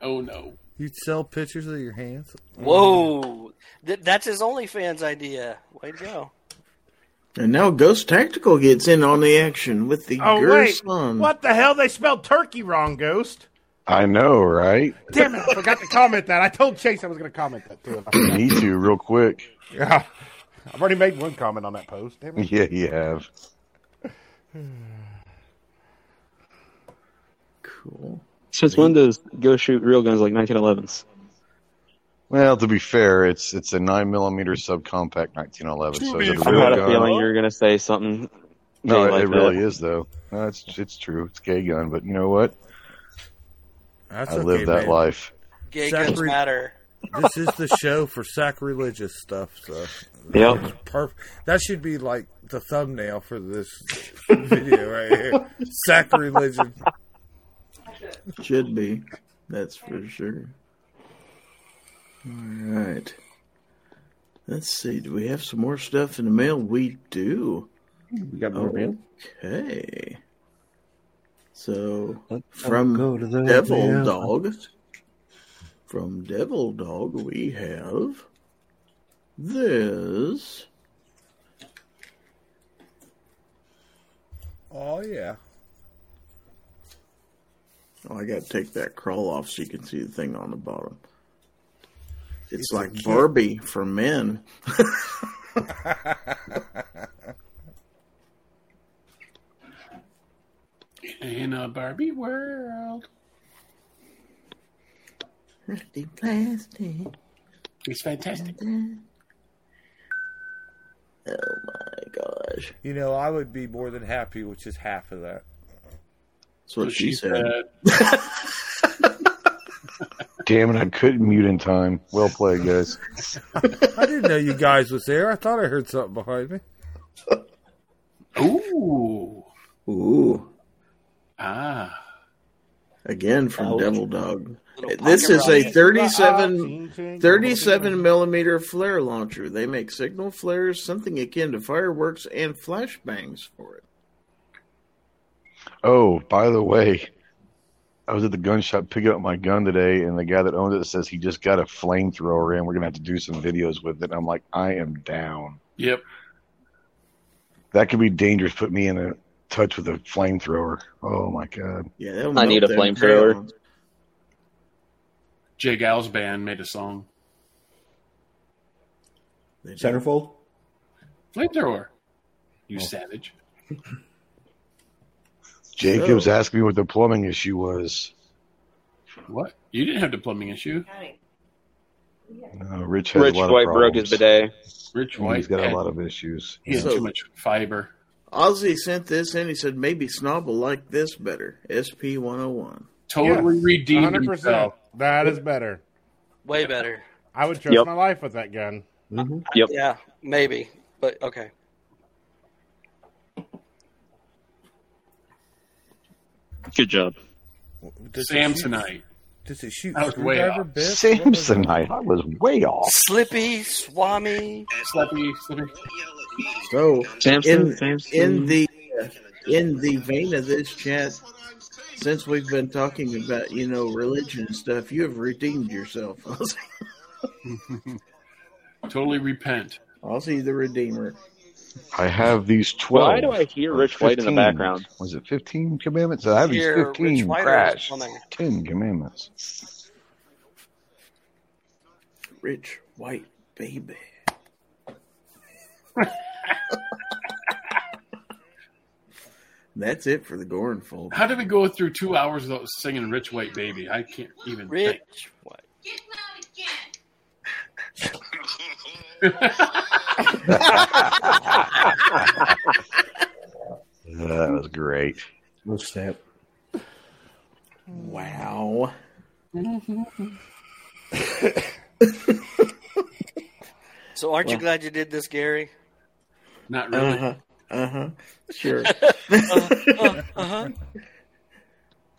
S7: Oh no.
S4: You'd sell pictures of your hands.
S16: Mm-hmm.
S6: Whoa, Th- that's his OnlyFans idea. Way to go!
S1: And now Ghost Tactical gets in on the action with the
S3: Oh wait,
S1: Gerson.
S3: what the hell? They spelled turkey wrong, Ghost.
S9: I know, right?
S3: Damn it! I forgot to comment that. I told Chase I was going to comment that too.
S9: Me too, real quick.
S3: Yeah, I've already made one comment on that post. Damn it.
S9: Yeah, you have.
S1: Cool.
S11: Since when does Go shoot real guns like 1911s?
S9: Well, to be fair, it's it's a nine millimeter subcompact 1911. So is it a
S11: I had
S9: real
S11: a feeling
S9: gun?
S11: you were going to say something.
S9: No,
S11: gay
S9: it,
S11: like
S9: it really
S11: that.
S9: is though. No, it's it's true. It's a gay gun, but you know what?
S4: That's
S9: I
S4: okay,
S9: live that
S4: man.
S9: life.
S6: Gay guns
S4: Zachary-
S6: matter.
S4: this is the show for sacrilegious stuff. So,
S11: Yep.
S4: It's perf- That should be like the thumbnail for this video right here. Sacrilegious.
S1: Should be. That's for sure. All right. Let's see. Do we have some more stuff in the mail? We do.
S16: We got more mail.
S1: Okay. So
S16: I'll
S1: from
S16: go to the
S1: Devil
S16: mail.
S1: Dog, from Devil Dog, we have this.
S4: Oh yeah.
S1: Oh, I gotta take that crawl off so you can see the thing on the bottom. It's,
S4: It's a
S1: like
S4: kid.
S1: Barbie for men.
S7: In a uh, Barbie world.
S1: Rusty plastic.
S7: It's fantastic.
S1: Oh my gosh.
S4: You know, I would be more than happy with just half of that.
S1: That's what
S7: So
S1: she,
S7: she
S1: said.
S7: said-
S9: Damn it! I couldn't mute in time. Well played, guys.
S4: I didn't know you guys was there. I thought I heard something behind me.
S7: Ooh.
S1: Ooh.
S7: Ah.
S1: Again from
S16: Ouch.
S1: Devil Dog.
S6: Little
S1: This
S6: pocket
S1: is a
S6: rocket.
S1: 37, 37 millimeter flare launcher. They make signal flares, something akin to fireworks and flashbangs for it.
S9: Oh, by the way, I was at the gun shop picking up my gun today, and the guy that owns it says he just got a flamethrower, and we're gonna have to do some videos with it. I'm like, I am down.
S7: Yep.
S9: That could be dangerous. Put me in a touch with a flamethrower. Oh my god.
S1: Yeah, that'll
S11: I
S1: melt
S11: need a
S1: their
S11: flamethrower.
S1: crayons.
S7: Jay Gal's band made a song.
S1: They do.
S16: Centerfold.
S9: Oh.
S7: Flamethrower. You savage.
S9: Jacob's
S7: So-
S9: asking me what the plumbing issue was.
S7: What? You didn't have the plumbing issue.
S9: Uh, Rich has
S11: Rich
S9: a lot
S11: White
S9: of
S11: broke
S9: problems.
S11: his bidet.
S7: Rich
S9: He's got a lot of issues.
S7: He had too much fiber.
S1: Ozzy sent this in. He said maybe Snob will like this better. SP 101.
S7: Totally
S3: Yes,
S7: redeemed
S3: 100%.
S7: himself.
S3: That is better.
S6: Way better.
S3: I would trust
S6: Yep.
S3: my life with that gun.
S11: Yep.
S6: Yeah, maybe. But okay.
S11: Good job.
S7: Samsonite.
S4: Does it shoot
S7: I was way
S4: screwdriver
S7: off.
S4: bits?
S9: Samsonite. I was way off.
S6: Slippy, Swami.
S7: Slippy, Slippy.
S1: So
S6: Samson,
S1: in,
S6: Samson.
S1: in the in the vein of this chat, since we've been talking about you know religion and stuff, you have redeemed yourself, Ozzy.
S7: totally repent.
S1: Ozzy the Redeemer.
S9: I have these twelve.
S11: Why do I hear
S9: or
S11: Rich White in the
S9: 15.
S11: background?
S9: Was it fifteen commandments? I have these
S11: Hear Rich
S9: fifteen
S11: White or
S9: crash.
S11: something.
S9: Ten commandments.
S1: Rich white baby. That's it for the Gorin fold.
S7: How did we go through two hours without singing "Rich White Baby"? I can't even. Think.
S6: Rich White.
S9: That was great.
S10: No snap.
S1: Wow.
S6: So aren't you
S1: Well-
S6: glad you did this, Gary?
S7: Not
S1: Uh huh. Uh huh. Sure.
S6: uh huh.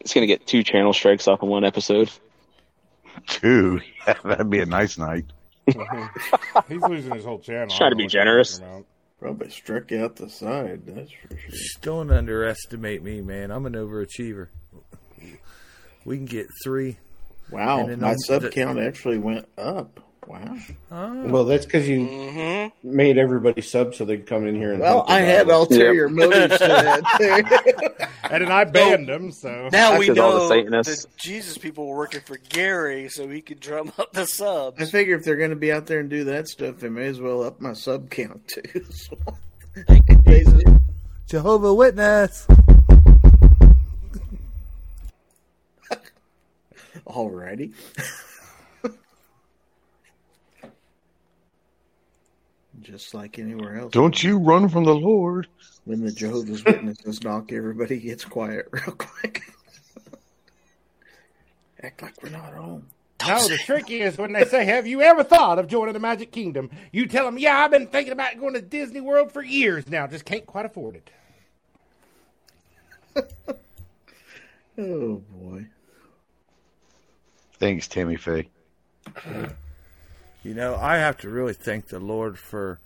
S11: It's gonna get two channel strikes off of one episode.
S9: Two. That'd be a nice night.
S3: Mm-hmm. He's losing his whole channel.
S11: Just trying to be generous.
S1: Probably struck out the side. That's for sure.
S4: Just don't underestimate me, man. I'm an overachiever. We can get three.
S1: Wow,
S4: And then
S1: my
S4: I'm-
S1: sub count actually went up. Wow.
S4: Oh.
S10: Well, that's because you made everybody sub so they'd come in here and.
S1: Mm-hmm. Well,
S10: help
S1: I
S10: us
S1: had
S10: out.
S1: ulterior motives to that. too.
S3: And then I banned him, so.
S6: Now we
S1: all the
S6: know
S1: Satanists.
S6: that Jesus people were working for Gary so he could drum up the sub.
S1: I figure if they're going to be out there and do that stuff, they may as well up my sub count too. So,
S4: Jehovah Witness.
S1: Alrighty. Just like anywhere else.
S9: Don't you run from the Lord.
S1: When the Jehovah's Witnesses knock, everybody gets quiet real quick. Act like we're not home.
S3: No, the trick is when they say, "Have you ever thought of joining the Magic Kingdom?" You tell them, "Yeah, I've been thinking about going to Disney World for years now, just can't quite afford it."
S1: Oh boy.
S9: Thanks, Tammy Faye.
S4: You know, I have to really thank the Lord for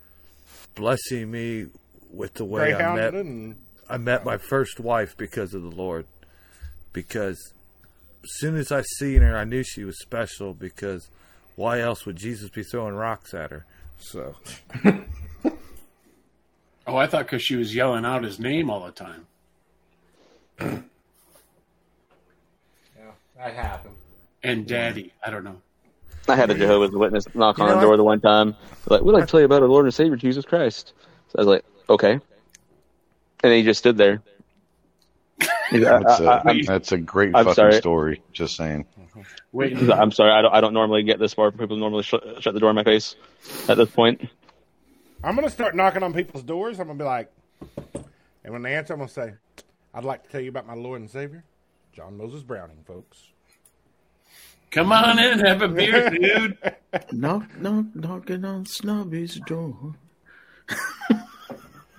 S4: blessing me with the way I met.
S3: Greyhound and
S4: I met my first wife because of the Lord. Because as soon as I seen her, I knew she was special. Because why else would Jesus be throwing rocks at her? So
S7: Oh, I thought because she was yelling out his name all the time.
S8: Yeah, that happened.
S7: And Daddy, I don't know.
S11: I had a Jehovah's Witness knock
S7: You
S11: on
S7: know
S11: the door the one time. They're Like, we'd like to tell you about our Lord and Savior Jesus Christ. So I was like, okay. And then he just stood there. He's like,
S9: That's a
S11: "I- I- I'm-
S9: that's a great
S11: I'm
S9: fucking
S11: sorry.
S9: story. Just saying.
S7: Wait.
S11: He's like, I'm sorry, I don't, I don't normally get this far. People normally sh- shut the door in my face at this point.
S3: I'm gonna start knocking on people's doors. I'm gonna be like, and when they answer, I'm gonna say, "I'd like to tell you about my Lord and Savior, John Moses Browning, folks."
S7: Come on in, have a beer, dude.
S1: Knock, knock, knocking on Snobby's door.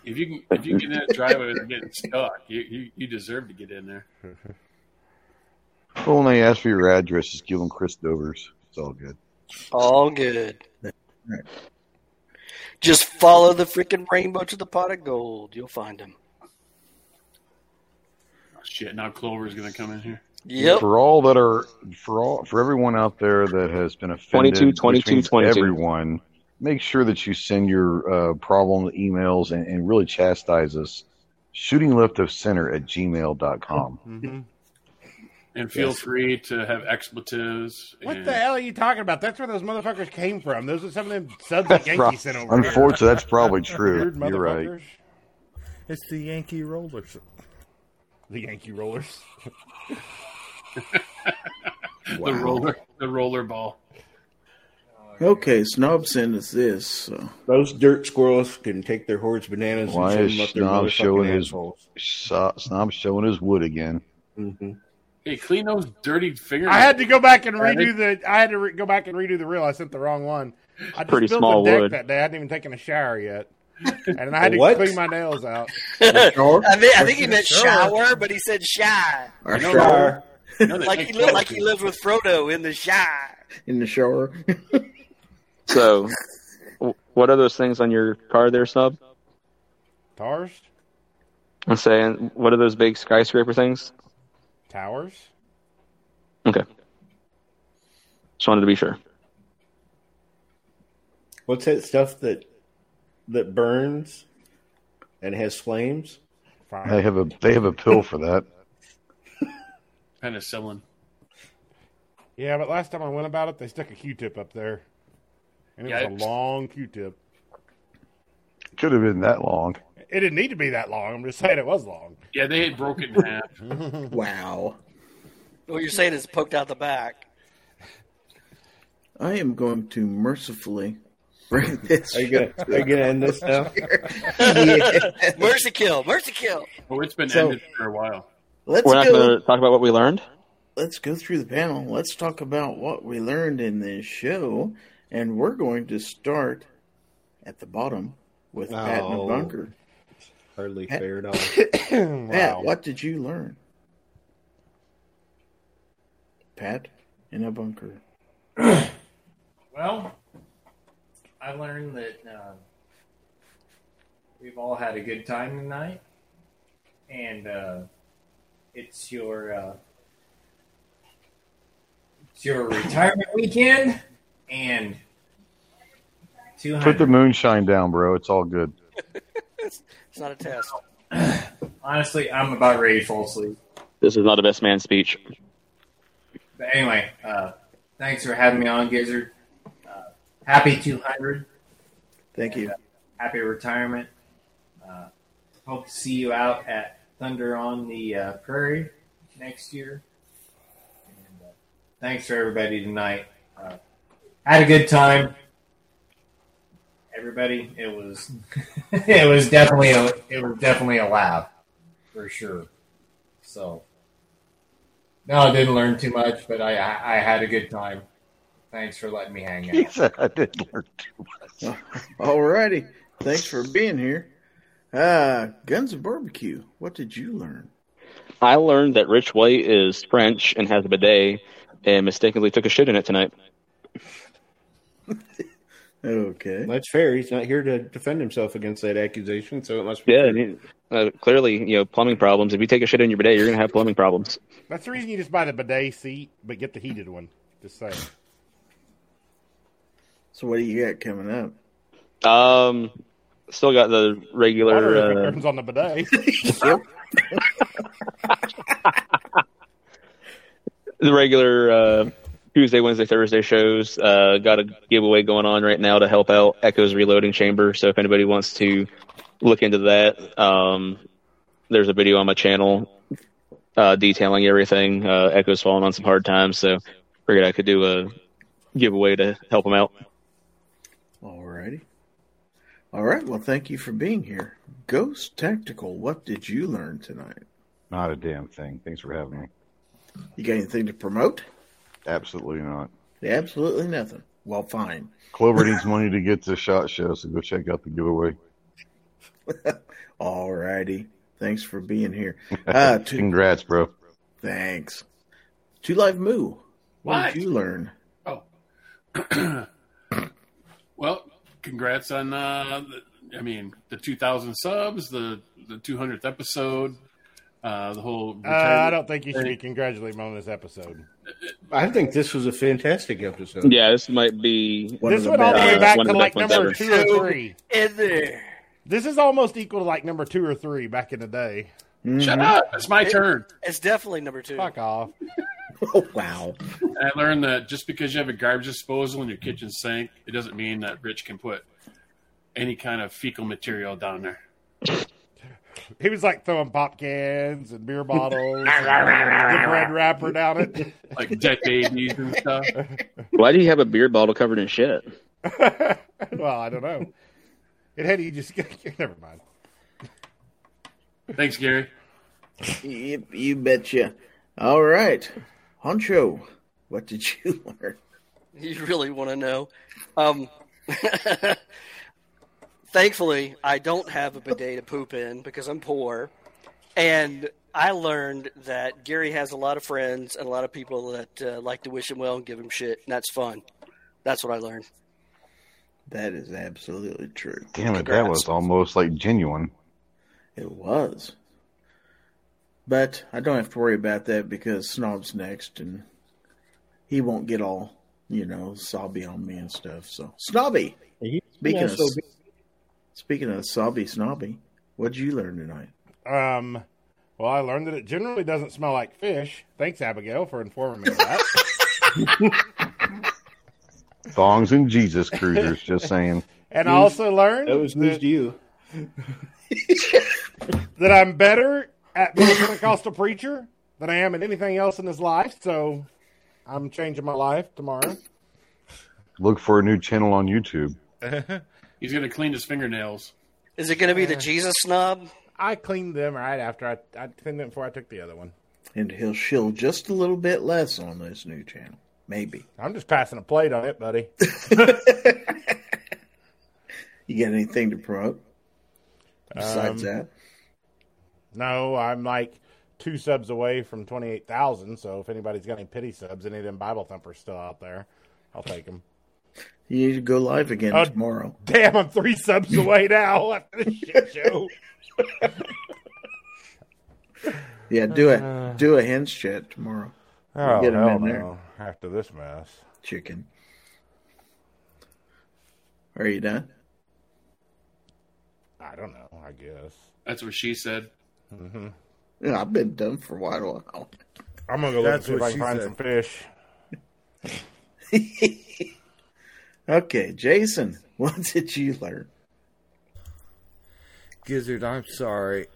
S7: If you can, if you get in that driveway without getting stuck, you, you you deserve to get in there. Oh,
S9: Well, when they ask for your address, just give them Chris Dover's. It's all good.
S6: All good. Just follow the freaking rainbow to the pot of gold. You'll find him.
S7: Shit, now Clover's gonna come in here.
S6: Yep.
S9: For all that are for all for everyone out there that has been offended,
S11: 22,
S9: which
S11: 22,
S9: means
S11: 22.
S9: everyone, make sure that you send your uh, problem emails and, and really chastise us. Shooting left of center at gmail.com.
S7: Mm-hmm. And feel
S9: Yes.
S7: free to have expletives.
S3: What
S7: and
S3: the hell are you talking about? That's where those motherfuckers came from. Those are some of them subs that Yankee sent over. here.
S9: Unfortunately, that's probably true.
S3: Weird
S9: You're right.
S3: motherfuckers.
S4: it's the Yankee Rollers.
S3: The Yankee Rollers.
S7: The roller, the roller ball.
S1: Okay, Snob sent us this. So.
S10: Those dirt squirrels can take their hordes bananas
S9: Why
S10: and
S9: is
S10: shove them up
S9: Snob
S10: their motherfucking
S9: showing his
S10: asshole.
S9: so, Snob showing his wood again?
S7: Hey, clean those dirty fingers.
S3: I had to go back and redo the. I had to re- go back and redo the reel. I sent the wrong one. I just
S11: Pretty
S3: built
S11: small
S3: a deck
S11: wood.
S3: that day. I hadn't even taken a shower yet, and I had to
S11: What?
S3: clean my nails out.
S6: I, think, I think he meant shower, but he said shy.
S1: Our shower.
S6: like he lived, like he lived with Frodo in the shy.
S1: In the shower.
S11: So, w- what are those things on your car there, Snub?
S3: Tars,
S11: I'm saying, what are those big skyscraper things?
S3: towers.
S11: Okay. Just wanted to be sure.
S10: What's that stuff that that burns and has flames?
S9: They have a they have a pill for that.
S7: Penicillin.
S3: Yeah, but last time I went about it, they stuck a Q-tip up there, and it was
S7: Yikes.
S3: a long Q-tip.
S9: Could have been that long.
S3: It didn't need to be that long. I'm just saying it was long.
S7: Yeah, they had broken in half.
S1: wow.
S6: What you're saying is poked out the back.
S1: I am going to mercifully bring this.
S10: Are you gonna-
S1: shit
S10: are you gonna end this now?
S1: Yeah.
S6: mercy kill, mercy kill.
S7: Oh, it's been
S1: So-
S7: ended for a while.
S1: Let's
S11: We're not
S1: go.
S11: going to talk about what we learned.
S1: let's go through the panel. Let's talk about what we learned in this show, and we're going to start at the bottom with Pat and the
S10: Oh,
S1: Bunker.
S10: Hardly
S1: Pat-
S10: fair at all.
S1: Pat, what did you learn? Pat in a bunker.
S2: Well, I learned that uh, we've all had a good time tonight, and uh, it's your uh, it's your retirement weekend, and
S9: Put the moonshine down, bro. It's all good.
S6: It's, it's not a test.
S2: honestly, I'm about ready to fall asleep.
S11: This is not a best man speech.
S2: But anyway, uh, thanks for having me on, Gizzard. Uh, happy 200.
S1: Thank you.
S2: happy retirement. Uh, hope to see you out at Thunder on the uh, Prairie next year. And, uh, thanks for everybody tonight. Uh, had a good time. Everybody, it was it was definitely a it was definitely a laugh for sure. So no, I didn't learn too much, but I I, I had a good time. Thanks for letting me hang out.
S9: He said I didn't learn too much.
S1: Alrighty. Thanks for being here. Uh, Guns and Barbecue, what did you learn?
S11: I learned that Rich White is French and has a bidet and mistakenly took a shit in it tonight.
S1: Okay.
S10: That's fair. He's not here to defend himself against that accusation, so it must be
S11: Yeah, and he- uh, clearly, you know, plumbing problems. If you take a shit in your bidet, you're going to have plumbing problems.
S3: That's the reason you just buy the bidet seat, but get the heated one. Just saying.
S1: So what do you got coming up?
S11: Um, still got the
S3: Water if it
S11: regular. Uh,
S3: turns on the bidet.
S11: the regular uh, Tuesday, Wednesday, Thursday shows. Uh, got a giveaway going on right now to help out Echo's Reloading Chamber. So if anybody wants to look into that, um, there's a video on my channel uh, detailing everything. Uh, Echo's falling on some hard times, so figured I could do a giveaway to help him out.
S1: Alrighty. All right. Well, thank you for being here. Ghost Tactical, what did you learn tonight?
S9: Not a damn thing. Thanks for having me.
S1: You got anything to promote?
S9: Absolutely not.
S1: Absolutely nothing. Well, fine.
S9: Clover needs money to get to shot show, so go check out the giveaway.
S1: All righty. Thanks for being here. Uh, to-
S9: Congrats, bro.
S1: thanks. To Live Moo, what, did you learn?
S7: Well, congrats on uh, the, I mean the 2,000 subs, the the 200th episode, uh, the whole.
S3: Uh, I don't think you should be congratulating me on this episode.
S10: I think this was a fantastic episode.
S11: Yeah, this might be
S10: One of
S3: this
S10: the
S3: went all the
S10: best.
S3: way
S10: Uh,
S3: back
S10: one
S3: to
S10: of the
S3: like
S10: best ones
S3: number
S10: ever.
S3: two or three.
S6: In there.
S3: This is almost equal to like number two or three back in the day.
S10: Mm-hmm.
S7: Shut up! It's my
S6: It-
S7: turn.
S6: It's definitely number two.
S3: Fuck off.
S1: Oh, wow.
S7: I learned that just because you have a garbage disposal in your kitchen sink, it doesn't mean that Rich can put any kind of fecal material down there.
S3: He was like throwing pop cans and beer bottles, and the bread wrapper down it.
S7: like decade news and stuff.
S11: Why do you have a beer bottle covered in shit?
S3: well, I don't know. It had you just never mind.
S7: Thanks, Gary.
S1: Yep, you betcha. All right, Honcho, what did you learn?
S6: You really want to know. Um, thankfully, I don't have a bidet to poop in because I'm poor. And I learned that Gary has a lot of friends and a lot of people that uh, like to wish him well and give him shit. And that's fun. That's what I learned.
S1: That is absolutely true.
S9: Damn it, that was almost like genuine.
S1: It was. But I don't have to worry about that because Snob's next and he won't get all, you know, sobby on me and stuff. So, Snobby! Speaking of,
S3: also be-
S1: speaking of sobby snobby, what'd you learn tonight?
S3: Um, well, I learned that it generally doesn't smell like fish. Thanks, Abigail, for informing me of that.
S9: Thongs and Jesus cruisers, just saying.
S3: And I also learned
S9: That was news
S3: to you. that I'm better at being a Pentecostal preacher than I am at anything else in this life. So I'm changing my life tomorrow.
S9: Look for a new channel on YouTube.
S7: He's gonna clean his fingernails.
S6: Is it going to be the Jesus snob?
S3: I cleaned them right after I, I cleaned them before I took the other one.
S1: And he'll shill just a little bit less on this new channel. Maybe.
S3: I'm just passing a plate on it, buddy.
S1: You got anything to promote besides
S3: Um,
S1: that?
S3: No, I'm like two subs away from 28,000. So if anybody's got any pity subs, any of them Bible thumpers still out there, I'll take them.
S1: You need to go live again
S3: Oh,
S1: tomorrow.
S3: Damn, I'm three subs away now after this shit show.
S1: Yeah, do it.
S3: Uh,
S1: do a hinge chat tomorrow.
S3: Oh,
S1: Get 'em
S3: hell
S1: in there.
S3: no. After this mess.
S1: Chicken. Are you done?
S3: I don't know, I guess.
S7: That's what she said.
S3: Mm-hmm.
S1: Yeah, I've been done for quite a while.
S3: I'm gonna go look and see if I can find some fish.
S1: Okay, Jason, what did you learn?
S18: Gizzard, I'm sorry.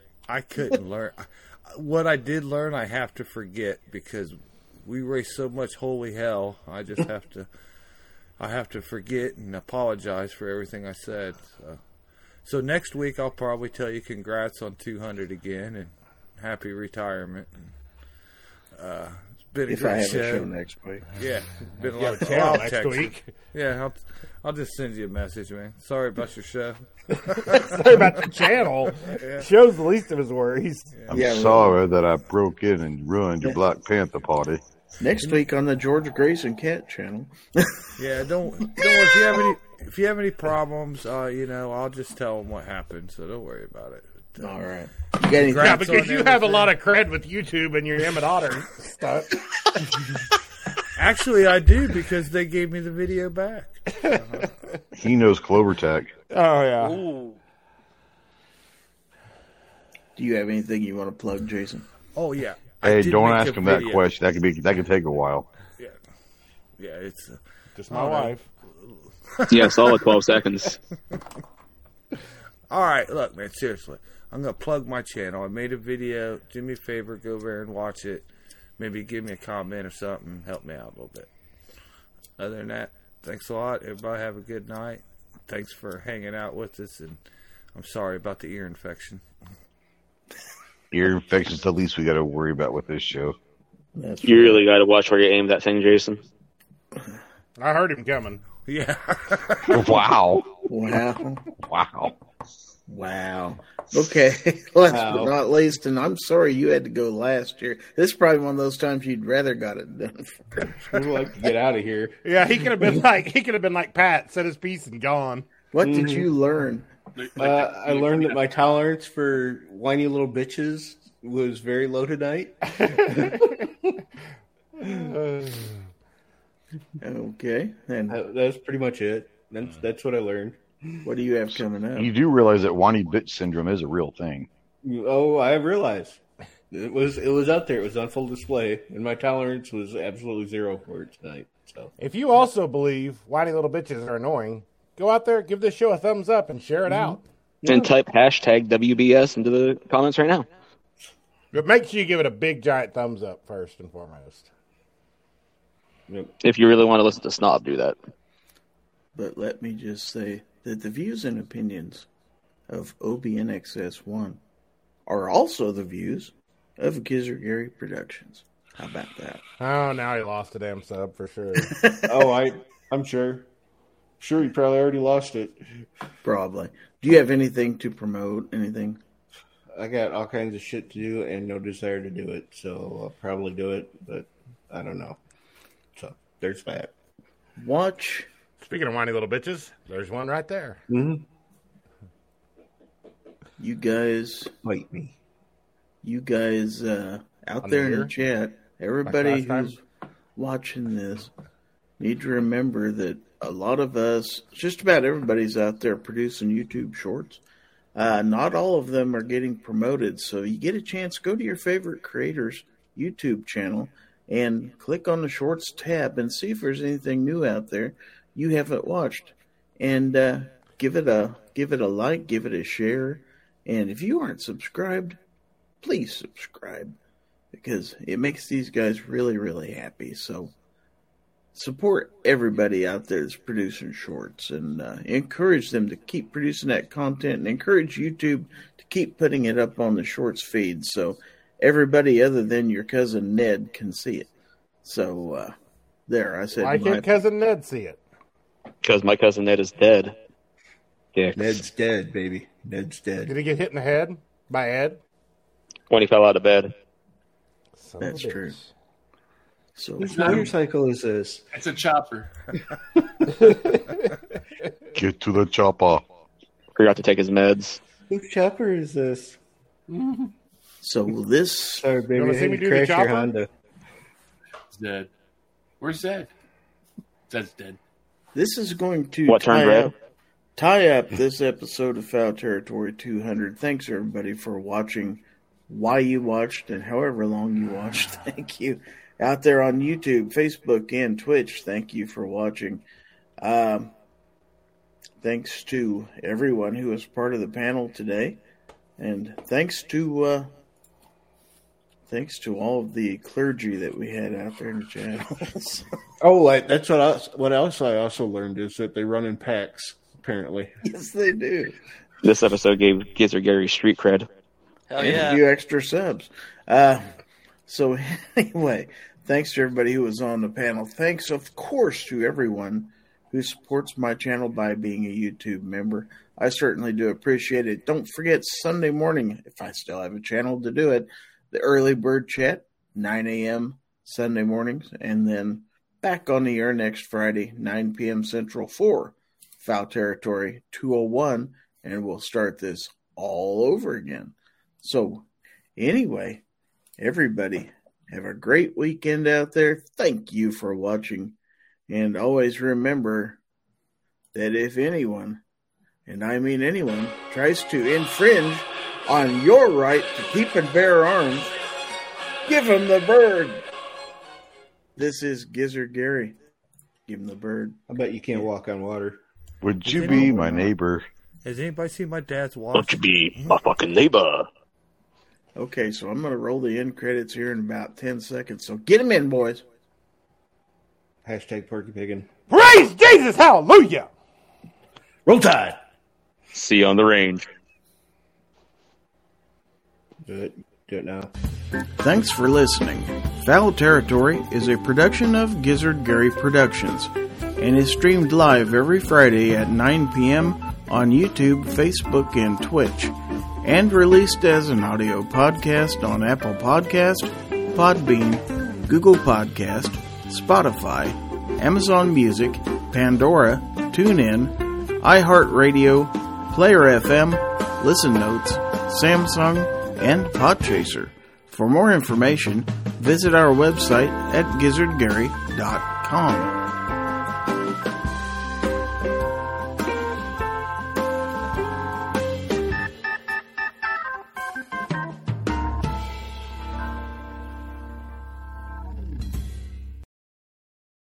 S18: I couldn't learn. What I did learn, I have to forget because we raised so much holy hell. I just have to. I have to forget and apologize for everything I said. So, so next week I'll probably tell you congrats on 200 again and happy retirement. Uh, it's been a
S1: If I
S18: great
S1: have a
S18: show.
S1: show next week.
S18: yeah, been a
S1: You
S18: lot
S1: have
S18: of
S1: a show
S18: I'll
S1: next
S18: text you.
S1: week?
S18: Yeah, I'll, I'll just send you a message, man. Sorry about your show.
S3: Sorry about the channel.
S18: Yeah.
S3: Shows the least of his worries.
S9: I'm sorry that I broke in and ruined your Black Panther party.
S1: Next week on the George Grayson Cat channel.
S18: Yeah, don't don't. worry. If you have any, if you have any problems, uh, you know, I'll just tell them what happened. So don't worry about it. Uh,
S1: All right.
S3: yeah, because you have a lot of cred with YouTube and your Emmett Otter stuff.
S18: Actually, I do because they gave me the video back.
S9: He knows Clover Tech.
S3: Oh yeah.
S1: Do you have anything you want to plug, Jason?
S18: Oh yeah. I
S9: Hey,
S18: did
S9: don't
S18: make
S9: ask
S18: a
S9: him that
S18: video.
S9: question. That could be that could take a while.
S18: Yeah, yeah. It's uh,
S3: just
S11: my
S3: wife.
S11: Yeah, solid 12 seconds.
S18: All right, look, man. Seriously, I'm gonna plug my channel. I made a video. Do me a favor, go over and watch it. Maybe give me a comment or something. Help me out a little bit. Other than that, thanks a lot. Everybody have a good night. Thanks for hanging out with us, and I'm sorry about the ear infection.
S9: Ear infection's the least we got to worry about with this show.
S11: You really got to watch where you aim that thing, Jason.
S3: I heard him coming.
S18: Yeah.
S9: wow.
S1: Wow.
S9: Wow.
S1: Wow. Okay. Last
S9: Wow.
S1: but not least, and I'm sorry you had to go last year. This is probably one of those times you'd rather got it done.
S10: We'd like to get out of here.
S3: Yeah, he could have been like he could have been like Pat, said his piece and gone.
S1: What
S3: Mm-hmm.
S1: did you learn?
S10: Mm-hmm. Uh, I learned that my tolerance for whiny little bitches was very low tonight.
S1: okay, and
S10: that, that's pretty much it. That's that's what I learned.
S1: What do you have coming up?
S9: You do realize that whiny bitch syndrome is a real thing.
S10: Oh, I realized it was it was out there. It was on full display, and my tolerance was absolutely zero for it tonight. So
S3: If you
S1: Mm-hmm.
S3: also believe whiny little bitches are annoying, go out there, give this show a thumbs up, and share it out.
S11: and type hashtag WBS into the comments right now.
S3: But make sure you give it a big giant thumbs up first and foremost.
S11: If you really want to listen to Snob, do that.
S1: But let me just say that the views and opinions of OBNXS1 are also the views of Gizzard Gary Productions. How about that?
S3: Oh, now he lost a damn sub for sure.
S16: oh, I I'm sure. Sure, you probably already lost it.
S1: Probably. Do you have anything to promote? Anything?
S16: I got all kinds of shit to do and no desire to do it, so I'll probably do it, but I don't know. So there's that.
S1: Watch.
S3: Speaking of whiny little bitches, there's one right there.
S1: Mm-hmm. You guys.
S16: Bite me.
S1: You guys uh, out
S16: On
S1: there in
S16: here?
S1: the chat, everybody
S16: Like last
S1: who's watching this, need to remember that a lot of us, just about everybody's out there producing YouTube shorts. Uh, not all of them are getting promoted. So you get a chance, go to your favorite creator's YouTube channel and click on the shorts tab and see if there's anything new out there you haven't watched. And uh, give it a give it a like, give it a share. And if you aren't subscribed, please subscribe because it makes these guys really, really happy. So support everybody out there that's producing shorts and uh, encourage them to keep producing that content and encourage YouTube to keep putting it up on the shorts feed so everybody other than your cousin Ned can see it. So uh, there, I said
S3: Why
S1: my-
S3: can't cousin Ned see it?
S11: Because my cousin Ned is dead. Yeah.
S16: Ned's dead, baby. Ned's dead.
S3: Did he get hit in the head by Ed?
S11: When he fell out of bed.
S3: Son of a
S1: That's
S3: bitch.
S1: true. So
S7: Whose
S16: motorcycle is this?
S7: It's a chopper.
S9: Get to the chopper.
S11: Forgot to take his meds.
S16: Whose chopper is this?
S1: So this sorry,
S16: baby,
S7: wanna
S16: I
S7: see
S16: had
S7: me
S16: to
S7: do the
S16: crash your
S7: chopper?
S16: Honda.
S7: It's dead. Where's Zed? Zed's dead.
S1: This is going to
S7: What turned
S1: tie
S7: red?
S1: up, tie up this episode of Foul Territory 200. Thanks everybody for watching, why you watched, and however long you watched. Thank you out there on YouTube, Facebook, and Twitch. Thank you for watching. Um, thanks to everyone who was part of the panel today, and thanks to uh, thanks to all of the clergy that we had out there in the channels.
S16: Oh, like that's what else. What else I also learned is that they run in packs. Apparently,
S1: yes, they do.
S11: This episode gave Gizzard Gary street cred.
S6: Hell
S1: and
S6: yeah.
S1: a few extra subs. Uh, so anyway, thanks to everybody who was on the panel. Thanks, of course, to everyone who supports my channel by being a YouTube member. I certainly do appreciate it. Don't forget Sunday morning, if I still have a channel to do it, the early bird chat, 9 a.m. Sunday mornings, and then back on the air next Friday, 9 p.m. Central 4, Foul Territory 201, and we'll start this all over again. So, anyway, everybody, have a great weekend out there. Thank you for watching. And always remember that if anyone, and I mean anyone, tries to infringe on your right to keep and bear arms, give him the bird. This is Gizzard Gary. Give him the bird.
S16: I bet you can't walk on water.
S9: Would you
S4: Is
S9: be
S4: anyone-
S9: my neighbor?
S4: Has anybody seen my dad's watch?
S11: be my fucking neighbor?
S1: Okay, so I'm going to roll the end credits here in about 10 seconds. So get him in, boys.
S16: Hashtag Porky Piggin.
S3: Praise Jesus, hallelujah!
S16: Roll Tide.
S11: See you on the range.
S16: Do it. Do it now.
S1: Thanks for listening. Foul Territory is a production of Gizzard Gary Productions and is streamed live every Friday at 9 p.m. on YouTube, Facebook, and Twitch, and released as an audio podcast on Apple Podcast, Podbean, Google Podcast, Spotify, Amazon Music, Pandora, TuneIn, iHeartRadio, Player FM, Listen Notes, Samsung, and Podchaser. For more information, visit our website at gizzardgary.com.